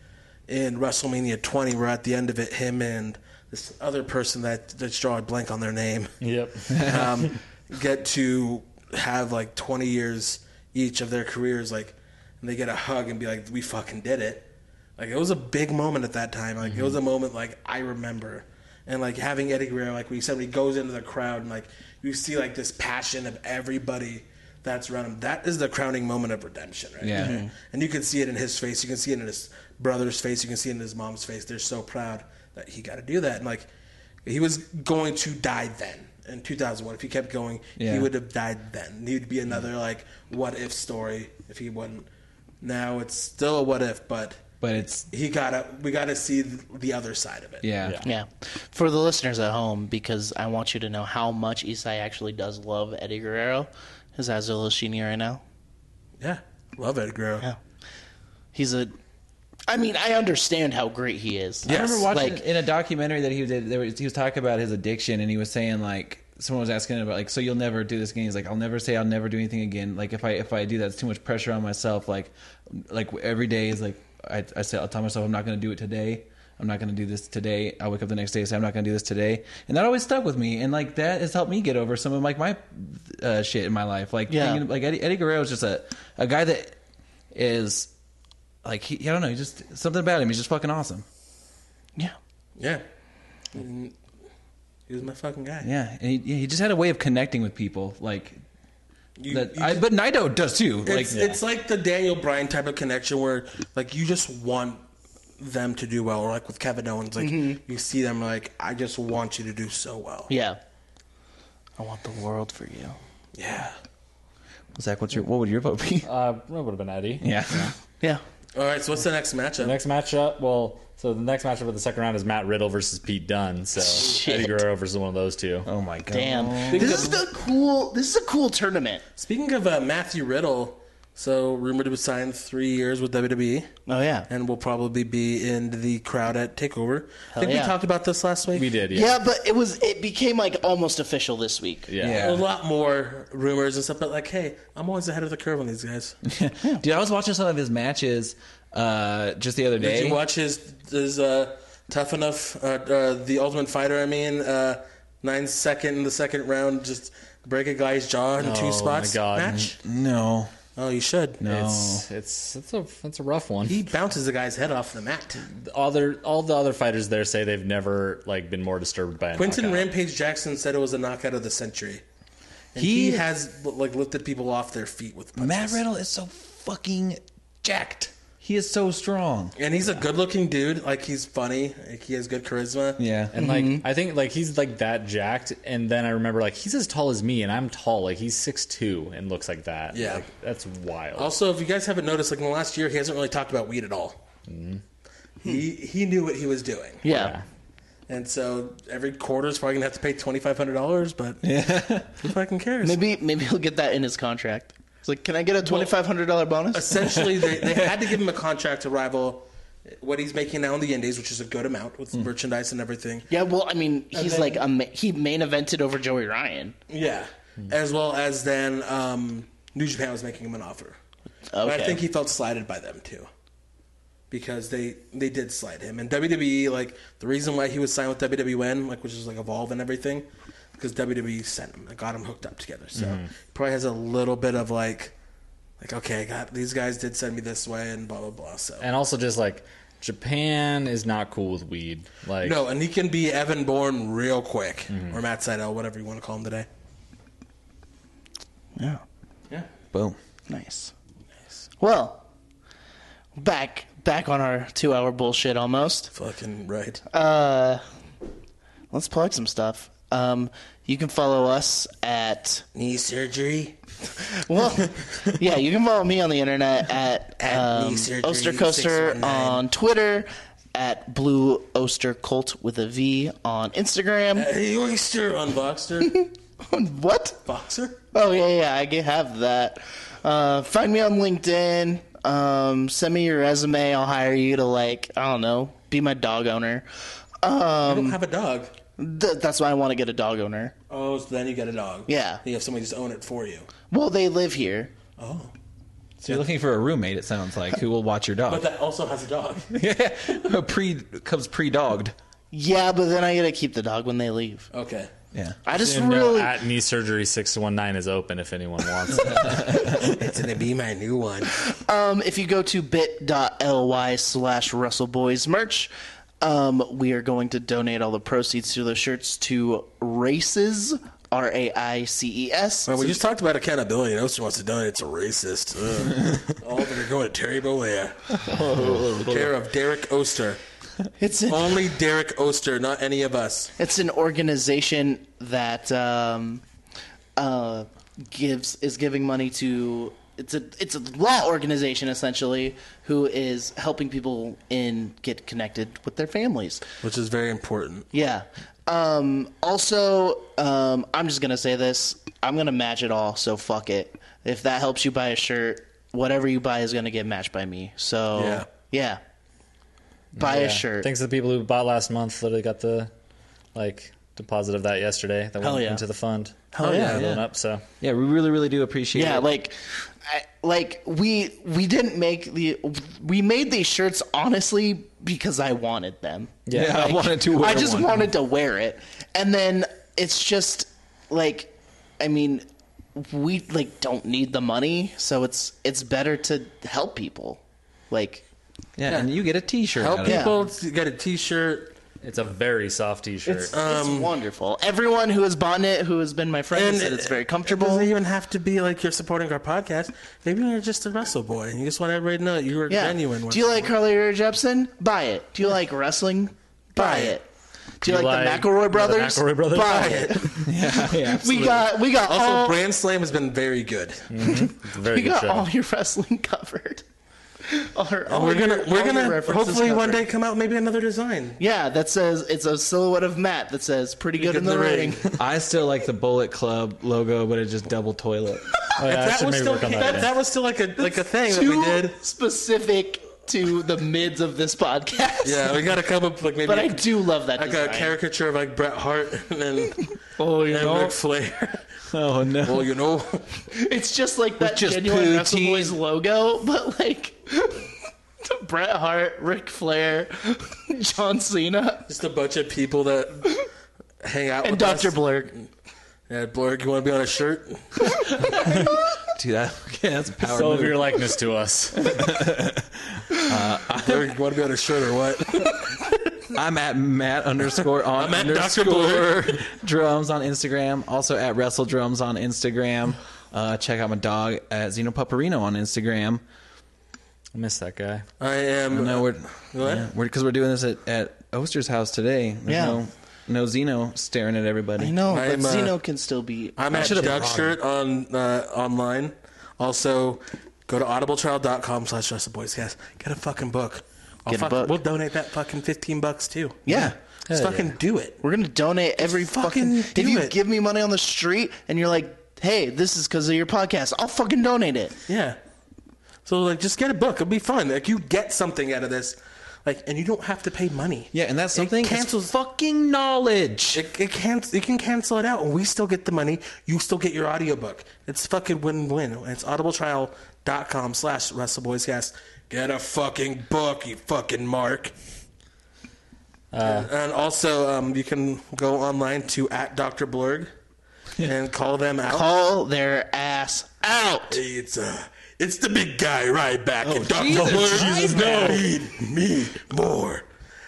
in WrestleMania 20, where at the end of it, him and this other person that that's drawing a blank on their name yep. um, get to have like 20 years each of their careers, like, and they get a hug and be like, "We fucking did it." Like it was a big moment at that time. Like it was a moment like I remember, and like having Eddie Guerrero, like we said, when he goes into the crowd and like you see like this passion of everybody that's around him. That is the crowning moment of redemption, right? Yeah. there. And you can see it in his face. You can see it in his brother's face. You can see it in his mom's face. They're so proud that he got to do that. And like he was going to die then in 2001 if he kept going he Yeah. would have died then he'd be another like what if story if he wouldn't now it's still a what if but But it's he gotta we gotta see the other side of it yeah. yeah for the listeners at home because i want you to know how much isai actually does love eddie guerrero is Azul Oshini right now. Yeah, love Eddie Guerrero. Yeah. He's a. I mean, I understand how great he is. Yes. I I remember watching Like, in a documentary that he did. There was, he was talking about his addiction, and he was saying like someone was asking him about like, so you'll never do this again. He's like, I'll never say I'll never do anything again. Like if I if I do that, it's too much pressure on myself. Like like every day is like I I say I'll tell myself I'm not going to do it today. I'm not going to do this today. I wake up the next day and say I'm not going to do this today, and that always stuck with me. And like that has helped me get over some of like my uh, shit in my life. Like Yeah. thinking- like Eddie, Eddie Guerrero is just a a guy that is like he I don't know. He just something about him. He's just fucking awesome. yeah. Yeah. And He was my fucking guy. Yeah, and he, yeah, he just had a way of connecting with people, like You- that. you I, just- but Naito does too. Like, it's, it's like the Daniel Bryan type of connection where like you just want them to do well, or like with Kevin Owens, like you see them like I just want you to do so well. Yeah. I want the world for you. Yeah. Zach, what's your what would your vote be? Uh, it would have been Eddie. yeah, Yeah. All right. So what's the next matchup? The next matchup, well, so the next matchup of the second round is Matt Riddle versus Pete Dunne. So Shit. Eddie Guerrero versus one of those two. Oh my god. Damn. This is the cool. This is a cool tournament. Speaking of uh, Matthew Riddle, so rumored to sign three years with WWE, Oh yeah. and will probably be in the crowd at Takeover. I think yeah. we talked about this last week. We did, yeah. Yeah, but it was. It became like almost official this week. Yeah. A lot more rumors and stuff, but like, hey, I'm always ahead of the curve on these guys. Dude, I was watching some of his matches uh, just the other day. Did you watch his his uh, tough enough uh, uh, the Ultimate Fighter? I mean, uh, nine second in the second round, just break a guy's jaw in Oh, my two spots God. match. No, Oh, you should. no. It's it's it's a it's a rough one. He bounces the guy's head off the mat. Other all the other fighters there say they've never like been more disturbed by a Quentin knockout. Rampage Jackson said it was a knockout of the century. And he, He- has like lifted people off their feet with punches. Matt Riddle is so fucking. jacked. He is so strong. And he's a good-looking dude. Like he's funny. Like, he has good charisma. Yeah, And like Mm-hmm. I think like he's like that jacked, and then I remember like he's as tall as me, and I'm tall. Like he's six two and looks like that. Yeah. Like, that's wild. Also, if you guys haven't noticed, like in the last year, he hasn't really talked about weed at all. He he knew what he was doing, Yeah. and so every quarter's probably gonna have to pay twenty five hundred dollars. But who fucking cares? Maybe maybe he'll get that in his contract. It's like, can I get a twenty five hundred dollar bonus? Essentially, they, they had to give him a contract to rival what he's making now in the Indies, which is a good amount with merchandise and everything. Yeah, well, I mean, he's like a ma- he main evented over Joey Ryan. Yeah, as well as then um, New Japan was making him an offer. But Okay. I think he felt slighted by them too, because they they did slide him. And WWE, like the reason why he was signed with WWN, like which is like Evolve and everything, because WWE E sent him, and got him hooked up together. So he probably has a little bit of like, like okay, I got these guys did send me this way, and blah blah blah. So and also just like Japan is not cool with weed. Like no, and he can be Evan Bourne real quick, or Matt Seidel, whatever you want to call him today. Yeah, boom. nice. Well, back back on our two hour bullshit almost. Fucking right. Uh, let's plug some stuff. Um, you can follow us at Knee surgery. well, yeah, you can follow me on the internet at, At um, Surgery Ostercoaster 619. on Twitter, at Blue Oster Cult with a V on Instagram. Hey, oyster on Boxer. what? Boxer? Oh yeah, yeah, I can have that. Uh, find me on LinkedIn. Um, send me your resume. I'll hire you to like I don't know, be my dog owner. I Um, don't have a dog. th- that's why I want to get a dog owner. Oh, so then you get a dog. Yeah. You have somebody just own it for you. Well, they live here. Oh. So you're looking for a roommate. It sounds like who will watch your But dog. that also has a dog. Yeah, pre comes pre-dogged. Yeah, but then I gotta keep the dog when they leave. Okay. Yeah, I just And, uh, really at knee surgery six one nine is open if anyone wants. it. It's going to be my new one. um, if you go to bit.ly slash WrestleBoys merch, um, we are going to donate all the proceeds to those shirts to Races R A I C E S. we just talked about accountability. and Oster wants to donate. It's a racist. Ugh. All of them are going to Terry Bollea. Oh. Care of Derek Oster. It's a- Only Derek Oster, not any of us. It's an organization that um, uh, gives is giving money to it's a it's a law organization essentially who is helping people in get connected with their families. Which is very important. Yeah, Um, also, um, I'm just gonna say this. I'm gonna match it all, so fuck it. If that helps you buy a shirt, whatever you buy is gonna get matched by me. So Yeah. yeah, buy Yeah. a shirt. Thanks to the people who bought last month. Literally got the like deposit of that yesterday. That Hell went yeah. into the fund. Hell yeah, Going yeah. up. So Yeah, we really, really do appreciate Yeah, it. like, I, like we we didn't make the we made these shirts honestly because I wanted them. yeah, I wanted to wear I just one. wanted to wear it, and then it's just like, I mean, we like don't need the money, so it's it's better to help people. Like, yeah, and you get a T-shirt. Help out of it. Yeah. people to get a T-shirt. it's a very soft T-shirt. it's, it's Um, wonderful. Everyone who has bought it, who has been my friend, has said it's very It comfortable. doesn't even have to be like you're supporting our podcast. Maybe you're just a wrestle boy and you just want everybody to know that you were yeah. genuine. Do you like Carly Rae Jepsen? Buy it. Do you like wrestling? Buy it. Do you, like, the McElroy brothers? McElroy brothers? Buy it. we got we got Also, all Brand Slam has been very good. It's a very we good got show. all your wrestling covered. All our- all Oh, we're your- gonna we're all your gonna references hopefully one covered. day come out maybe another design. Yeah, that says it's a silhouette of Matt that says "pretty good in the, ring." I still like the Bullet Club logo, but it's just double toilet. Oh, yeah, I That should was maybe still work on that, that that, again. was still like a like a thing that we Too did. specific to the mids of this podcast. Yeah, we gotta come up with, like maybe but I do love that. like design. a caricature of like Bret Hart and then Oh, you and Ric Flair. Oh no. Well, you know, It's just like that just genuine Wrestle poutine. Boys logo, but like Bret Hart, Ric Flair, John Cena, just a bunch of people that hang out and with Doctor us. Blurg. Yeah, Blurg, you want to be on a shirt? Dude, that, okay, that's a power Sell move. of your likeness to us. Blurg, you want to be on a shirt or what? I'm at Matt underscore on I'm at Dr. underscore drums on Instagram. Also at Wrestle Drums on Instagram. Uh, check out my dog at Zeno Paparino on Instagram. I miss that guy. I am. No, we're What? yeah, we're because we're doing this at, at Oster's house today. There's Yeah. no no Zeno staring at everybody. I know, I'm, but uh, Zeno can still be. I'm at should've Duck brought Shirt on uh, online. Also, go to audibletrial.com slash Just the Boys Cast. Get a fucking book. I'll Get a fuck- book. We'll donate that fucking 15 bucks too. yeah. Just fucking do it. We're gonna donate every fucking fucking. do if you it. give me money on the street and you're like, "Hey, this is because of your podcast," I'll fucking donate it. Yeah. So like, just get a book. It'll be fun. Like you get something out of this. Like, and you don't have to pay money. Yeah, and that's something It cancels. It's fucking knowledge. It, it can you can cancel it out, and we still get the money. You still get your audiobook. It's fucking win-win. It's audibletrial.com slash WrestleBoysCast. Get a fucking book, you fucking mark. and, and also, um, you can go online to at Dr. Blurg and call them out. Call their ass out. It's uh, it's the big guy right back. and Dr. Jesus, Blurg, no. need me more.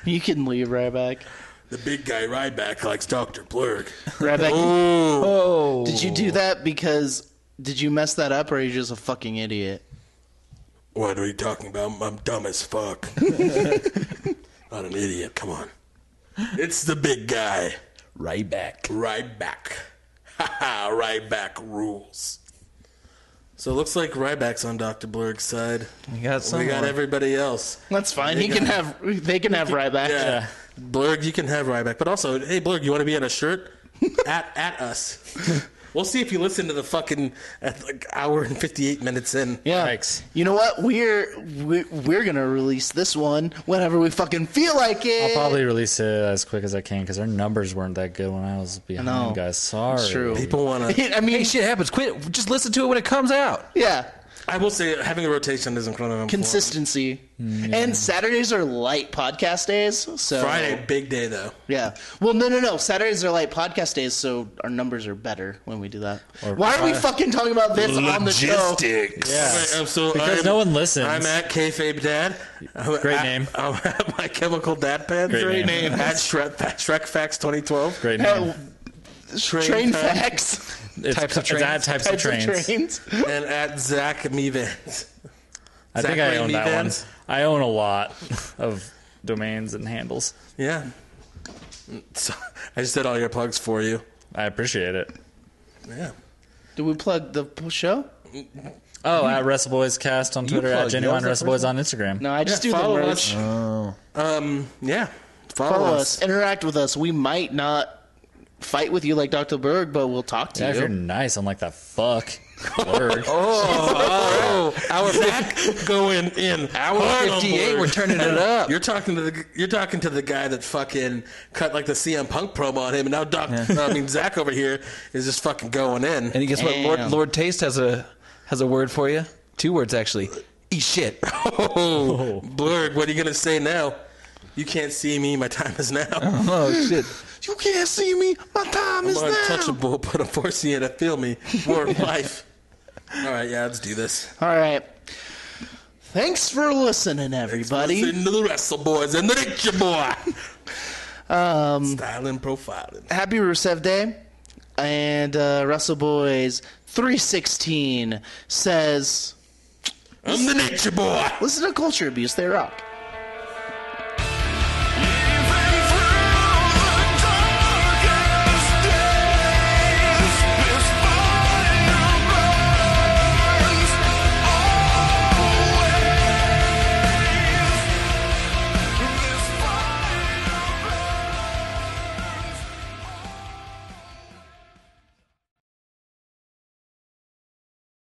You can leave right back. The big guy right back likes Dr. Blurg. Right back. Ooh. Did you do that because did you mess that up or are you just a fucking idiot? What are you talking about? I'm, I'm dumb as fuck. Not an idiot. Come on. It's the big guy. Right back. Right back. Haha, Ryback rules. So it looks like Ryback's on Dr. Blurg's side. We got We someone. got everybody else. That's fine. He can have they can have right back. Yeah. Blurg, you can have Ryback. But also, hey, Blurg, you want to be in a shirt? at at us. We'll see if you listen to the fucking at like hour and 58 minutes in. Yeah. Yikes. You know what? We're we're, we're going to release this one whenever we fucking feel like it. I'll probably release it as quick as I can because our numbers weren't that good when I was behind, know. guys. Sorry. It's true. People want to. I mean, Shit happens. Quit. Just listen to it when it comes out. yeah. I will say, having a rotation isn't going to Consistency. And Saturdays are light podcast days, so Friday, big day though. Yeah. Well, no, no, no. Saturdays are like podcast days, so our numbers are better when we do that. Why are we fucking talking about this on the show? Wait, I'm um, so, Because I'm- no one listens. I'm at kayfabe dad. I'm Great at- name. I'm at my chemical dad pad. Great Great name. At Shrek, Shrek Facts 2012. Great name. Uh, train facts. It's, Oh, types of trains. It's at types, of Types trains. of trains. And at Zach Mevans. I think Zachary I own that one. Mevans. I own a lot of domains and handles. Yeah. So, I just did all your plugs for you. I appreciate it. Yeah. Do we plug the p- show? Oh, at WrestleBoys Cast on Twitter, plug- at that Genuine was the first WrestleBoys on Instagram. No, I just Yeah, do the follow merch. us. Um, yeah. Follow, Follow us. us. Interact with us. We might not fight with you like Dr. Berg, but we'll talk to Yeah, if you're you. nice, I'm like that fuck. Blurg. Oh, hour fif- going in. Hour Fifty-eight. We're turning it up. You're talking to the you're talking to the guy that fucking cut like the CM Punk promo on him, and now Doc, I mean Zach over here is just fucking going in. And you guess what? Lord, Damn. Lord Taste has a has a word for you. Two words actually. Eat shit. oh, Blurg, what are you gonna say now? You can't see me. My time is now. oh shit. You can't see me. My time is untouchable, but I'm forcing you to feel me. More life. All right, yeah, let's do this. All right. Thanks for listening, everybody. Listen to the Wrestle Boys and the Nature Boy. Um, Styling profiling. Happy Rusev Day. And uh, Russell Boys 316 says, I'm the Nature Boy. listen to culture abuse. They rock.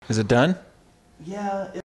Is it done? Yeah.